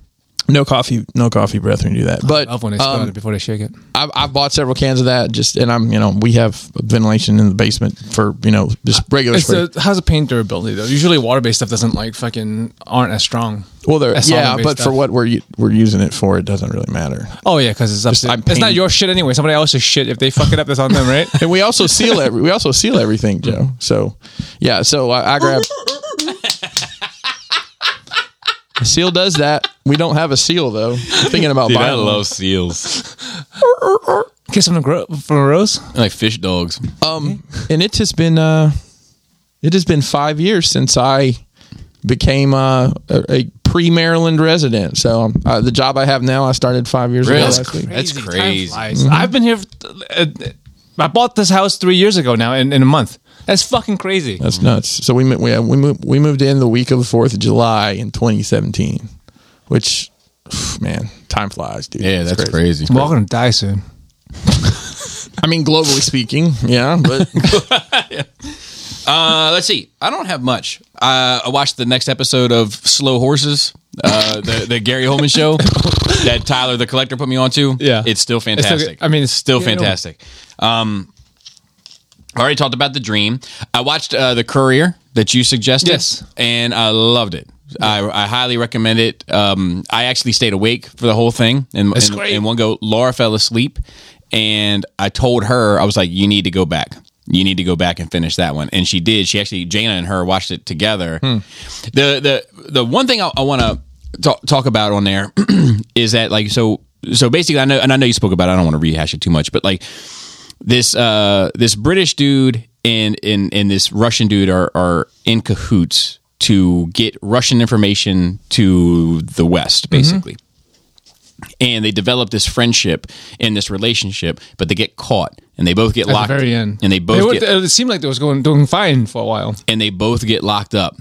Speaker 3: No coffee, no coffee breath when you do that. But
Speaker 2: Mm. I love when they
Speaker 3: um,
Speaker 2: spell it before they shake it.
Speaker 3: I've, I've bought several cans of that. Just and I'm you know we have ventilation in the basement for you know just regular.
Speaker 2: It's
Speaker 3: spray.
Speaker 2: the, how's the paint durability though? Usually water based stuff doesn't like fucking aren't as strong.
Speaker 3: well, there
Speaker 2: that's
Speaker 3: yeah,
Speaker 2: solvent-based
Speaker 3: but for
Speaker 2: stuff.
Speaker 3: what we're u- we're using it for, it doesn't really matter.
Speaker 2: Oh yeah, because it's up to,
Speaker 3: I'm
Speaker 2: it's not
Speaker 3: painting-
Speaker 2: your shit anyway. Somebody else's shit. If they fuck it up, that's on them, right?
Speaker 3: And we also seal every we also seal everything, Joe. So yeah, so I,
Speaker 2: *laughs*
Speaker 3: I grab. A seal does that. We don't have a seal though. I'm thinking about buying. one.
Speaker 1: seals.
Speaker 2: *laughs* Kiss them gro- from a rose.
Speaker 1: *laughs* like fish dogs.
Speaker 3: Um, and it has been uh, it has been five years since I became uh, a, a pre Maryland resident. So um, uh, the job I have now, I started five years
Speaker 1: Really?
Speaker 3: ago.
Speaker 1: That's
Speaker 3: last week.
Speaker 1: That's
Speaker 2: Time
Speaker 1: crazy.
Speaker 2: flies. I've been here. Uh, I bought this house three years ago now in, in a month. That's fucking crazy.
Speaker 3: That's nuts. So we mo- we uh, we moved we moved in the week of the Fourth of July in 2017, which man, time flies, dude.
Speaker 1: Yeah,
Speaker 3: It's
Speaker 1: that's crazy.
Speaker 2: We're all gonna die soon.
Speaker 3: I mean, globally speaking, yeah,
Speaker 1: *laughs*
Speaker 3: but
Speaker 1: Uh, let's see. I don't have much. Uh, I watched the next episode of Slow Horses, uh, the, the Gary Holman show that Tyler the Collector put me onto.
Speaker 2: Yeah.
Speaker 1: it's still
Speaker 2: good.
Speaker 1: fantastic.
Speaker 2: I mean, it's-
Speaker 1: still
Speaker 2: yeah,
Speaker 1: fantastic. Um, I already talked about the dream. I watched uh, the Courier that you suggested.
Speaker 2: Yes.
Speaker 1: and I loved it. I, I highly recommend it. Um, I actually stayed awake for the whole thing, and
Speaker 2: That's
Speaker 1: and-
Speaker 2: great.
Speaker 1: and one go, Laura fell asleep, and I told her I was like, "You need to go back. You need to go back and finish that one." And she did. She actually, Jana and her watched it together.
Speaker 2: Hmm.
Speaker 1: The the the one thing I, I want to talk, talk about on there *clears throat* is that like so so basically I know and I know you spoke about. It, I don't want to rehash it too much, but like this uh this British dude and and and this Russian dude are are in cahoots to get Russian information to the West,
Speaker 2: Mm-hmm.
Speaker 1: basically and they develop this friendship and this relationship, but they get caught and they both get
Speaker 2: At
Speaker 1: locked
Speaker 2: the very end,
Speaker 1: and they
Speaker 2: It,
Speaker 1: both
Speaker 2: wa-
Speaker 1: get
Speaker 2: it seemed like they was going doing fine for a while.
Speaker 1: and they both get locked up.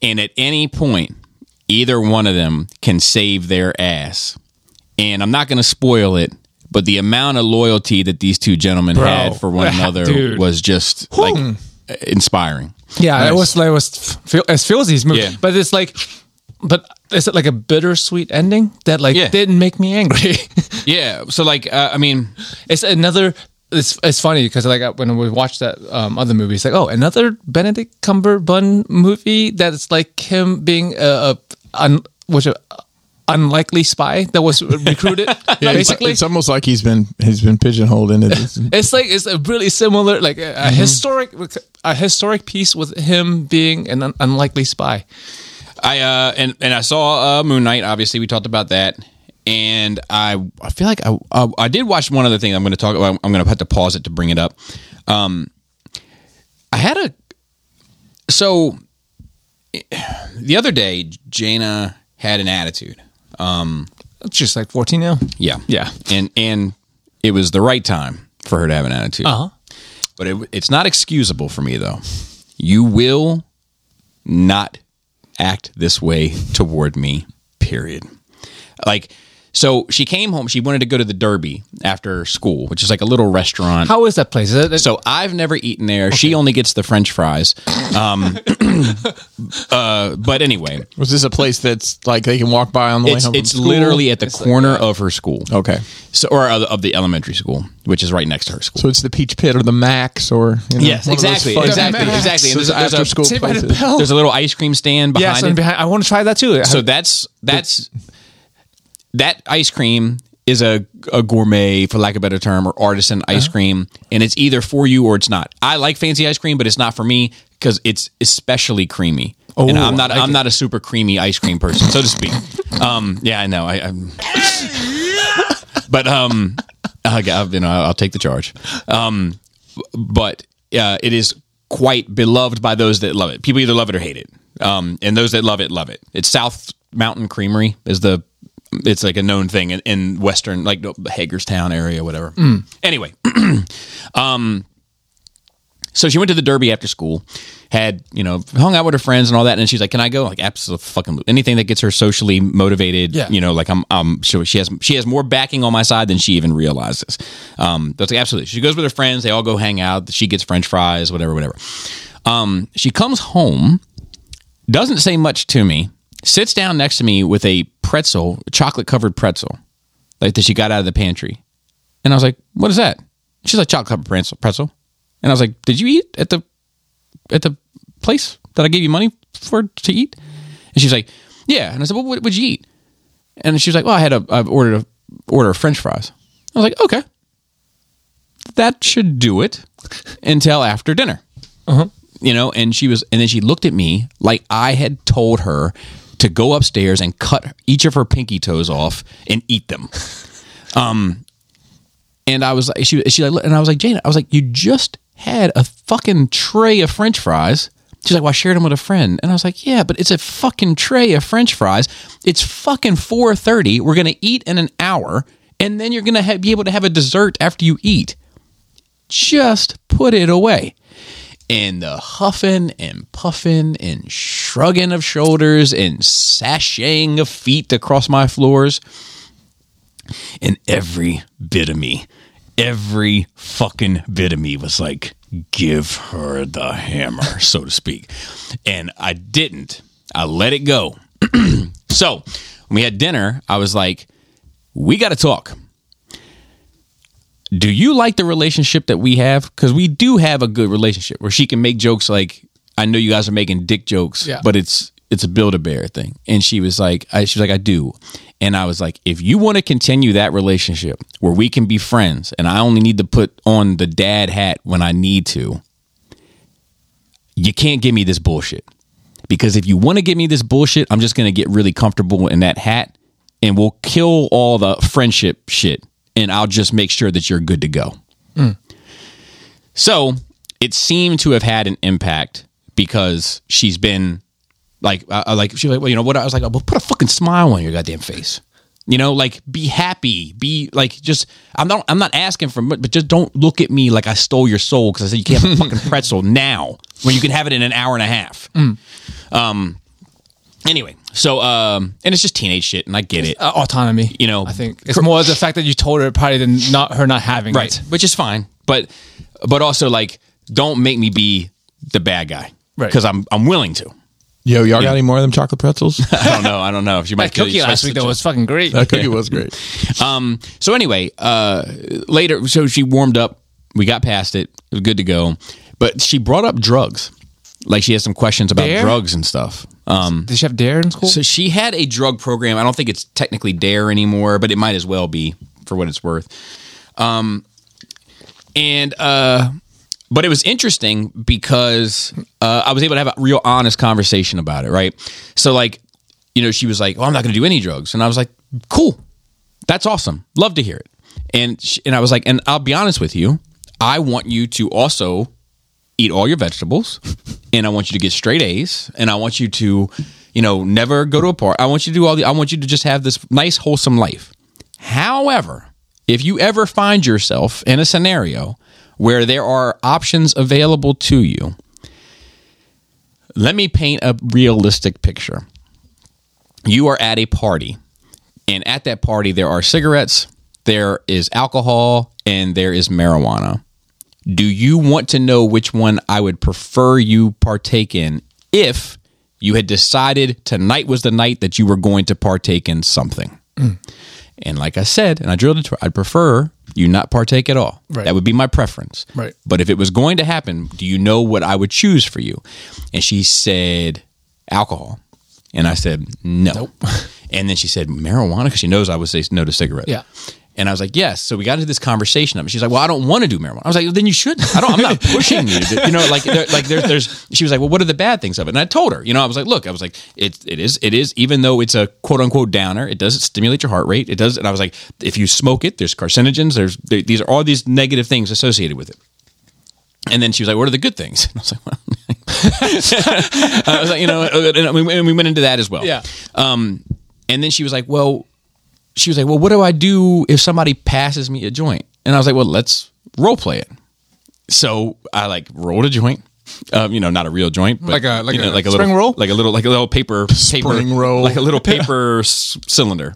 Speaker 1: And at any point, either one of them can save their ass. And I'm not going to spoil it, but the amount of loyalty that these two gentlemen had for one another
Speaker 2: Dude.
Speaker 1: was just like uh, inspiring.
Speaker 2: Yeah, it was like it was feel, it feels these movies,
Speaker 1: Yeah.
Speaker 2: but it's like, but is it like a bittersweet ending that like
Speaker 1: Yeah.
Speaker 2: didn't make me angry?
Speaker 1: *laughs* Yeah. So like, uh, I mean,
Speaker 2: it's another. It's it's funny because like I- when we watched that um, other movie, it's like oh another Benedict Cumberbatch movie that's like him being a, a un, which a unlikely spy that was *laughs* recruited.
Speaker 3: yeah, it's-
Speaker 2: basically,
Speaker 3: it's, almost like he's been he's been pigeonholed into
Speaker 1: *laughs*
Speaker 3: this.
Speaker 2: it's like it's a really similar like a, a historic a historic piece with him being an un- unlikely spy.
Speaker 1: I uh and and I saw uh, Moon Knight. Obviously, we talked about that, and I I feel like I I, I did watch one other thing. I'm going to talk about. I'm going to have to pause it to bring it up. Um, I had a so the other day Jana had an attitude. Um,
Speaker 2: It's just like 14 now.
Speaker 1: yeah,
Speaker 2: Yeah.
Speaker 1: and and it was the right time for her to have an attitude.
Speaker 2: Uh huh.
Speaker 1: But it, it's not excusable for me though. You will not act this way toward me. Period. Like so she came home, she wanted to go to the Derby after school, which is like a little restaurant.
Speaker 2: How is that place? Is that,
Speaker 1: so I've never eaten there. She only gets the french fries. Um, *coughs* uh, but anyway,
Speaker 3: Was this a place that's like they can walk by on the way
Speaker 1: it's
Speaker 3: home? from
Speaker 1: it's
Speaker 3: school?
Speaker 1: literally at the corner of her school.
Speaker 3: okay.
Speaker 1: So or of of the elementary school, which is right next to her school.
Speaker 3: So it's the Peach Pit or the Max or you know,
Speaker 1: Yes,
Speaker 3: one of those
Speaker 1: exactly,
Speaker 3: fun-
Speaker 1: exactly,
Speaker 3: Max.
Speaker 1: exactly. And
Speaker 3: Those
Speaker 1: there's- there's a-
Speaker 3: after school
Speaker 2: Saved by the
Speaker 3: places.
Speaker 2: Bell.
Speaker 1: There's a little ice cream stand behind
Speaker 2: yes,
Speaker 1: it.
Speaker 2: and behind, I want to try that too.
Speaker 1: so that's that's that ice cream is a, a gourmet for lack of a better term or artisan ice cream and it's either for you or it's not i like fancy ice cream but it's not for me because it's especially creamy and i'm not i'm not a super creamy ice cream person so to speak um yeah i know i I'm, but um I, I- you know i'll take the charge um but uh, it is quite beloved by those that love it. People either love it or hate it, um, and those that love it love it. It's South Mountain Creamery is the it's like a known thing in, in Western like the Hagerstown area, whatever. Anyway, um, so she went to the Derby after school, had you know hung out with her friends and all that, and she's like, "Can I go?" Like absolutely fucking anything that gets her socially motivated.
Speaker 2: Yeah.
Speaker 1: you know, like I'm um so she has she has more backing on my side than she even realizes. Um, that's like absolutely. She goes with her friends, they all go hang out. She gets French fries, whatever, whatever. Um, she comes home doesn't say much to me, sits down next to me with a pretzel, chocolate covered pretzel, like that she got out of the pantry. And I was like, what is that? She's like, chocolate covered pretzel, pretzel. And I was like, did you eat at the, at the place that I gave you money for to eat? And she's like, yeah. And I said, well, what, what'd you eat? And she was like, well, I had a, I've ordered a order of french fries. I was like, okay, that should do it until after dinner you know and she was and then she looked at me like i had told her to go upstairs and cut each of her pinky toes off and eat them *laughs* um and i was like she she like and i was like jane i was like you just had a fucking tray of french fries she's like well i shared them with a friend and i was like yeah but it's a fucking tray of french fries it's fucking 4.30 we're gonna eat in an hour and then you're gonna ha- be able to have a dessert after you eat just put it away. And the huffing and puffing and shrugging of shoulders and sashaying of feet across my floors. And every bit of me, every fucking bit of me was like, give her the hammer, *laughs* so to speak. And I didn't. I let it go. *clears throat* so when we had dinner, I was like, we got to talk do you like the relationship that we have? Because we do have a good relationship where she can make jokes like, I know you guys are making dick jokes,
Speaker 2: Yeah.
Speaker 1: but it's it's a build a bear thing. And she was like, I, she was like, I do. And I was like, if you want to continue that relationship where we can be friends, and I only need to put on the dad hat when I need to, you can't give me this bullshit. Because if you want to give me this bullshit, I'm just going to get really comfortable in that hat and we'll kill all the friendship shit and I'll just make sure that you're good to go. So it seemed to have had an impact because she's been like, I, I like she was like, well, you know what? I was like, well, put a fucking smile on your goddamn face. You know, like be happy, be like just. I'm not. I'm not asking for, much, but just don't look at me like I stole your soul because I said you can't have a fucking pretzel now when you can have it in an hour and a half. Um. Anyway, so um, and it's just teenage shit, and I get it.
Speaker 2: uh, autonomy.
Speaker 1: You know,
Speaker 2: I think it's more the fact that you told her probably than not her not having
Speaker 1: right
Speaker 2: it.
Speaker 1: which is fine but but also like don't make me be the bad guy
Speaker 2: Right.
Speaker 1: because i'm i'm willing to *laughs*
Speaker 3: Yo, y'all got any more of them chocolate pretzels?
Speaker 1: i don't know i don't know if you might
Speaker 2: That cookie last week though was fucking great.
Speaker 3: *laughs* that cookie was great.
Speaker 1: um so anyway uh later so she warmed up we got past it it was good to go but she brought up drugs like she has some questions about
Speaker 2: Dare?
Speaker 1: drugs and stuff um
Speaker 2: Did she have dare
Speaker 1: *laughs*
Speaker 2: in school?
Speaker 1: So she had a drug program. I don't think it's technically Dare anymore, but it might as well be for what it's worth. Um, and uh, but it was interesting because uh, I was able to have a real honest conversation about it. Right. So like, you know, she was like, "Oh, I'm not going to do any drugs," and I was like, "Cool." That's awesome. Love to hear it. And sh and I was like, and I'll be honest with you, I want you to also eat all your vegetables, and I want you to get straight A's, and I want you to, you know, never go to a party. I want you to do all the. I want you to just have this nice wholesome life. However, if you ever find yourself in a scenario where there are options available to you, let me paint a realistic picture you are at a party and at that party there are cigarettes there is alcohol and there is marijuana do you want to know which one i would prefer you partake in if you had decided tonight was the night that you were going to partake in something
Speaker 2: Mm.
Speaker 1: and like i said and i drilled it to her, i'd prefer you not partake at all.
Speaker 2: Right.
Speaker 1: that would be my preference
Speaker 2: Right.
Speaker 1: but if it was going to happen, do you know what I would choose for you? And she said, alcohol. And I said, no. *laughs* And then she said, marijuana, because she knows I would say no to cigarettes.
Speaker 2: Yeah.
Speaker 1: And I was like, yes. So we got into this conversation. of it. She's like, well, I don't want to do marijuana. I was like, well, then you should. I don't. I'm not pushing you. To, you know, like, there, like there's, there's. She was like, well, what are the bad things of it? And I told her. You know, I was like, look, I was like, it, it is, it is. Even though it's a quote unquote downer, it does stimulate your heart rate. It does. And I was like, if you smoke it, there's carcinogens. There's there, these are all these negative things associated with it. And then she was like, "What are the good things?" *laughs* And I was like, "Well," I was like, you know, and we, and we went into that as well.
Speaker 2: Yeah.
Speaker 1: Um, and then she was like, "Well," she was like, "Well, what do I do if somebody passes me a joint?" And I was like, "Well, let's role play it." So I like rolled a joint. Um, you know, not a real joint, but
Speaker 2: Like a- like
Speaker 1: you know,
Speaker 2: a
Speaker 1: like a
Speaker 2: spring
Speaker 1: little
Speaker 2: roll?
Speaker 1: like a little like a little paper
Speaker 3: Spring
Speaker 1: paper, *laughs*
Speaker 3: roll.
Speaker 1: like a little paper s- cylinder,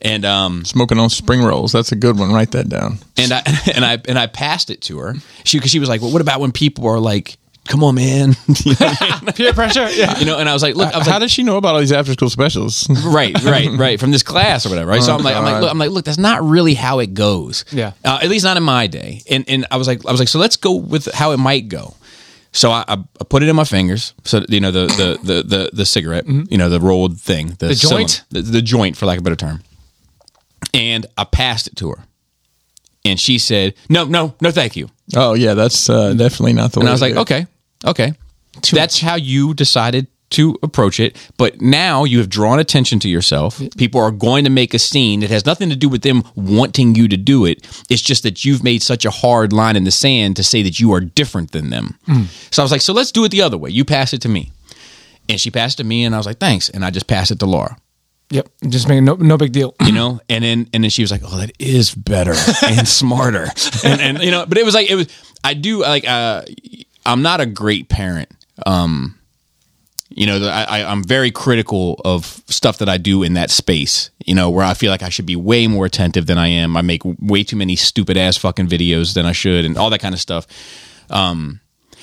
Speaker 1: and um,
Speaker 3: Smoking on spring rolls. That's a good one. Write that down.
Speaker 1: and I *laughs* and I and I passed it to her. She because she was like, "Well, what about when people are like, come on, man," *laughs* you know,
Speaker 2: Peer *laughs* pressure. Yeah.
Speaker 1: you know, and I was like, "Look, I was
Speaker 3: How
Speaker 1: like,
Speaker 3: does she know about all these after school specials?
Speaker 1: *laughs* right, right, right, from this class or whatever." Right? so I'm like, I'm like,
Speaker 3: God.
Speaker 1: look, I'm like, look, that's not really how it goes.
Speaker 2: Yeah.
Speaker 1: uh, at least not in my day. And and I was like, I was like, so let's go with how it might go. So I, I I put it in my fingers. So you know the the the the, the cigarette, you know the rolled thing, the,
Speaker 2: joint?
Speaker 1: cylinder- the, the joint for lack of a better term. And I passed it to her, and she said, "No, no, no, thank you."
Speaker 3: *laughs* oh yeah, that's uh, definitely not the.
Speaker 1: And
Speaker 3: way
Speaker 1: I was
Speaker 3: to
Speaker 1: like, "Oh."
Speaker 3: do it.
Speaker 1: okay, okay. That's how you decided to approach it. But now you have drawn attention to yourself. People are going to make a scene. It has nothing to do with them wanting you to do it. It's just that you've made such a hard line in the sand to say that you are different than them. So I was like, so let's do it the other way. You pass it to me. And she passed it to me, and I was like, thanks. And I just passed it to Laura
Speaker 2: Yep. Just making no no big deal.
Speaker 1: you know and then and then she was like oh that is better and smarter and, and you know but it was like it was i do like uh i'm not a great parent um you know that I, I i'm very critical of stuff that i do in that space you know where i feel like i should be way more attentive than i am i make way too many stupid ass fucking videos than i should and all that kind of stuff um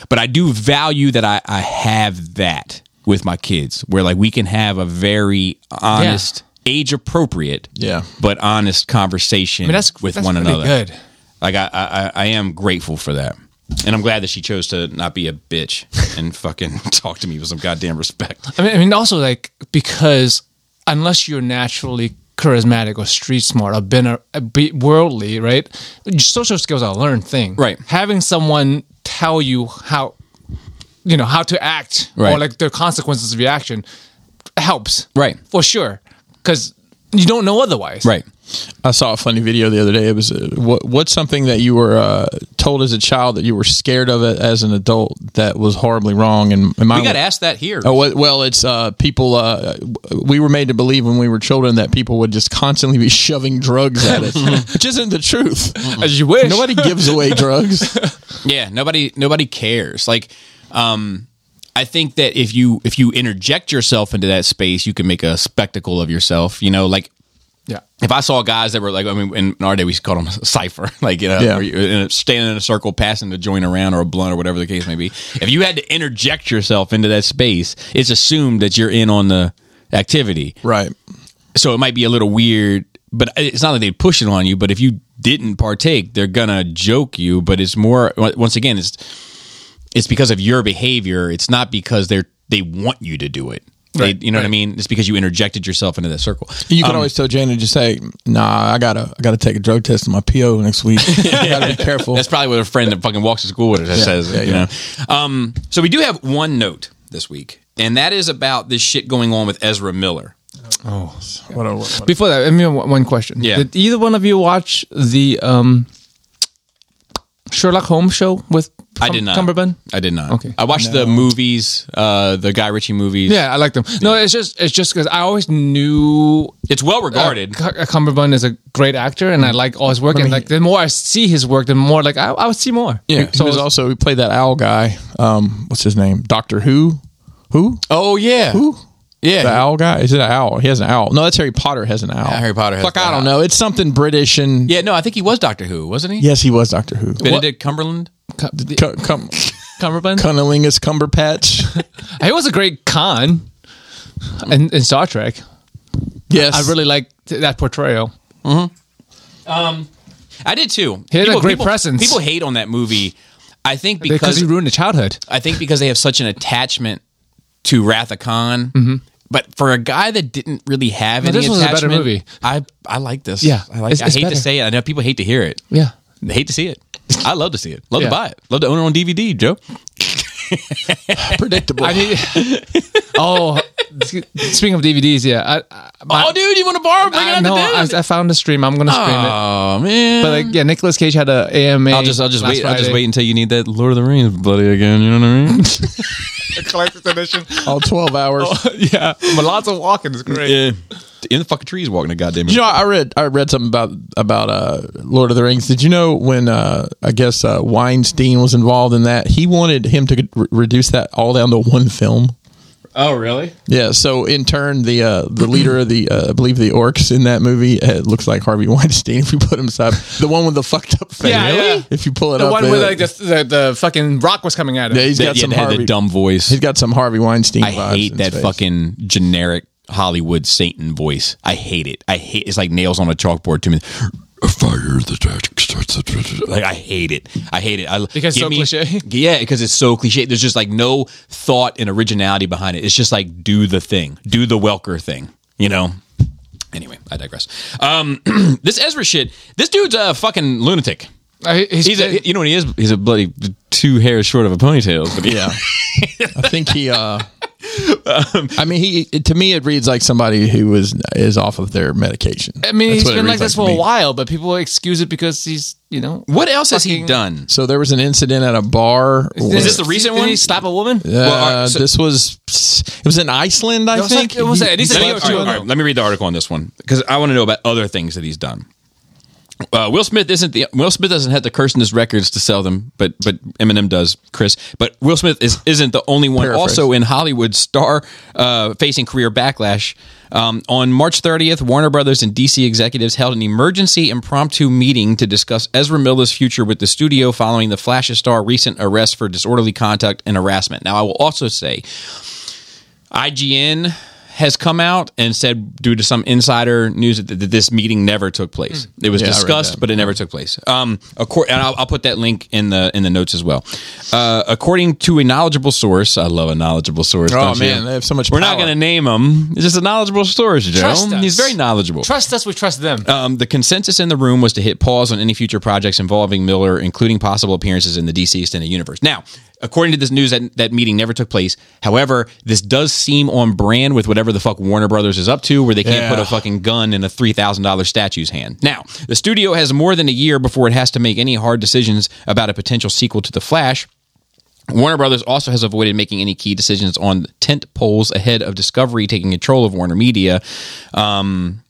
Speaker 1: but i do value that i i have that with my kids where like we can have a very honest age appropriate,
Speaker 3: Yeah.
Speaker 1: but honest conversation
Speaker 2: I mean, that's
Speaker 1: with
Speaker 2: that's
Speaker 1: one
Speaker 2: pretty
Speaker 1: another.
Speaker 2: Good.
Speaker 1: Like I, I, I am grateful for that, and I'm glad that she chose to not be a bitch and *laughs* fucking talk to me with some goddamn respect.
Speaker 2: I mean, I mean, also like because unless you're naturally charismatic or street smart or been a, a be worldly, right? Social skills are a learned thing,
Speaker 1: Right.
Speaker 2: Having someone tell you how, you know, how to act
Speaker 1: Right.
Speaker 2: or like the consequences of your action helps,
Speaker 1: Right.
Speaker 2: For sure, because you don't know otherwise,
Speaker 1: Right.
Speaker 3: I saw a funny video the other day. It was uh, what, what's something that you were uh, told as a child that you were scared of it as an adult that was horribly wrong. And, and mine
Speaker 1: We got
Speaker 3: was-
Speaker 1: asked that here.
Speaker 3: Oh well, well, it's uh, people. Uh, we were made to believe when we were children that people would just constantly be shoving drugs at us,
Speaker 1: Mm-hmm.
Speaker 3: which isn't the truth.
Speaker 2: As you wish.
Speaker 3: *laughs*
Speaker 1: *laughs*
Speaker 3: Nobody gives away drugs.
Speaker 1: Yeah, nobody nobody cares. Like um I think that if you if you interject yourself into that space, you can make a spectacle of yourself, you know, like
Speaker 2: yeah.
Speaker 1: if I saw guys that were like, I mean, in our day we used to call them *laughs* cipher, like you know,
Speaker 3: Yeah.
Speaker 1: where you- in a- standing in a circle, passing the joint around or a blunt or whatever the case may be. If you had to interject yourself into that space, it's assumed that you're in on the activity,
Speaker 3: right.
Speaker 1: so it might be a little weird. But it's not that they push it on you. But if you didn't partake, they're gonna joke you. But it's more once again, it's it's because of your behavior. It's not because they're they want you to do it.
Speaker 2: Right,
Speaker 1: they, you know what I mean? It's because you interjected yourself into that circle.
Speaker 3: You can always tell Janet just say, "Nah, I gotta, I gotta take a drug test on my PO next
Speaker 1: *laughs*
Speaker 3: week. I gotta be careful."
Speaker 1: That's probably what a friend that fucking walks to school with it says.
Speaker 3: yeah,
Speaker 1: you know. Um, so we do have one note this week, and that is about this shit going on with Ezra Miller.
Speaker 2: Oh.
Speaker 3: What a, what a-
Speaker 2: Before that, let me have one one question.
Speaker 1: Yeah.
Speaker 2: Did either one of you watch the um, Sherlock Holmes show with
Speaker 1: I
Speaker 2: Cum-
Speaker 1: did not.
Speaker 2: Cumberbund?
Speaker 1: I did not.
Speaker 2: Okay.
Speaker 1: I watched the movies, uh, the Guy Ritchie movies.
Speaker 2: Yeah, I like them. No, it's just it's just because I always knew
Speaker 1: It's well
Speaker 2: uh,
Speaker 1: regarded.
Speaker 2: Cu- uh, Cumberbund is a great actor, and I like all his work. and like the more I see his work, the more like I, I would see more.
Speaker 3: yeah. So
Speaker 2: So
Speaker 3: he was
Speaker 2: it's-
Speaker 3: also he played that owl guy. Um, what's his name? Doctor Who. Who?
Speaker 1: oh yeah.
Speaker 3: Who?
Speaker 1: Yeah.
Speaker 3: The owl guy? Is it an owl? He has an owl. No, that's Harry Potter has an owl.
Speaker 1: Yeah, Harry Potter has
Speaker 3: Fuck,
Speaker 1: the
Speaker 3: I
Speaker 1: owl.
Speaker 3: don't know. It's something British and
Speaker 1: Yeah, no, I think he was Doctor Who, wasn't he?
Speaker 3: yes, he was Doctor Who.
Speaker 1: Benedict Cumberland.
Speaker 2: Cu- the-
Speaker 3: Cum, cum,
Speaker 1: *laughs*
Speaker 2: Cumberbund. *laughs*
Speaker 3: Cunnilingus Cumberpatch.
Speaker 2: he was a great con in, in Star Trek.
Speaker 3: yes,
Speaker 2: I really liked that portrayal.
Speaker 1: I did too.
Speaker 2: He had a great
Speaker 1: people,
Speaker 2: presence.
Speaker 1: People hate on that movie. I think
Speaker 2: Because
Speaker 1: because
Speaker 2: he ruined the childhood.
Speaker 1: I think because they have such an attachment to Wrath of Khan. But for a guy that didn't really have any
Speaker 2: Mm-hmm. this was a better
Speaker 1: attachment,
Speaker 2: movie.
Speaker 1: I I like this.
Speaker 2: Yeah,
Speaker 1: I like.
Speaker 2: it's- it's
Speaker 1: I hate
Speaker 2: better.
Speaker 1: to say it. I know people hate to hear it.
Speaker 2: Yeah.
Speaker 1: They hate to see it. I love to see it. Love
Speaker 2: Yeah.
Speaker 1: to buy it. Love to own it on DVD. Joe.
Speaker 3: predictable.
Speaker 2: *laughs* I need. oh, *laughs* speaking of DVDs, yeah. I, I,
Speaker 1: oh, dude, you want to borrow? Bring it
Speaker 2: I,
Speaker 1: out
Speaker 2: no,
Speaker 1: to
Speaker 2: I,
Speaker 1: dinner.
Speaker 2: I found the Ah. stream. I'm gonna stream it.
Speaker 1: Oh man.
Speaker 2: But like, yeah, Nicolas Cage had a AMA.
Speaker 1: I'll just I'll just
Speaker 2: last
Speaker 1: wait. I'll just
Speaker 2: Friday.
Speaker 1: wait until you need that Lord of the Rings bloody again. You know what I
Speaker 3: *laughs*
Speaker 1: mean?
Speaker 2: *laughs*
Speaker 3: All twelve
Speaker 2: Oh.
Speaker 3: hours.
Speaker 2: yeah, but lots of walking is great.
Speaker 1: yeah. In the fucking trees, walking the goddamn.
Speaker 3: You know, I read I read something about about uh, Lord of the Rings. Did you know when uh, I guess uh, Weinstein was involved in that? He wanted him to re- reduce that all down to one film.
Speaker 1: Oh, really?
Speaker 3: Yeah. So in turn, the uh, the leader of the uh, I believe the orcs in that movie uh, looks like Harvey *laughs* Weinstein. If you put him aside, the one with the fucked up face.
Speaker 2: Yeah, Really? yeah.
Speaker 3: If you pull it
Speaker 2: The
Speaker 3: up,
Speaker 2: one
Speaker 3: they
Speaker 2: where
Speaker 3: look-
Speaker 2: like the, the the fucking rock was coming at him.
Speaker 3: yeah, he's
Speaker 1: Yeah,
Speaker 3: got
Speaker 1: yeah,
Speaker 3: some
Speaker 1: they had
Speaker 3: Harvey.
Speaker 1: the dumb voice.
Speaker 3: he's got some Harvey Weinstein.
Speaker 1: I
Speaker 3: vibes
Speaker 1: hate
Speaker 3: in
Speaker 1: that
Speaker 3: his face.
Speaker 1: fucking generic Hollywood Satan voice. I hate it. I hate it's like nails on a chalkboard to me. Fire the tactic starts. at- Like I hate it. I hate it. I,
Speaker 2: Because it's
Speaker 1: give *laughs*
Speaker 2: so cliche?
Speaker 1: Yeah, because it's so cliche. There's just like no thought and originality behind it. It's just like do the thing, do the Welker thing. You know. Anyway, I digress. Um, *clears throat* this Ezra shit. This dude's a fucking lunatic.
Speaker 2: Uh, he- he's,
Speaker 1: He's a, you know what he is? He's a bloody two hairs short of a ponytail. But
Speaker 3: Yeah. *laughs* Um, I think he uh I mean he to me it reads like somebody who is is off of their medication.
Speaker 2: I mean,
Speaker 3: That's
Speaker 2: he's
Speaker 3: what it
Speaker 2: been like
Speaker 3: reads
Speaker 2: this
Speaker 3: to
Speaker 2: for a
Speaker 3: me.
Speaker 2: while, but people excuse it because he's you know.
Speaker 1: What else has he done?
Speaker 3: So there was an incident at a bar.
Speaker 1: Is this the recent
Speaker 2: Did
Speaker 1: one?
Speaker 2: he slap a woman?
Speaker 3: uh,
Speaker 1: well, all right, so-
Speaker 3: this was it was in Iceland, I
Speaker 2: was
Speaker 3: think.
Speaker 2: like- it was-
Speaker 3: He-
Speaker 2: it is
Speaker 3: he
Speaker 1: Let me,
Speaker 2: a- Well,
Speaker 1: all
Speaker 3: slept
Speaker 1: right,
Speaker 2: you
Speaker 1: all
Speaker 3: with-
Speaker 2: know.
Speaker 1: right, let me read the article on this one because I want to know about other things that he's done. Uh, Will Smith isn't the Will Smith doesn't have the curse in his records to sell them, but but Eminem does, Chris. But Will Smith is isn't the only one.
Speaker 3: Paraphrase.
Speaker 1: Also in Hollywood, star uh, facing career backlash. Um, on March 30th, Warner Brothers and DC executives held an emergency impromptu meeting to discuss Ezra Miller's future with the studio following the Flash star recent arrest for disorderly conduct and harassment. Now, I will also say IGN has come out and said, due to some insider news, that, that this meeting never took place. It was
Speaker 3: Hmm. Yeah, I read
Speaker 1: discussed,
Speaker 3: that.
Speaker 1: but it never took place. Um, accor- and I'll, I'll put that link in the in the notes as well. Uh, according to a knowledgeable source, I love a knowledgeable source.
Speaker 3: Oh
Speaker 1: don't you?
Speaker 3: man, they have so much
Speaker 1: We're not
Speaker 3: power.
Speaker 1: going to name him. It's just a knowledgeable source, Joe.
Speaker 2: Trust us.
Speaker 1: He's very knowledgeable.
Speaker 2: Trust us, we trust them.
Speaker 1: Um, the consensus in the room was to hit pause on any future projects involving Miller, including possible appearances in the DC extended universe. Now, according to this news, that, that meeting never took place. However, this does seem on brand with whatever the fuck Warner Brothers is up to, where they can't
Speaker 3: Yeah.
Speaker 1: put a fucking gun in a $3,000 statue's hand. Now, the studio has more than a year before it has to make any hard decisions about a potential sequel to The Flash. Warner Brothers also has avoided making any key decisions on tent poles ahead of Discovery taking control of Warner Media. Um,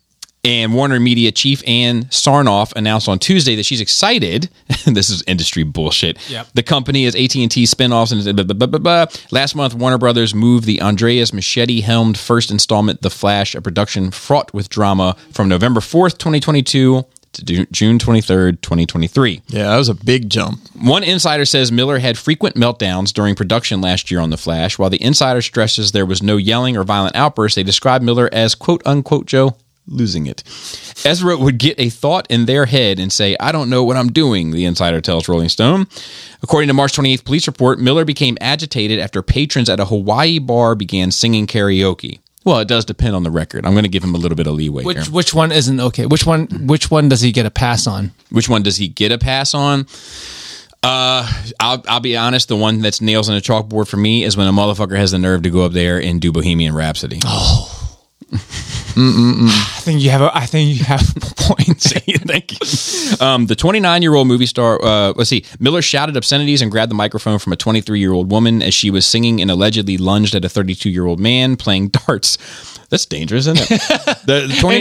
Speaker 1: and Warner Media chief Ann Sarnoff announced on Tuesday that she's excited. *laughs* this is industry bullshit.
Speaker 2: Yep.
Speaker 1: The company is AT and T spinoffs and blah, blah, blah, blah, blah. last month Warner Brothers moved the Andreas Machete helmed first installment, The Flash, a production fraught with drama, from November fourth, twenty twenty two to Ju- June twenty third, twenty twenty three.
Speaker 3: Yeah, that was a big jump.
Speaker 1: One insider says Miller had frequent meltdowns during production last year on The Flash. While the insider stresses there was no yelling or violent outbursts, they describe Miller as quote unquote Joe losing it. Ezra would get a thought in their head and say, I don't know what I'm doing, the insider tells Rolling Stone. According to March 28th police report, Miller became agitated after patrons at a Hawaii bar began singing karaoke. Well, it does depend on the record. I'm going to give him a little bit of leeway here.
Speaker 2: Which which one isn't okay? Which one which one does he get a pass on?
Speaker 1: Which one does he get a pass on? Uh, I'll, I'll be honest. The one that's nails on the chalkboard for me is when a motherfucker has the nerve to go up there and do Bohemian Rhapsody. Oh,
Speaker 2: I think you have. A, I think you have *laughs*
Speaker 1: *laughs*
Speaker 2: points.
Speaker 1: Thank you. Um, the 29 year old movie star, uh, let's see, Miller shouted obscenities and grabbed the microphone from a 23 year old woman as she was singing and allegedly lunged at a 32 year old man playing *laughs* darts. That's dangerous, isn't it?
Speaker 2: *laughs*
Speaker 1: The, the 20,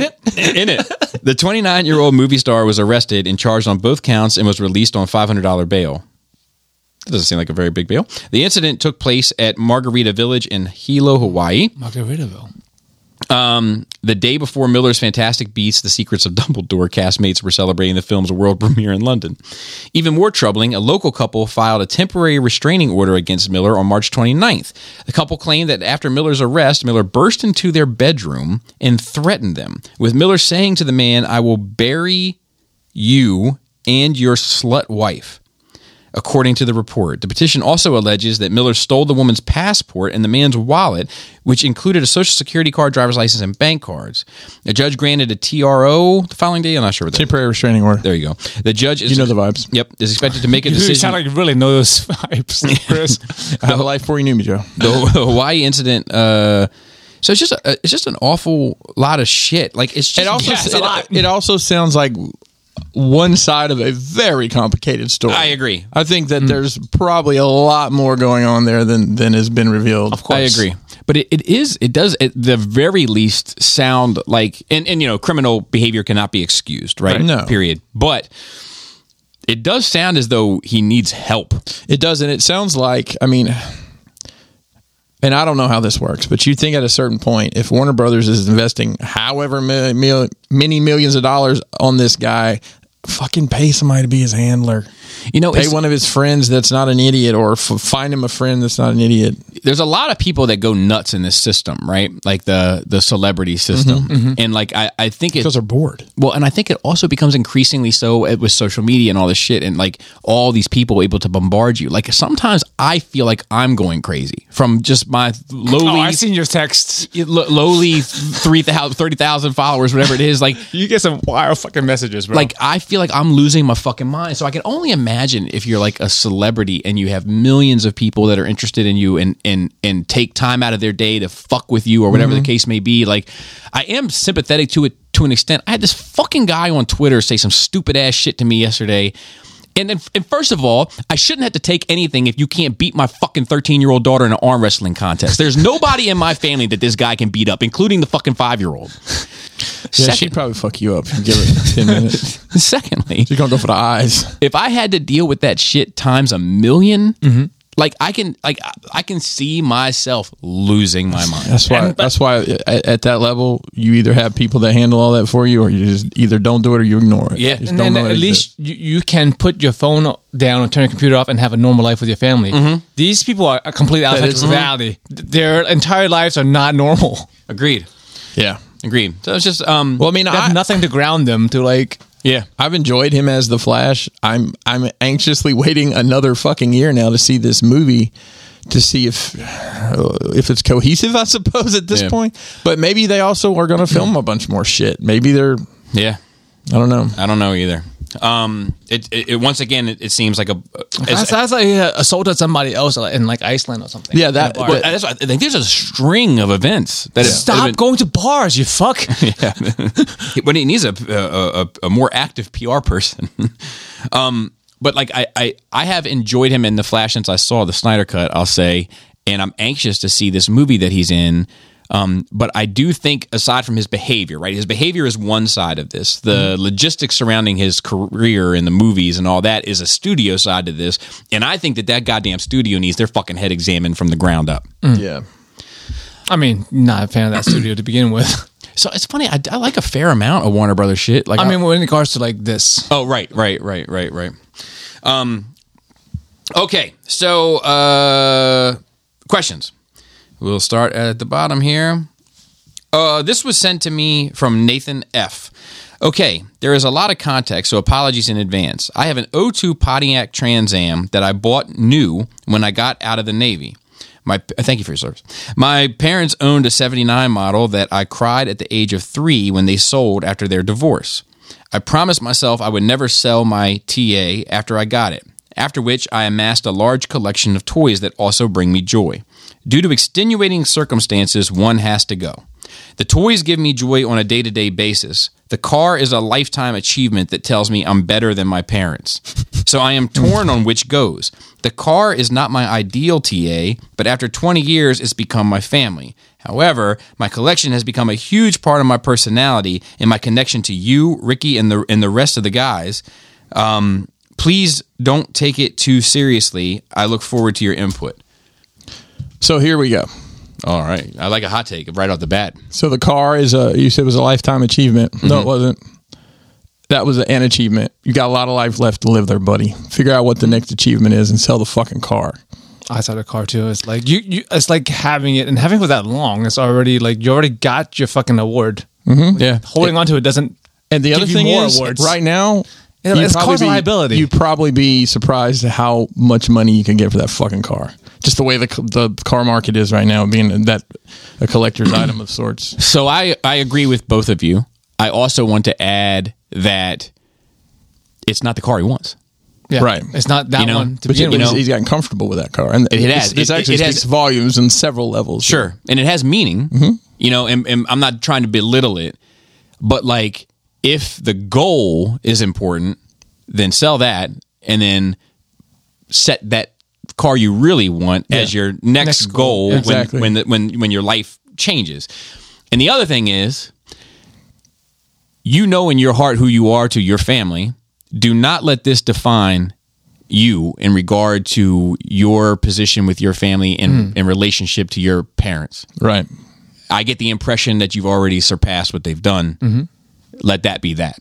Speaker 1: in it? *laughs* The 29 year old movie star was arrested and charged on both counts and was released on $500 bail. That doesn't seem like a very big bail. The incident took place at Margarita Village in Hilo, Hawaii
Speaker 2: Margaritaville.
Speaker 1: the day before Miller's Fantastic Beasts: The Secrets of Dumbledore, castmates were celebrating the film's world *laughs* premiere in London. Even more troubling, a local couple filed a temporary restraining order against Miller on March 29th. The couple claimed that after Miller's arrest, Miller burst into their bedroom and threatened them, with Miller saying to the man, "I will bury you and your slut wife." According to the report, the petition also alleges that Miller stole the woman's passport and the man's wallet, which included a social security card, driver's license, and bank cards. The judge granted a TRO the following day. I'm not sure what that is.
Speaker 3: Temporary restraining order.
Speaker 1: There you go. The judge is.
Speaker 3: You know the vibes.
Speaker 1: Yep. Is expected to make
Speaker 3: *laughs*
Speaker 1: a
Speaker 2: You
Speaker 1: decision.
Speaker 2: sound like you really know those vibes, Chris.
Speaker 3: I have a life before you knew me, Joe.
Speaker 1: the the Hawaii incident. Uh, so it's just a, it's just an awful lot of shit. Like it's just
Speaker 3: It also
Speaker 1: Yeah, it's a
Speaker 3: it-
Speaker 1: lot.
Speaker 3: It, also sounds like one side of a very complicated story.
Speaker 1: I agree.
Speaker 3: I think
Speaker 2: Hmm.
Speaker 3: that there's probably a lot more going on there than than has been revealed. Of
Speaker 1: I agree. But it, it is, it does at the very least sound like, and, and, you know, criminal behavior cannot be excused, right?
Speaker 3: Right. No.
Speaker 1: Period. But it does sound as though he needs help.
Speaker 3: It does, and it sounds like I mean, and I don't know how this works, but you think at a certain point, if Warner Brothers is investing however mil, mil, many millions of dollars on this guy, fucking pay somebody to be his handler.
Speaker 1: You know,
Speaker 3: Pay
Speaker 1: it's-
Speaker 3: one of his friends that's not an idiot, or f- find him a friend that's not an idiot.
Speaker 1: there's a lot of people that go nuts in this system, right? Like the the celebrity system. And like, I, I think it's,
Speaker 3: Mm-hmm, Because they're bored.
Speaker 1: Well, and I think it also becomes increasingly so it- with social media and all this shit, and like all these people able to bombard you. Like sometimes I feel like I'm going crazy from just my lowly,
Speaker 2: Oh, I've seen your texts.
Speaker 1: lo- lowly 3,000 30,000 followers, whatever it is. Like,
Speaker 2: You get some wild fucking messages, bro.
Speaker 1: like I feel like I'm losing my fucking mind. So I can only imagine if you're like a celebrity and you have millions of people that are interested in you and and and take time out of their day to fuck with you or whatever the case may be. Like I am sympathetic to it to an extent. I had this fucking guy on Twitter say some stupid ass shit to me yesterday. And, then, and first of all, I shouldn't have to take anything if you can't beat my fucking 13 year old daughter in an arm wrestling contest. There's nobody in my family that this guy can beat up, including the fucking five year old.
Speaker 3: Yeah,
Speaker 1: Second-
Speaker 3: she'd probably fuck you up. if you Give it ten minutes. *laughs*
Speaker 1: Secondly,
Speaker 3: She's gonna go for the eyes.
Speaker 1: if I had to deal with that shit times a 1000000 like I can, like I- I can see myself losing my mind.
Speaker 3: That's why. that's why at, at that level, you either have people that handle all that for you, or you just either don't do it or you ignore it.
Speaker 1: Yeah.
Speaker 3: Just
Speaker 2: and
Speaker 3: don't
Speaker 2: then
Speaker 3: know it
Speaker 2: at
Speaker 3: exists.
Speaker 2: least you, you can put your phone down and turn your computer off and have a normal life with your family. These people are completely outside
Speaker 3: is-
Speaker 2: of reality. Their entire lives are not normal.
Speaker 1: *laughs* Agreed.
Speaker 3: yeah.
Speaker 1: Agreed. So it's just, um,
Speaker 3: Well, I mean,
Speaker 2: They have
Speaker 3: I,
Speaker 2: nothing to ground them to like.
Speaker 1: yeah.
Speaker 3: I've enjoyed him as the Flash. I'm I'm anxiously waiting another fucking year now to see this movie to see if if it's cohesive. I suppose at this
Speaker 1: Yeah.
Speaker 3: point, but maybe they also are going to film a bunch more shit. Maybe they're
Speaker 1: Yeah.
Speaker 3: I don't know.
Speaker 1: I don't know either. Um, it, it, it once again, it, it seems like a,
Speaker 2: That's,
Speaker 1: as-
Speaker 2: that's like uh, assaulted somebody else like, in like Iceland or something.
Speaker 3: Yeah, that-
Speaker 2: In a bar.
Speaker 1: well, that's why I think there's a string of events that it-
Speaker 2: Stop going to bars, you fuck.
Speaker 1: when he needs a a, a a more active PR person. *laughs* um, but like I, I I have enjoyed him in the Flash since I saw the Snyder cut. I'll say, and I'm anxious to see this movie that he's in. Um, but I do think, aside from his behavior, right? His behavior is one side of this. The logistics surrounding his career in the movies and all that is a studio side to this. And I think that that goddamn studio needs their fucking head examined from the ground up.
Speaker 3: Yeah.
Speaker 2: I mean, not a fan of that studio to begin with.
Speaker 1: So it's funny. I, I like a fair amount of Warner Brothers shit. Like
Speaker 2: I mean, when it comes to like this,
Speaker 1: Oh, right, right, right, right, right. Um, okay, so uh, questions. We'll start at the bottom here. Uh, this was sent to me from Nathan F. Okay, there is a lot of context, so apologies in advance. I have an 02 Pontiac Trans Am that I bought new when I got out of the Navy. My uh, thank you for your service. My parents owned a 79 model that I cried at the age of 3 when they sold after their divorce. I promised myself I would never sell my TA after I got it after which I amassed a large collection of toys that also bring me joy. Due to extenuating circumstances, one has to go. The toys give me joy on a day to day basis. The car is a lifetime achievement that tells me I'm better than my parents. So I am torn on which goes. The car is not my ideal TA, but after 20 years, it's become my family. However, my collection has become a huge part of my personality and my connection to you, Ricky, and the, and the rest of the guys. Um, please don't take it too seriously. I look forward to your input.
Speaker 3: So here we go.
Speaker 1: All right. I like a hot take right off the bat.
Speaker 3: So the car is a you said it was a lifetime achievement. No, it
Speaker 1: Mm-hmm.
Speaker 3: wasn't. That was an achievement. You got a lot of life left to live there, buddy. Figure out what the next achievement is and sell the fucking car.
Speaker 2: I saw the car too. It's like you, you it's like having it and having it for that long. It's already like you already got your fucking award.
Speaker 3: Yeah.
Speaker 2: Holding on to it doesn't.
Speaker 3: And the
Speaker 2: give
Speaker 3: other
Speaker 2: you
Speaker 3: thing
Speaker 2: more
Speaker 3: is,
Speaker 2: awards.
Speaker 3: right now,
Speaker 2: Yeah,
Speaker 3: you'd
Speaker 2: it's cars
Speaker 3: probably be-
Speaker 2: liability.
Speaker 3: You'd probably be surprised at how much money you can get for that fucking car. Just the way the c- the car market is right now, being that a collector's item of sorts.
Speaker 1: So I I agree with both of you. I also want to add that it's not the car he wants.
Speaker 2: Yeah,
Speaker 3: Right.
Speaker 2: It's not that
Speaker 1: You know,
Speaker 2: one to
Speaker 1: but
Speaker 2: begin
Speaker 1: you
Speaker 2: with.
Speaker 1: know-
Speaker 3: he's gotten comfortable with that car, and it
Speaker 1: has.
Speaker 3: This
Speaker 1: It-
Speaker 3: actually
Speaker 1: it has-
Speaker 3: speaks volumes on several levels.
Speaker 1: Sure, Mm-hmm. and it has meaning. You know, and, and I'm not trying to belittle it, but like if the goal is important, then sell that, and then set that car you really want as your next,
Speaker 2: Next
Speaker 1: goal
Speaker 2: goal.
Speaker 1: when
Speaker 3: Exactly.
Speaker 1: when, the, when when your life changes. And the other thing is, you know in your heart who you are to your family. Do not let this define you in regard to your position with your family and in relationship to your parents.
Speaker 3: Right.
Speaker 1: I get the impression that you've already surpassed what they've done. Let that be that.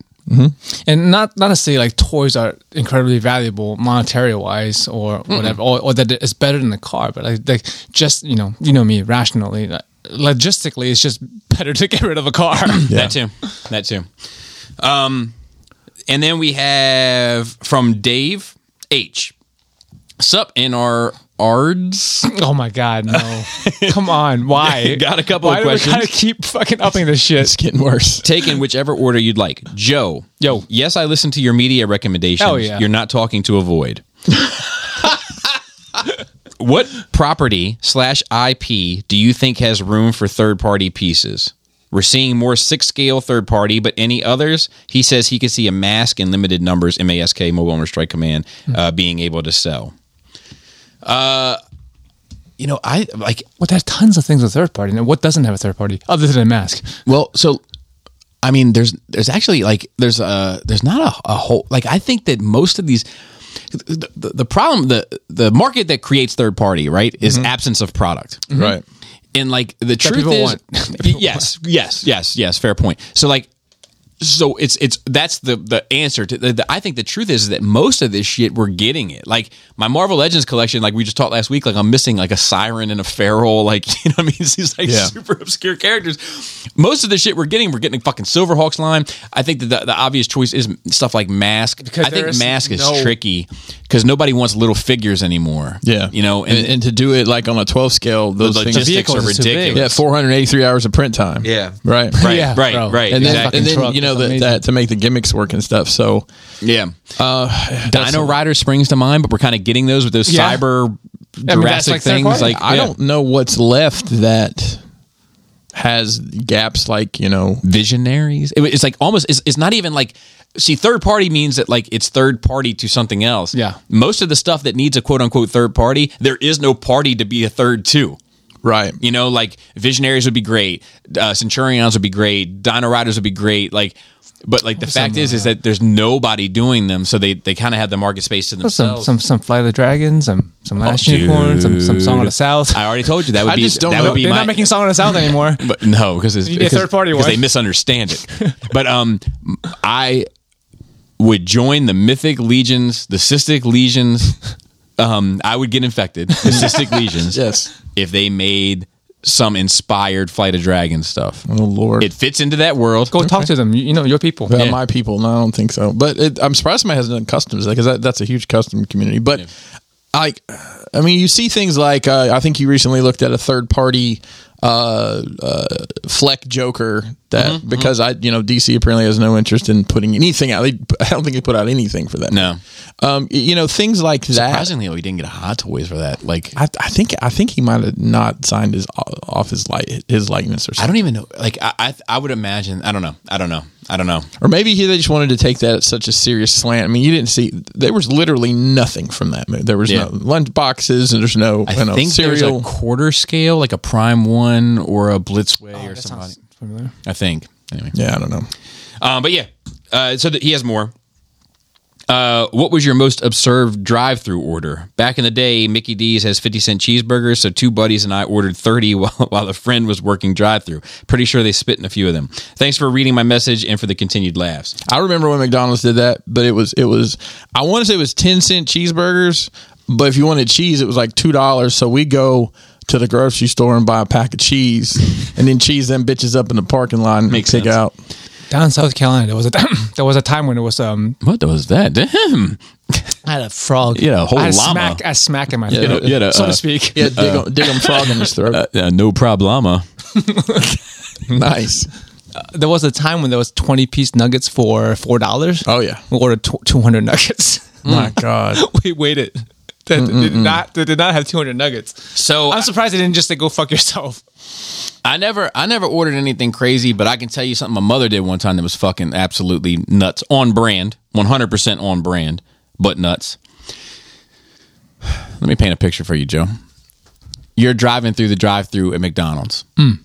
Speaker 2: and not not to say like toys are incredibly valuable monetary wise or whatever, or, or that it's better than the car, but like, like just you know you know me rationally, like, logistically, it's just better to get rid of a car.
Speaker 1: That too. That too. Um, and then we have from Dave H. Sup in our ards.
Speaker 2: *clears throat* oh my god,
Speaker 1: *laughs*
Speaker 2: no! Come on, why?
Speaker 1: Got a couple
Speaker 2: why
Speaker 1: of
Speaker 2: do
Speaker 1: questions.
Speaker 2: We gotta keep fucking upping this shit.
Speaker 3: It's getting worse.
Speaker 1: Take in whichever order you'd like. Joe.
Speaker 2: Yo.
Speaker 1: Yes, I listen to your media recommendations.
Speaker 2: Oh, yeah.
Speaker 1: You're not talking to
Speaker 2: *laughs*
Speaker 1: avoid. what property slash IP do you think has room for third party pieces? We're seeing more six scale third party, but any others? He says he could see a mask in limited numbers, MASK, Mobile Owner Strike Command,
Speaker 2: Hmm.
Speaker 1: uh, being able to sell. Uh, you know, I like
Speaker 2: Well, there's tons of things with third party. Now, what doesn't have a third party other than a mask?
Speaker 1: Well, so I mean, there's there's actually like there's a there's not a, a whole like I think that most of these the, the, the problem the the market that creates third party right is absence of product
Speaker 3: Right.
Speaker 1: and like the truth
Speaker 2: people
Speaker 1: is
Speaker 2: want.
Speaker 1: *laughs* yes yes yes yes fair point so like so it's it's that's the the answer to the, the- I think the truth is that most of this shit we're getting it like my Marvel Legends collection like we just talked last week like I'm missing like a siren and a feral *laughs* like you know what I mean it's these like
Speaker 3: Yeah.
Speaker 1: super obscure characters most of the shit we're getting we're getting fucking Silverhawks line I think that the, the obvious choice is stuff like Mask I
Speaker 2: there
Speaker 1: think
Speaker 2: is
Speaker 1: Mask is
Speaker 2: no-
Speaker 1: tricky because nobody wants little figures anymore
Speaker 3: Yeah.
Speaker 1: you know
Speaker 3: and, and, to do it like on a 12 scale, those
Speaker 1: the
Speaker 3: things.
Speaker 1: logistics are
Speaker 2: vehicles is too big.
Speaker 1: ridiculous
Speaker 3: Yeah, 483 hours of print time.
Speaker 1: Yeah.
Speaker 3: Right.
Speaker 1: Right,
Speaker 2: Yeah,
Speaker 1: right,
Speaker 2: bro.
Speaker 1: right.
Speaker 3: And then,
Speaker 1: exactly.
Speaker 3: and then
Speaker 2: truck
Speaker 3: you know,
Speaker 2: is
Speaker 3: the,
Speaker 2: amazing.
Speaker 3: that to make the gimmicks work and stuff. So,
Speaker 1: yeah. Uh, Dino Rider springs to mind, but we're kind of getting those with those
Speaker 2: Yeah.
Speaker 1: cyber Jurassic
Speaker 2: I mean, that's like third
Speaker 1: things.
Speaker 2: party.
Speaker 1: Like
Speaker 3: I
Speaker 1: yeah.
Speaker 3: don't know what's left that has gaps like, you know,
Speaker 1: visionaries. It- it's like almost. It's, it's not even like. See, third party means that like it's third party to something else.
Speaker 2: Yeah.
Speaker 1: Most of the stuff that needs a quote unquote third party, there is no party to be a third to.
Speaker 3: right.
Speaker 1: You know, like Visionaries would be great, uh, Centurions would be great, Dino Riders would be great. Like, but like the fact is, is that there's nobody doing them, so they they kind of have the market space to
Speaker 2: Some
Speaker 1: themselves.
Speaker 2: some some Flight of the Dragons, some some Last Unicorn, some some Song of the South.
Speaker 1: I already told you that would
Speaker 3: I
Speaker 1: be
Speaker 3: just don't
Speaker 1: that
Speaker 3: know.
Speaker 1: would be
Speaker 2: They're
Speaker 1: my,
Speaker 2: not making Song of the South anymore.
Speaker 1: But no, because it's
Speaker 2: need a
Speaker 1: because-
Speaker 2: third-party
Speaker 1: because
Speaker 2: one.
Speaker 1: they misunderstand it. but um, I would join the mythic legions, the cystic legions. Um, I would get infected, the
Speaker 2: *laughs*
Speaker 1: cystic legions.
Speaker 3: Yes.
Speaker 1: if they made some inspired Flight of Dragon stuff,
Speaker 3: Oh, Lord.
Speaker 1: it fits into that world.
Speaker 2: *laughs* Go talk to them. You, you know your people.
Speaker 3: Yeah, my people. No, I don't think so. But it, I'm surprised somebody hasn't done customs because that, that's a huge custom community. But I, I mean, you see things like uh, I think you recently looked at a third party uh, uh, Fleck Joker that
Speaker 1: Mm-hmm,
Speaker 3: because I, you know, DC apparently has no interest in putting anything out. They, I don't think they put out anything for that.
Speaker 1: No.
Speaker 3: um, y- you know, things like that.
Speaker 1: Surprisingly, though, he didn't get a Hot Toys for that. Like,
Speaker 3: I, I think I think he might have not signed his off his light his likeness or
Speaker 1: I
Speaker 3: something,
Speaker 1: don't even know. Like, I, I, I would imagine. I don't know. I don't know. I don't know.
Speaker 3: or maybe he, they just wanted to take that at such a serious slant. I mean, you didn't see there was literally nothing from that movie. There was
Speaker 1: Yeah.
Speaker 3: no lunch boxes and there's no
Speaker 1: I
Speaker 3: you know,
Speaker 1: think
Speaker 3: cereal.
Speaker 1: there's a quarter scale, like a Prime One or a Blitzway or
Speaker 2: Oh, That
Speaker 1: somebody.
Speaker 2: sounds familiar.
Speaker 1: I think. Anyway.
Speaker 3: yeah, I don't know.
Speaker 1: Um, but yeah, uh, so that he has more. Uh, what was your most observed drive-through order? Back in the day, Mickey D's has fifty cent cheeseburgers, so two buddies and I ordered thirty *laughs* while while a friend was working drive-through. Pretty sure they spit in a few of them. Thanks for reading my message and for the continued laughs.
Speaker 3: I remember when McDonald's did that, but it was it was I want to say it was ten cent cheeseburgers, but if you wanted cheese, it was like two dollars. So we go to the grocery store and buy a pack of cheese, *laughs* and then cheese them bitches up in the parking lot and
Speaker 1: Makes
Speaker 3: pick
Speaker 1: sense.
Speaker 3: out.
Speaker 2: Down in South Carolina, there was a *clears throat* there was a time when it was um
Speaker 1: What was that? *laughs* Damn,
Speaker 2: I had a frog.
Speaker 1: You had a whole
Speaker 2: I had
Speaker 1: llama.
Speaker 2: Smack, I smacked in my throat,
Speaker 1: you had a,
Speaker 2: so
Speaker 1: uh,
Speaker 2: to speak.
Speaker 3: Yeah, dig, 'em- dig 'em frog in his *laughs* throat.
Speaker 1: uh, no problema.
Speaker 3: nice.
Speaker 2: *laughs* There was a time when there was twenty piece nuggets for four dollars.
Speaker 3: Oh yeah.
Speaker 2: we ordered tw- two hundred nuggets.
Speaker 3: My God.
Speaker 2: *laughs* we waited. They did not. They did not have two hundred nuggets.
Speaker 1: So
Speaker 2: I'm surprised they didn't just say go fuck yourself.
Speaker 1: I never I never ordered anything crazy, but I can tell you something my mother did one time that was fucking absolutely nuts. On brand, 100% on brand, but nuts. Let me paint a picture for you, Joe. You're driving through the drive-through at McDonald's.
Speaker 2: Mm.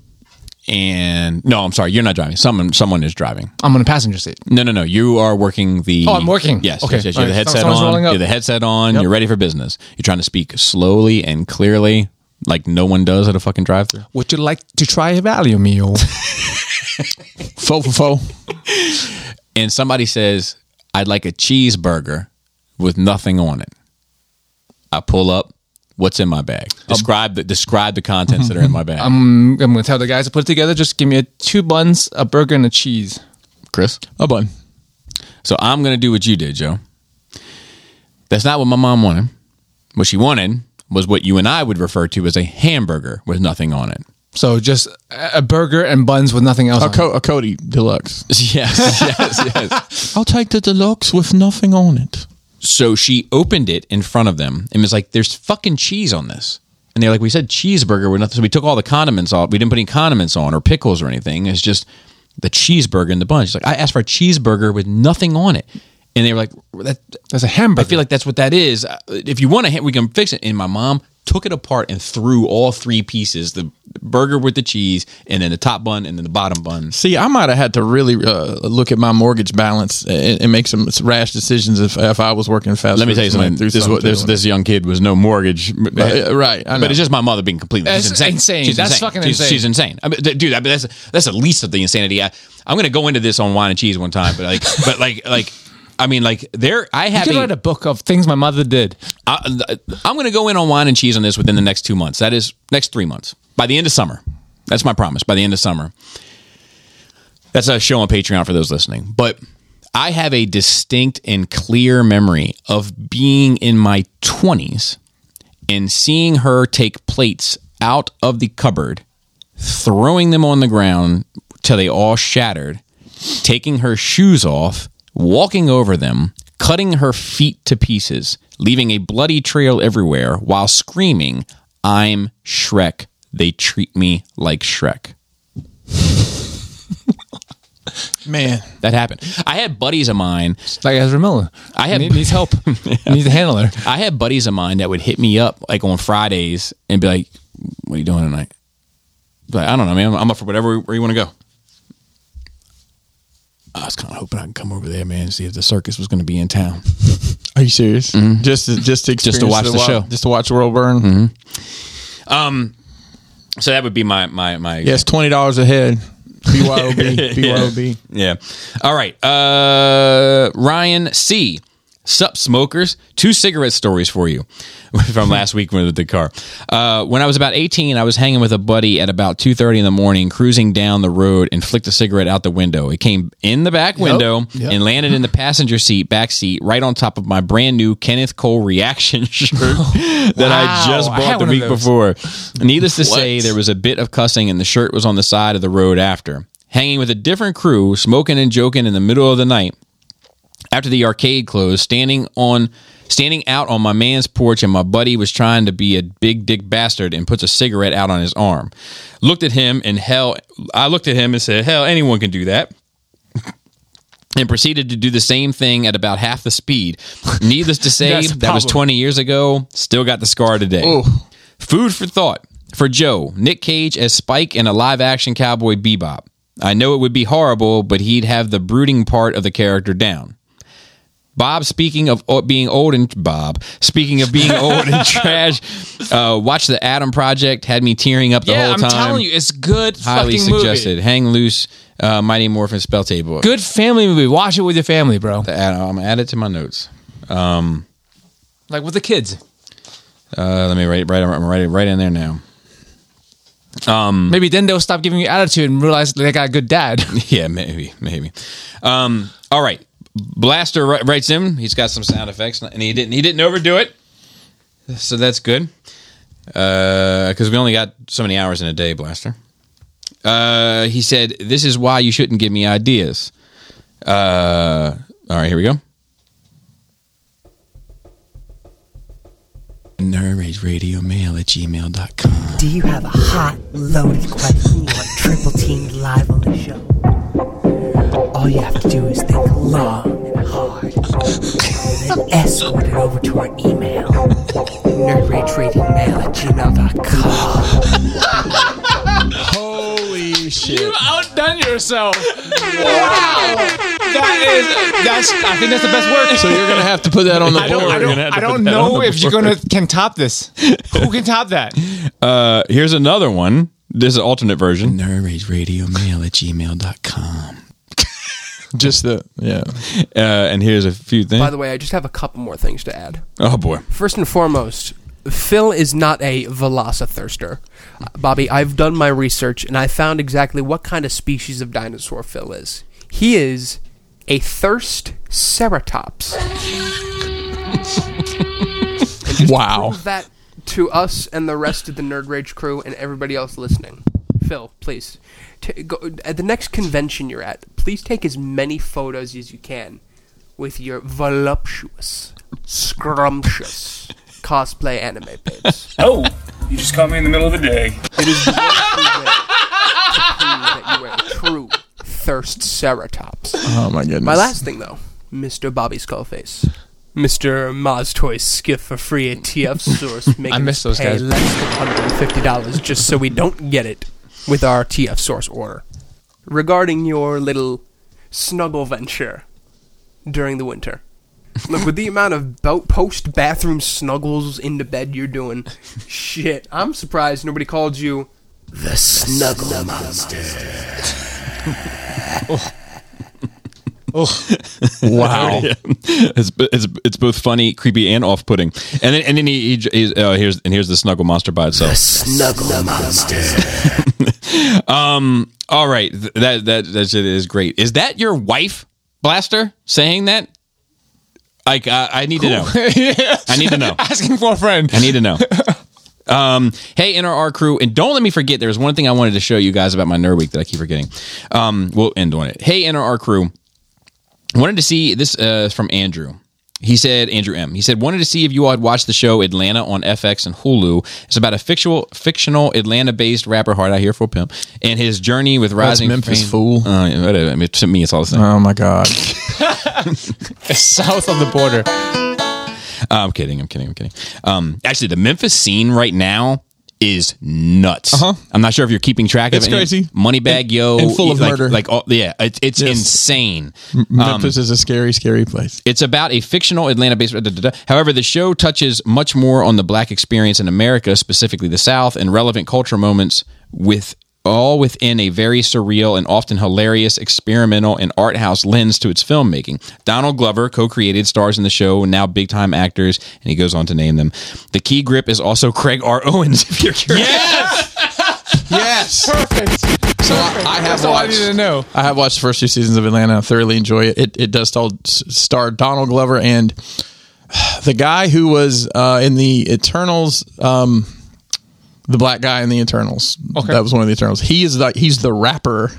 Speaker 1: And no, I'm sorry, you're not driving. Someone someone is driving.
Speaker 2: I'm on a passenger seat.
Speaker 1: No, no, no. You are working the.
Speaker 2: Oh, I'm working.
Speaker 1: Yes.
Speaker 2: Okay.
Speaker 1: Yes, yes. You have the
Speaker 2: All right.
Speaker 1: headset
Speaker 2: Someone's
Speaker 1: on.
Speaker 2: rolling
Speaker 1: You
Speaker 2: up.
Speaker 1: have the headset on. You're ready for business. You're trying to speak slowly and clearly, like no one does at a fucking drive-through.
Speaker 2: Would you like to try a value meal? *laughs*
Speaker 3: Fo fo fo.
Speaker 1: and somebody says, I'd like a cheeseburger with nothing on it. I pull up, what's in my bag? Describe the describe the contents that are in my bag.
Speaker 2: I'm, I'm gonna tell the guys to put it together. Just give me a, two buns, a burger, and a cheese.
Speaker 1: Chris.
Speaker 3: A bun.
Speaker 1: So I'm gonna do what you did, Joe. That's not what my mom wanted. What she wanted was what you and I would refer to as a hamburger with nothing on it. *laughs*
Speaker 2: So just a, a burger and buns with nothing else.
Speaker 3: A,
Speaker 2: on it.
Speaker 3: co- a Cody deluxe.
Speaker 1: Yes, yes, yes.
Speaker 3: I'll take the deluxe with nothing on it.
Speaker 1: So she opened it in front of them and was like, "There's fucking cheese on this." And they're like, "We said cheeseburger. We're nothing." So we took all the condiments off. We didn't put any condiments on or pickles or anything. It's just the cheeseburger in the bun. She's like, "I asked for a cheeseburger with nothing on it," and they were like, "That."
Speaker 2: There's a hamburger.
Speaker 1: I feel like that's what that is. Uh, If you want to, we can fix it. And my mom took it apart and threw all three pieces: the burger with the cheese, and then the top bun, and then the bottom bun.
Speaker 3: See, I might have had to really uh, look at my mortgage balance and, and make some rash decisions if, if I was working fast.
Speaker 1: Let me tell you something. This, is what- this, this young kid was no mortgage.
Speaker 3: Uh, right, I know.
Speaker 1: But it's just my mother being completely she's
Speaker 2: That's
Speaker 1: insane.
Speaker 2: insane.
Speaker 1: She's
Speaker 2: That's fucking
Speaker 1: She's-
Speaker 2: insane.
Speaker 1: She's insane. I mean, th- dude, I mean, that's that's the least of the insanity. I, I'm going to go into this on wine and cheese one time, but like, *laughs* but like, like, I mean, like, there. I have.
Speaker 2: could
Speaker 1: a-
Speaker 2: write a book of things my mother did.
Speaker 1: I, I'm going to go in on wine and cheese on this within the next two months. That is next three months by the end of summer. That's my promise. By the end of summer, that's a show on Patreon for those listening. But I have a distinct and clear memory of being in my 20s and seeing her take plates out of the cupboard, throwing them on the ground till they all shattered, taking her shoes off, walking over them, cutting her feet to pieces, leaving a bloody trail everywhere while screaming, I'm Shrek. They treat me like Shrek.
Speaker 3: man.
Speaker 1: That happened. I had buddies of mine.
Speaker 2: Like Ezra Miller.
Speaker 1: *laughs* I have-
Speaker 2: Ne- needs help. Needs a handler.
Speaker 1: I had buddies of mine that would hit me up like on Fridays and be like, "What are you doing tonight?" Be Like, I don't know, man. I'm, I'm up for whatever. Where you want to go? I was kind of hoping I could come over there, man, and see if the circus was going to be in town.
Speaker 3: Are you serious? Just to, just
Speaker 1: Mm-hmm. to
Speaker 3: to experience
Speaker 1: watch the
Speaker 3: wild-
Speaker 1: show. Mm-hmm.
Speaker 3: just to watch World Burn.
Speaker 1: Um, So that would be my my my
Speaker 3: Yes, twenty dollars a head.
Speaker 1: *laughs*
Speaker 3: BYOB, BYOB.
Speaker 1: Yeah. All right. Uh, Ryan C. Sup, smokers. Two cigarette stories for you *laughs* from last week with the car. Uh, when I was about 18, I was hanging with a buddy at about 2.30 in the morning, cruising down the road and flicked a cigarette out the window. It came in the back window and landed in the passenger seat, back seat, right on top of my brand new Kenneth Cole reaction *laughs*
Speaker 2: *laughs*
Speaker 1: shirt that I
Speaker 2: Wow.
Speaker 1: just
Speaker 2: I
Speaker 1: bought
Speaker 2: had
Speaker 1: the
Speaker 2: one of
Speaker 1: week
Speaker 2: those.
Speaker 1: before. Needless to say, there was a bit of cussing, and the shirt was on the side of the road after. hanging with a different crew, smoking and joking in the middle of the night. After the arcade closed, standing on standing out on my man's porch and my buddy was trying to be a big dick bastard and puts a cigarette out on his arm. Looked at him and hell I looked at him and said, "Hell, anyone can do that." And proceeded to do the same thing at about half the
Speaker 2: *laughs*
Speaker 1: speed. Needless to say,
Speaker 2: That's the
Speaker 1: that was
Speaker 2: problem.
Speaker 1: 20 years ago. Still got the scar today. Food for thought for Joe, Nick Cage as Spike in a live action cowboy bebop. I know it would be horrible, but he'd have the brooding part of the character down. Bob, speaking of o- being old and Bob, speaking of being old
Speaker 2: *laughs*
Speaker 1: and trash, uh, watch the Adam Project had me tearing up the
Speaker 2: yeah,
Speaker 1: whole
Speaker 2: I'm
Speaker 1: time.
Speaker 2: telling you, it's good
Speaker 1: Highly
Speaker 2: fucking
Speaker 1: suggested.
Speaker 2: movie.
Speaker 1: Hang loose, uh, Mighty Morphin Spell Table.
Speaker 2: Good family movie. Watch it with your family, bro.
Speaker 1: Add- I'm gonna add it to my notes.
Speaker 2: Like with the kids.
Speaker 1: Uh, let me write right. I'm writing right in there now. *laughs*
Speaker 2: Maybe then they'll stop giving you attitude and realize they got a good *laughs* dad.
Speaker 1: Yeah, maybe, maybe. Um, all right, Blaster wri- writes him. He's got some sound effects, and he didn't. He didn't overdo it, so that's good. Because we only got so many hours in a day, Blaster. Uh, he said, "This is why you shouldn't give me ideas." Uh, all right, here we go. Nerdrage Radio Mail at gmail.com.
Speaker 4: Do you have a hot, loaded question you want triple teamed live on the show? All you have to do is think long and hard. And then escort it over to our email. NerdRageRatingMail at gmail.com.
Speaker 3: Holy shit.
Speaker 2: You outdone yourself. wow. That is, that's, I think that's the best word.
Speaker 3: So you're gonna have to put that on the
Speaker 2: I
Speaker 3: board.
Speaker 2: don't, I
Speaker 3: You're
Speaker 2: don't,
Speaker 3: gonna have
Speaker 2: I
Speaker 3: to
Speaker 2: don't
Speaker 3: put that on
Speaker 2: know
Speaker 3: the
Speaker 2: if you're
Speaker 3: board.
Speaker 2: gonna can top this. Who can top that?
Speaker 1: Uh, here's another one. There's an alternate version. Nerdrageradio.mail at gmail.com. *laughs*
Speaker 3: just the yeah.
Speaker 1: Uh, and here's a few things.
Speaker 5: By the way, I just have a couple more things to add.
Speaker 1: oh, boy.
Speaker 5: First and foremost, Phil is not a velocithirster. Uh, Bobby, I've done my research and I found exactly what kind of species of dinosaur Phil is. He is a thirst ceratops.
Speaker 3: Wow.
Speaker 5: Prove that to us and the rest of the Nerd Rage crew and everybody else listening. Phil, please, t- go, at the next convention you're at, please take as many photos as you can with your voluptuous, scrumptious cosplay anime babes.
Speaker 6: Oh, you just caught me in the middle of the day.
Speaker 5: It is the one true way to prove that you are a true thirst ceratops.
Speaker 3: Oh my goodness.
Speaker 5: My last thing, though, Mr. Bobby Skullface. Mr. Maztoy Skiff for free at TF *laughs* Source making
Speaker 2: miss those
Speaker 5: us pay
Speaker 2: guys.
Speaker 5: less than $150 just so we don't get it with our TF Source order. Regarding your little snuggle venture during the winter. Look, with the amount of bo- post bathroom snuggles into bed you're doing, *laughs* shit, I'm surprised nobody called you the snuggle, monster.
Speaker 3: *laughs* wow.
Speaker 1: *laughs* it's, it's, it's both funny, creepy, and off putting. And then, and then he, he j- he's, uh, here's, and here's the snuggle monster by itself.
Speaker 4: Snuggle Monster.
Speaker 1: *laughs* Um, All right. th- That, that, that shit is great. Is that your wife, Blaster, saying that? Like, I, I need to know. I need to know.
Speaker 2: *laughs* Asking for a friend.
Speaker 1: I need to know. *laughs* Um, hey, NRR crew, and don't let me forget. There's one thing I wanted to show you guys about my Nerd Week that I keep forgetting. Um, we'll end on it. Hey, NRR crew, wanted to see this uh, is from Andrew. He said, Andrew M. He said, wanted to see if you all had watched the show Atlanta on FX and Hulu. It's about a fictional, fictional Atlanta-based rapper, hard out here for a pimp, and his journey with rising
Speaker 3: Memphis,
Speaker 1: fame-
Speaker 3: fool.
Speaker 1: Uh, yeah, whatever. I mean, to me, it's all the same.
Speaker 3: Oh my god.
Speaker 2: South of the border.
Speaker 1: Uh, I'm kidding. I'm kidding. I'm kidding. Um, actually, the Memphis scene right now is nuts. Uh-huh. I'm not sure if you're keeping track
Speaker 3: It's
Speaker 1: of it.
Speaker 3: crazy.
Speaker 1: Moneybag Yo, e,
Speaker 3: and full of
Speaker 1: like,
Speaker 3: murder.
Speaker 1: Like, all, yeah, it, it's
Speaker 3: Yes.
Speaker 1: insane.
Speaker 3: Memphis is a scary, scary place.
Speaker 1: It's about a fictional Atlanta based. However, the show touches much more on the black experience in America, specifically the South, and relevant culture moments with all within a very surreal and often hilarious experimental and art house lens to its filmmaking. Donald Glover co-created stars in the show, now big time actors, and he goes on to name them. The key grip is also Craig R. Owens, *laughs* if you're curious.
Speaker 3: Yes.
Speaker 2: *laughs* Perfect.
Speaker 3: So I, I have
Speaker 2: That's all I
Speaker 3: watched.
Speaker 2: needed to know.
Speaker 3: I have watched the first two seasons of Atlanta. I thoroughly enjoy it. It, it does star, star Donald Glover and *sighs* the guy who was uh, in the Eternals. Um, the black guy in the Eternals.
Speaker 2: Okay.
Speaker 3: That was one of the Eternals. He is the he's the rapper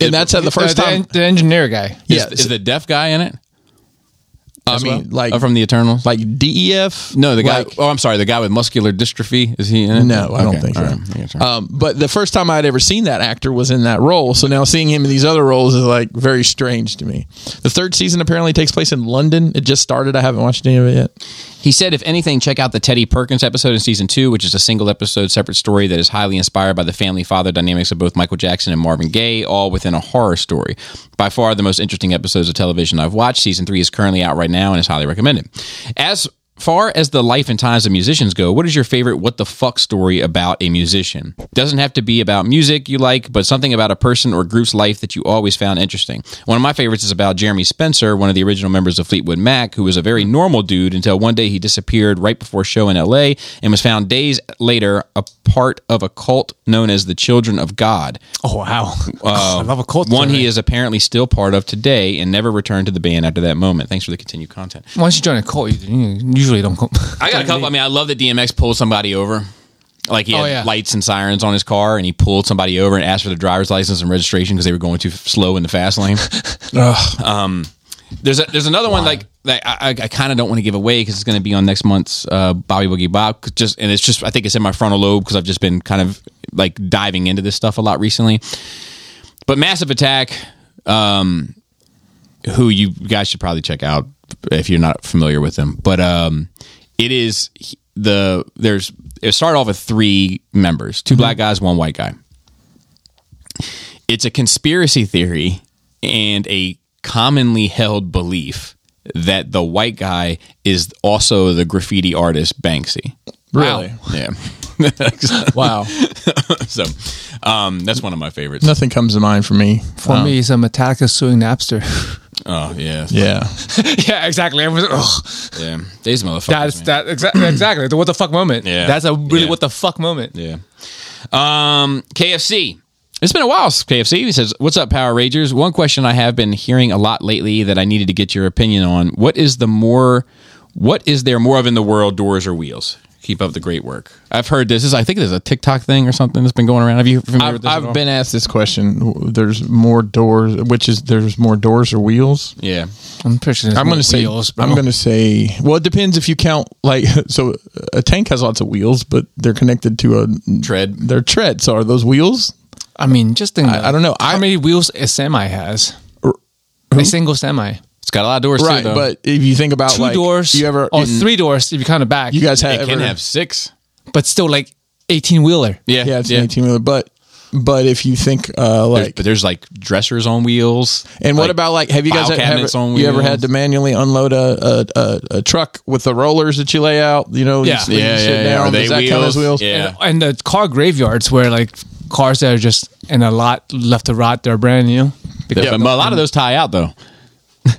Speaker 3: and that's how the first
Speaker 2: Uh, the,
Speaker 3: time.
Speaker 2: en- the engineer guy.
Speaker 3: yeah,
Speaker 1: is, is the deaf guy in it? I
Speaker 3: As
Speaker 1: mean,
Speaker 3: well? Like-
Speaker 2: Oh,
Speaker 1: uh, from the Eternals.
Speaker 3: like E DEF.
Speaker 1: no, the guy.
Speaker 3: like-
Speaker 1: oh, I'm sorry, the guy with muscular dystrophy. Is he in it?
Speaker 3: No, I don't
Speaker 1: Okay,
Speaker 3: think so.
Speaker 1: all right, I got you.
Speaker 3: Um, but the first time I'd ever seen that actor was in that role. So now seeing him in these other roles is like very strange to me. The third season apparently takes place in London. It just started. I haven't watched any of it yet.
Speaker 1: He said, if anything, check out the Teddy Perkins episode in season two, which is a single episode, separate story that is highly inspired by the family father dynamics of both Michael Jackson and Marvin Gaye, all within a horror story. By far the most interesting episodes of television I've watched. Season three is currently out right now and is highly recommended. As far as the life and times of musicians go, what is your favorite what the fuck story about a musician? Doesn't have to be about music you like, but something about a person or group's life that you always found interesting. One of my favorites is about Jeremy Spencer, one of the original members of Fleetwood Mac, who was a very normal dude until one day he disappeared right before a show in LA and was found days later a part of a cult known as the Children of God.
Speaker 2: Oh wow,
Speaker 1: Uh,
Speaker 2: *laughs* I love a cult.
Speaker 1: One he
Speaker 2: story.
Speaker 1: is apparently still part of today and never returned to the band after that moment. Thanks for the continued content.
Speaker 2: Once you join a cult, you, you usually don't. *laughs* Come.
Speaker 1: I got a couple. I mean, I love that DMX pulled somebody over. Like he had
Speaker 2: Oh, yeah.
Speaker 1: lights and sirens on his car, and he pulled somebody over and asked for the driver's license and registration because they were going too f- slow in the fast
Speaker 2: *laughs*
Speaker 1: lane. um, there's a, there's another one like that I, I, I kind of don't want to give away because it's going to be on next month's uh, Bobby Boogie Bob. 'cause Just and it's just I think it's in my frontal lobe because I've just been kind of like diving into this stuff a lot recently. But Massive Attack, um, who you guys should probably check out if you're not familiar with them. But um, it is the there's it started off with three members, 2 black guys, one white guy. It's a conspiracy theory and a commonly held belief that the white guy is also the graffiti artist Banksy.
Speaker 3: Really?
Speaker 1: Yeah. *laughs*
Speaker 3: Wow.
Speaker 1: so um, that's one of my favorites.
Speaker 3: Nothing comes to mind for me.
Speaker 2: *laughs* For me, it's a Metallica suing Napster. *laughs*
Speaker 1: Oh yeah.
Speaker 3: Yeah.
Speaker 2: yeah, exactly. Everyone's like, "Ugh."
Speaker 1: Yeah. These motherfuckers.
Speaker 2: That's
Speaker 1: man.
Speaker 2: that exactly *clears throat* exactly the what the fuck moment.
Speaker 1: Yeah.
Speaker 2: that's a really
Speaker 1: Yeah.
Speaker 2: what the fuck moment.
Speaker 1: Yeah. Um, KFC. It's been a while, since KFC. He says, What's up, Power Rangers? One question I have been hearing a lot lately that I needed to get your opinion on. What is the more what is there more of in the world, doors or wheels? Keep up the great work. I've heard this. This is I think there's a TikTok thing or something that's been going around. Have you familiar with
Speaker 3: I've,
Speaker 1: this? at all?
Speaker 3: I've been asked this question. There's more doors, which is there's more doors or wheels.
Speaker 1: Yeah.
Speaker 2: I'm pretty sure.
Speaker 3: I'm going to say. I'm going to say. Well, it depends if you count like *laughs* so. A tank has lots of wheels, but they're connected to a
Speaker 1: Tread.
Speaker 3: They're tread. So are those wheels?
Speaker 2: I mean, just think. about
Speaker 3: I don't know.
Speaker 2: it. how
Speaker 3: I-
Speaker 2: many wheels a semi has? A single semi,
Speaker 1: It's got a lot of doors
Speaker 3: right.
Speaker 1: too, though.
Speaker 3: But if you think about
Speaker 2: two
Speaker 3: like,
Speaker 2: doors, Oh,
Speaker 3: you ever
Speaker 2: or
Speaker 3: you-
Speaker 2: three doors if you count it back.
Speaker 3: You guys
Speaker 1: it
Speaker 3: have
Speaker 1: can
Speaker 3: ever-
Speaker 1: have six.
Speaker 2: but still like eighteen wheeler.
Speaker 1: Yeah.
Speaker 3: yeah, it's an eighteen wheeler, but. But if you think uh,
Speaker 1: There's-
Speaker 3: like,
Speaker 1: but there's like dressers on wheels.
Speaker 3: and what
Speaker 1: like
Speaker 3: about like, have you guys
Speaker 1: file
Speaker 3: ever,
Speaker 1: cabinets on
Speaker 3: you ever
Speaker 1: wheels.
Speaker 3: had to manually unload a a, a a truck with the rollers that you lay out? You know,
Speaker 2: Yeah.
Speaker 3: you sleep
Speaker 1: Yeah,
Speaker 3: shit
Speaker 1: yeah, yeah.
Speaker 3: down.
Speaker 1: Are they
Speaker 3: Does that count as
Speaker 1: wheels?
Speaker 3: wheels?
Speaker 1: Yeah.
Speaker 2: and, and the car graveyards where like cars that are just in a lot left to rot, they're brand new.
Speaker 1: Yeah, but a lot of those tie out though. *laughs*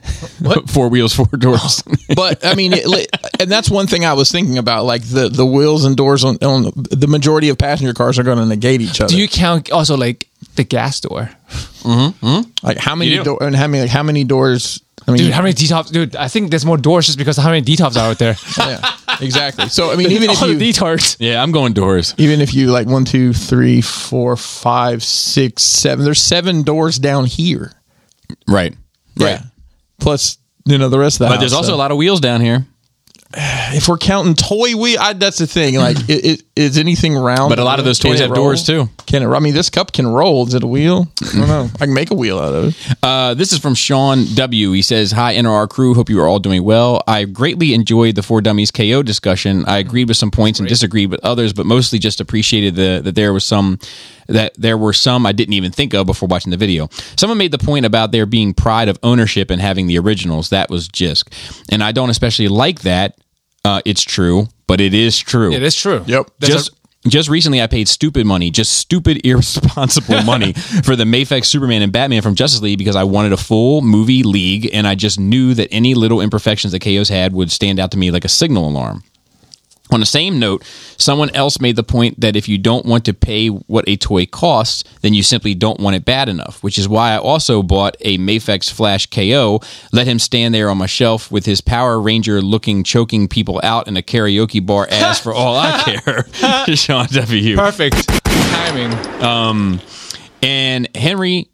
Speaker 1: four wheels, four doors.
Speaker 3: *laughs* but I mean, it, li- *laughs* and that's one thing I was thinking about. Like the, the wheels and doors on, on the majority of passenger cars are going to negate each other.
Speaker 2: Do you count also like the gas door?
Speaker 3: like how many
Speaker 1: You do.
Speaker 3: door and how many like, how many doors? I mean,
Speaker 2: Dude, how many detox? Dude, I think there's more doors just because of how many detox are out there.
Speaker 3: yeah, exactly.
Speaker 1: *laughs*
Speaker 3: So I mean, even
Speaker 2: *laughs*
Speaker 3: if
Speaker 1: Oh,
Speaker 2: All
Speaker 3: you
Speaker 2: the detours.
Speaker 1: *laughs* yeah, I'm going doors.
Speaker 3: even if you like one, two, three, four, five, six, seven. There's seven doors down here.
Speaker 1: Right.
Speaker 3: Yeah. Plus, you know, the rest of that.
Speaker 1: But there's also a lot of wheels down here.
Speaker 3: If we're counting toy wheel, I, that's the thing.
Speaker 1: *clears throat*
Speaker 3: Like, i it, is anything round?
Speaker 1: But a lot of those
Speaker 3: Can
Speaker 1: toys
Speaker 3: it
Speaker 1: have doors, too.
Speaker 3: Can it? I mean, this cup can roll. Is it a wheel? I
Speaker 1: *laughs*
Speaker 3: don't know. I can make a wheel out of it.
Speaker 1: Uh, this is from Sean W. He says, Hi, NRR crew. Hope you are all doing well. I greatly enjoyed the Four Dummies KO discussion. I agreed with some points and disagreed with others, but mostly just appreciated the, that there was some. That there were some I didn't even think of before watching the video. Someone made the point about there being pride of ownership and having the originals. That was Jisk. And I don't especially like that. Uh, it's true, but it is true.
Speaker 2: It is true.
Speaker 3: Yep.
Speaker 2: There's
Speaker 1: just just recently, I paid stupid money, just stupid, *laughs* irresponsible money for the Mayfex Superman and Batman from Justice League because I wanted a full movie league, and I just knew that any little imperfections that KOs had would stand out to me like a signal alarm. On the same note, someone else made the point that if you don't want to pay what a toy costs, then you simply don't want it bad enough, which is why I also bought a Mafex Flash KO, let him stand there on my shelf with his Power Ranger looking, choking people out in a karaoke bar ass for all I care. Sean W.
Speaker 2: perfect timing.
Speaker 1: And Henry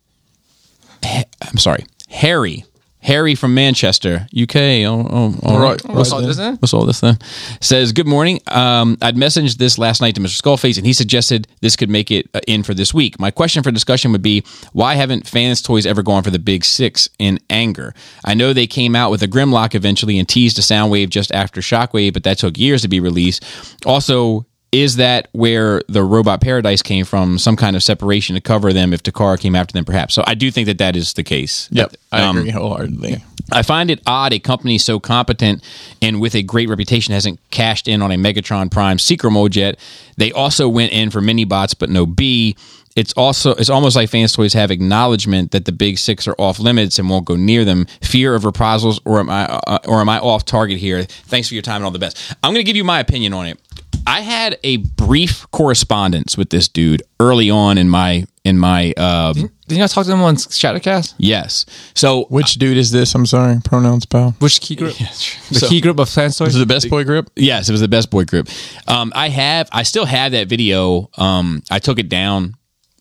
Speaker 1: I'm sorry, Harry. Harry from Manchester, UK. Oh, oh, all
Speaker 3: right.
Speaker 1: right.
Speaker 3: What's
Speaker 2: all this then?
Speaker 1: What's all this then? Says, Good morning. Um, I'd messaged this last night to Mr. Skullface, and he suggested this could make it uh, in for this week. My question for discussion would be why haven't fans' toys ever gone for the big six in anger? I know they came out with a Grimlock eventually and teased a Soundwave just after Shockwave, but that took years to be released. Also, is that where the robot paradise came from? Some kind of separation to cover them if Takara came after them, perhaps. So I do think that that is the case.
Speaker 3: Yep, I
Speaker 1: Um,
Speaker 3: agree wholeheartedly.
Speaker 1: I find it odd a company so competent and with a great reputation hasn't cashed in on a Megatron Prime Seeker mode yet. They also went in for mini bots, but no B. It's also it's almost like fans toys have acknowledgement that the big six are off limits and won't go near them. Fear of reprisals, or am I uh, or am I off target here? Thanks for your time and all the best. I'm going to give you my opinion on it. I had a brief correspondence with this dude early on in my in my um,
Speaker 2: Didn't y'all talk to them on Shattercast?
Speaker 1: yes. So
Speaker 3: Which dude is this? I'm sorry, pronouns, pal.
Speaker 2: Which key group? The
Speaker 1: So-
Speaker 2: key group of fan
Speaker 3: This *laughs*
Speaker 2: stories.
Speaker 3: is the best boy grip.
Speaker 1: Yes, it was the best boy group. Um, I have, I still have that video. Um, I took it down.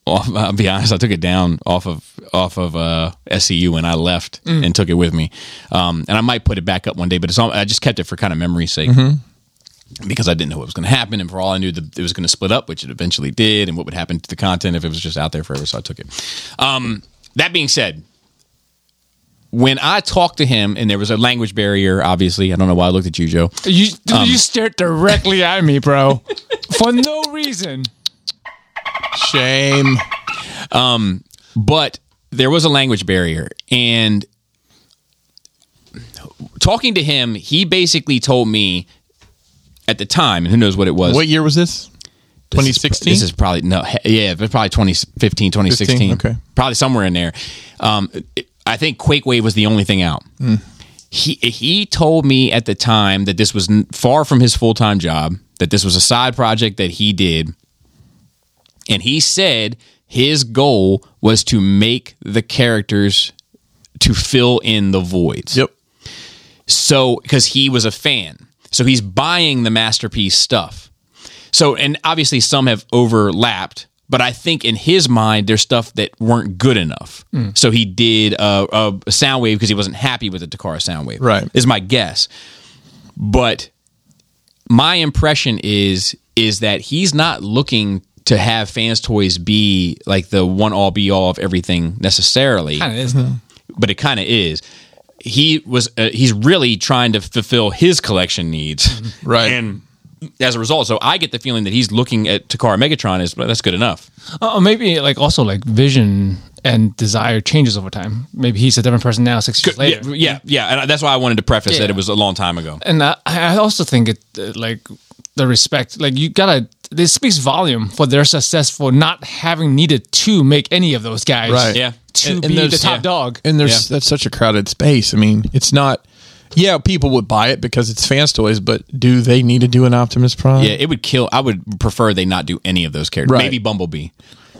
Speaker 1: Off, *laughs* I'll be honest, I took it down off of off of uh, SCU when I left and took it with me. Um, and I might put it back up one day, but it's all, I just kept it for kind of memory's sake because I didn't know what was going to happen, and for all I knew, the, it was going to split up, which it eventually did, and what would happen to the content if it was just out there forever. So I took it. Um, that being said, when I talked to him, and there was a language barrier, obviously, I don't know why I looked at you, Joe.
Speaker 2: you dude, you stared directly at me, bro, for no reason.
Speaker 3: Shame.
Speaker 1: Um, but there was a language barrier and talking to him he basically told me at the time and who knows what it was
Speaker 3: What year was this?
Speaker 1: This is pr-
Speaker 3: 2016?
Speaker 1: This is probably no, he- yeah, but probably 2015, 2016.
Speaker 3: 15, okay.
Speaker 1: probably somewhere in there. Um, it- I think Quake Wave was the only thing out. He he told me at the time that this was n- far from his full time job. That this was a side project that he did, and he said his goal was to make the characters to fill in the voids.
Speaker 3: Yep.
Speaker 1: So, because he was a fan, so he's buying the masterpiece stuff. So, and obviously some have overlapped, but I think in his mind, there's stuff that weren't good enough. So he did a, a, a sound wave because he wasn't happy with the Takara sound wave.
Speaker 3: Right.
Speaker 1: is my guess. But my impression is is that he's not looking to have fans toys be like the one all be all of everything necessarily
Speaker 2: Kind of is though.
Speaker 1: but it kind of is. He was uh, he's really trying to fulfill his collection *laughs* needs,
Speaker 3: Right.
Speaker 1: And as a result, so I get the feeling that he's looking at Takara Megatron as well, that's good enough.
Speaker 2: Uh, or maybe like also like vision and desire changes over time. Maybe he's a different person now, six years
Speaker 1: Yeah,
Speaker 2: later.
Speaker 1: yeah, yeah, and that's why I wanted to preface that
Speaker 2: Yeah.
Speaker 1: it was a long time ago.
Speaker 2: and I, I also think it uh, like the respect like you gotta this speaks volume for their success for not having needed to make any of those guys
Speaker 3: Right.
Speaker 1: Yeah.
Speaker 2: to
Speaker 3: And- and
Speaker 2: be the
Speaker 3: there's-
Speaker 2: top
Speaker 1: yeah.
Speaker 2: dog
Speaker 3: And there's that's such a crowded space. I mean, it's not. Yeah, people would buy it because it's fans toys, but do they need to do an Optimus Prime?
Speaker 1: Yeah, it would kill. I would prefer they not do any of those characters.
Speaker 3: Right.
Speaker 1: Maybe Bumblebee.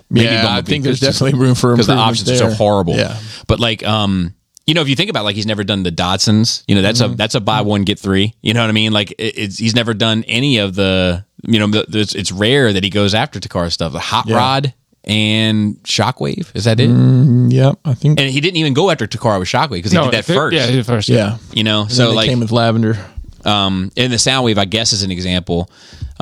Speaker 3: maybe
Speaker 1: Yeah,
Speaker 3: I
Speaker 1: Bumblebee,
Speaker 3: think there's
Speaker 1: 'cause just-
Speaker 3: definitely room for
Speaker 1: because the
Speaker 3: improvement
Speaker 1: options are so
Speaker 3: there.
Speaker 1: horrible.
Speaker 3: Yeah,
Speaker 1: But like, um, you know, if you think about it, like he's never done the Dodsons, you know, that's
Speaker 3: Mm-hmm.
Speaker 1: a that's a buy one get three. You know what I mean? Like it, it's he's never done any of the you know the, it's, it's rare that he goes after Takara stuff. The Hot Rod and Shockwave is that it?
Speaker 3: Mm. yeah, I think.
Speaker 1: And he didn't even go after Takara with Shockwave because he did that
Speaker 2: they-
Speaker 1: first.
Speaker 2: yeah they- first
Speaker 3: yeah,
Speaker 1: You know,
Speaker 3: so
Speaker 1: so like
Speaker 3: came with lavender.
Speaker 1: um, and the Soundwave, I guess, is an example.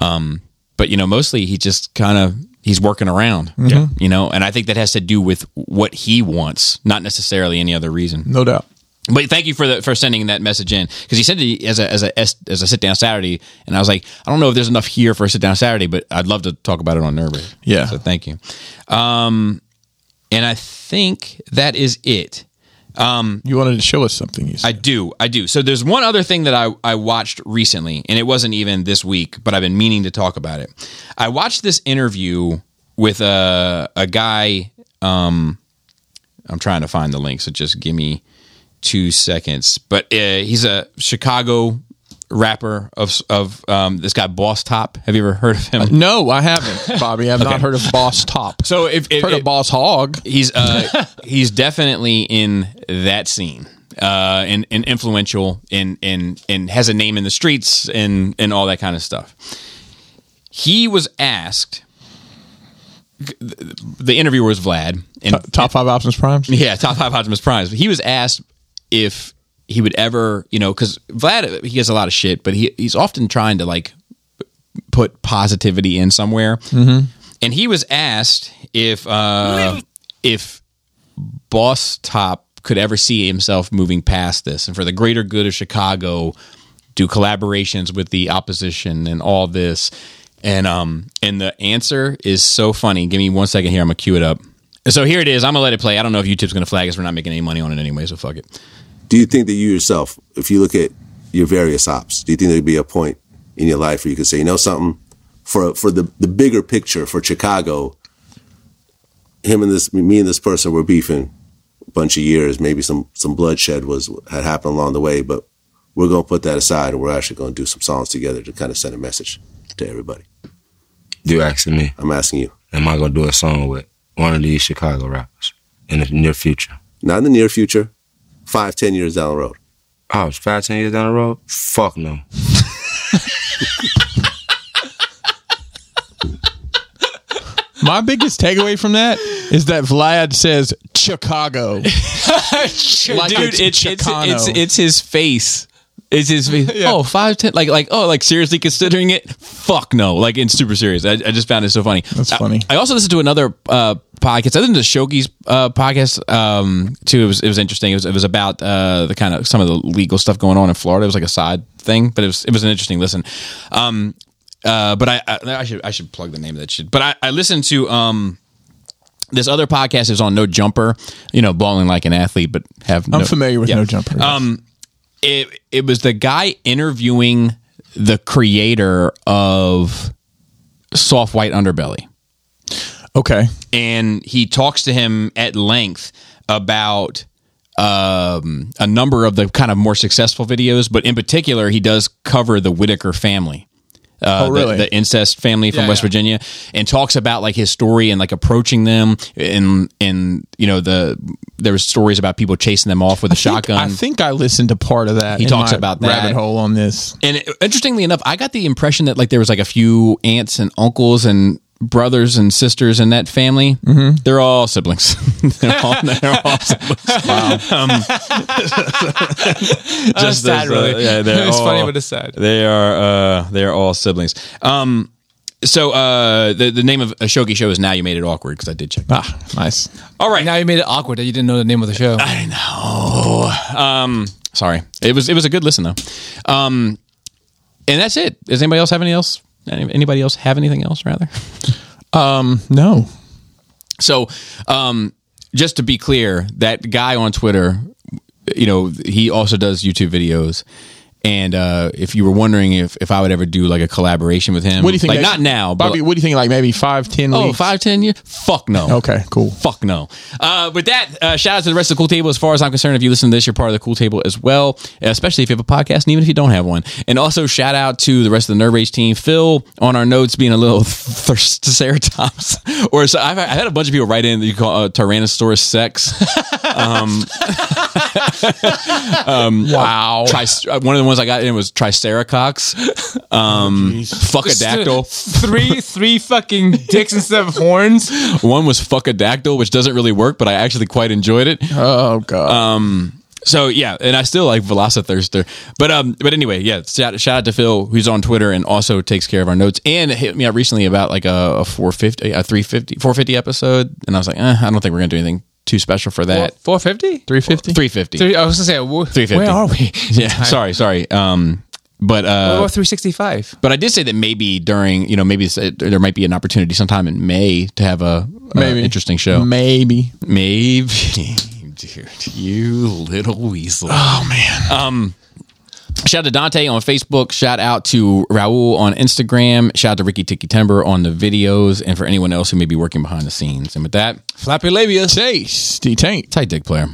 Speaker 1: Um, but you know, mostly he just kind of he's working around. Yeah, you know, and I think that has to do with what he wants, not necessarily any other reason.
Speaker 3: No doubt.
Speaker 1: But thank you for the for sending that message in because he sent it as a as a as, a sit down Saturday, and I was like, I don't know if there's enough here for a sit down Saturday, but I'd love to talk about it on Nerve. Rage.
Speaker 3: Yeah.
Speaker 1: so thank you. Um, and I think that is it.
Speaker 3: You wanted to show us something. You
Speaker 1: I
Speaker 3: said.
Speaker 1: do. I do. So there's one other thing that I, I watched recently, and it wasn't even this week, but I've been meaning to talk about it. I watched this interview with a, a guy. Um, I'm trying to find the link, so just give me two seconds. But uh, he's a Chicago rapper of, of um, this guy, Boss Top. Have you ever heard of him?
Speaker 3: no, I
Speaker 1: *laughs*
Speaker 3: haven't, Bobby. I've not heard of Boss Top.
Speaker 1: So if, if,
Speaker 3: heard
Speaker 1: if
Speaker 3: of Boss Hog.
Speaker 1: he's uh *laughs* he's definitely in that scene uh and, and influential and and and has a name in the streets and and all that kind of stuff he was asked the interviewer was Vlad, and
Speaker 3: Uh, Top five options primes.
Speaker 1: yeah, top five Optimus Primes. He was asked if he would ever, you know, because Vlad he gets a lot of shit, but he he's often trying to like put positivity in somewhere. Mm-hmm. And he was asked if uh, if Boss Top could ever see himself moving past this and for the greater good of Chicago, do collaborations with the opposition and all this. And um and the answer is so funny. Give me one second here. I'm gonna cue it up. So here it is. I'm gonna let it play. I don't know if YouTube's gonna flag us. We're not making any money on it anyway, so fuck it.
Speaker 7: do you think that you yourself, if you look at your various ops, do you think there'd be a point in your life where you could say, you know something, for for the, the bigger picture for Chicago, him and this me and this person were beefing a bunch of years, maybe some some bloodshed was had happened along the way, but we're gonna put that aside and we're actually gonna do some songs together to kind of send a message to everybody.
Speaker 8: You asking me,
Speaker 7: I'm asking you.
Speaker 8: am I gonna do a song with one of these Chicago rappers in the near future?
Speaker 7: Not in the near future, five, ten years down the road.
Speaker 8: Oh, it's five, ten years down the road? Fuck no.
Speaker 3: My biggest takeaway from that is that Vlad says
Speaker 1: *laughs*
Speaker 3: Chicago. like
Speaker 1: Dude, it's it's, it's
Speaker 3: Chicano.
Speaker 1: it's his face. It's his face. Oh, five ten like like oh like seriously considering it? Fuck no. Like in super serious. I, I just found it so funny.
Speaker 3: That's
Speaker 1: I-
Speaker 3: funny.
Speaker 1: I, also listened to another uh podcast. I listened to Shoki's uh podcast um too. It was it was interesting. It was it was about uh the kind of some of the legal stuff going on in Florida. It was like a side thing, but it was it was an interesting listen. Um uh but I I, I should I should plug the name of that shit. But I, I listened to um this other podcast is on No Jumper, you know, balling like an athlete, but have
Speaker 3: I'm familiar with No Jumper.
Speaker 1: um, it it was the guy interviewing the creator of Soft White Underbelly,
Speaker 3: okay.
Speaker 1: and he talks to him at length about um, a number of the kind of more successful videos, but in particular, he does cover the Whitaker family. Uh,
Speaker 3: Oh,
Speaker 1: the-
Speaker 3: really?
Speaker 1: The, incest family from
Speaker 2: Yeah,
Speaker 1: West
Speaker 2: yeah.
Speaker 1: Virginia, and talks about like his story and like approaching them, and and you know the there was stories about people chasing them off with a shotgun.
Speaker 3: I think I listened to part of that.
Speaker 1: He
Speaker 3: in
Speaker 1: talks
Speaker 3: my
Speaker 1: about that.
Speaker 3: rabbit hole on this.
Speaker 1: And it- interestingly enough, I got the impression that like there was like a few aunts and uncles and brothers and sisters in that family. Mm-hmm. They're all siblings. *laughs* they're, all, they're *laughs* all siblings. *laughs* Um, just
Speaker 2: sad,
Speaker 1: those, uh,
Speaker 2: really.
Speaker 1: yeah, *laughs* they're
Speaker 2: It's
Speaker 1: all-
Speaker 2: funny, but it's sad.
Speaker 1: They are. Uh, they're all siblings. Um, so uh, the the name of a Shogi show is now you made it awkward because I did check.
Speaker 3: Ah, nice.
Speaker 1: All right,
Speaker 2: Now you made it awkward that you didn't know the name of the
Speaker 1: *laughs*
Speaker 2: show.
Speaker 1: Um, sorry. It was it was a good listen though. Um, and that's it. Does anybody else have any else? any- Anybody else have anything else rather?
Speaker 3: No.
Speaker 1: So, um, just to be clear, that guy on Twitter, you know, he also does YouTube videos. And uh, if you were wondering if, if I would ever do like a collaboration with him,
Speaker 3: What do you think?
Speaker 1: Like
Speaker 3: that-
Speaker 1: not now, but
Speaker 3: Bobby, what do you think? Like maybe five, ten.
Speaker 1: oh,
Speaker 3: weeks?
Speaker 1: five, ten years? Fuck no.
Speaker 3: Okay, cool.
Speaker 1: Fuck no. Uh, with that, uh, shout out to the rest of the Cool Table. As far as I'm concerned, if you listen to this, you're part of the Cool Table as well, especially if you have a podcast and even if you don't have one. And also, shout out to the rest of the Nerd Rage team. Phil on our notes being a little *laughs* thirsterceratops. *laughs* or so I've, I've had a bunch of people write in that you call uh, Tyrannosaurus sex. *laughs* Um,
Speaker 3: Wow.
Speaker 1: Tri- um, uh, one of the ones I got in was Triceracox. Um, fuckadactyl.
Speaker 2: three, three fucking dicks instead of horns.
Speaker 1: One was fuckadactyl, which doesn't really work, but I actually quite enjoyed it. Um,
Speaker 3: Oh god.
Speaker 1: So yeah, and I still like Velocithirster, but um, but anyway, yeah. Shout, shout out to Phil who's on Twitter and also takes care of our notes and hit me up recently about like a, a 450, a 350, 450 episode, and I was like, eh, I don't think we're gonna do anything too special for that.
Speaker 2: 450?
Speaker 3: 350?
Speaker 1: 350,
Speaker 2: Three, I was gonna say, wh-
Speaker 1: 350.
Speaker 2: where are we?
Speaker 1: yeah, sorry, sorry. Um, but
Speaker 2: We're
Speaker 1: uh,
Speaker 2: 365.
Speaker 1: but I did say that maybe during you know maybe it's- there might be an opportunity sometime in May to have a, a
Speaker 3: Maybe.
Speaker 1: interesting show.
Speaker 3: Maybe.
Speaker 1: Maybe, *laughs* dude, you little weasel. Oh man. Um, shout out to Dante on Facebook. Shout out to Raul on Instagram. Shout out to Ricky Tiki Timber on the videos, and for anyone else who may be working behind the scenes. And with that,
Speaker 2: Flappy labia.
Speaker 3: Tasty taint.
Speaker 1: tight dick player.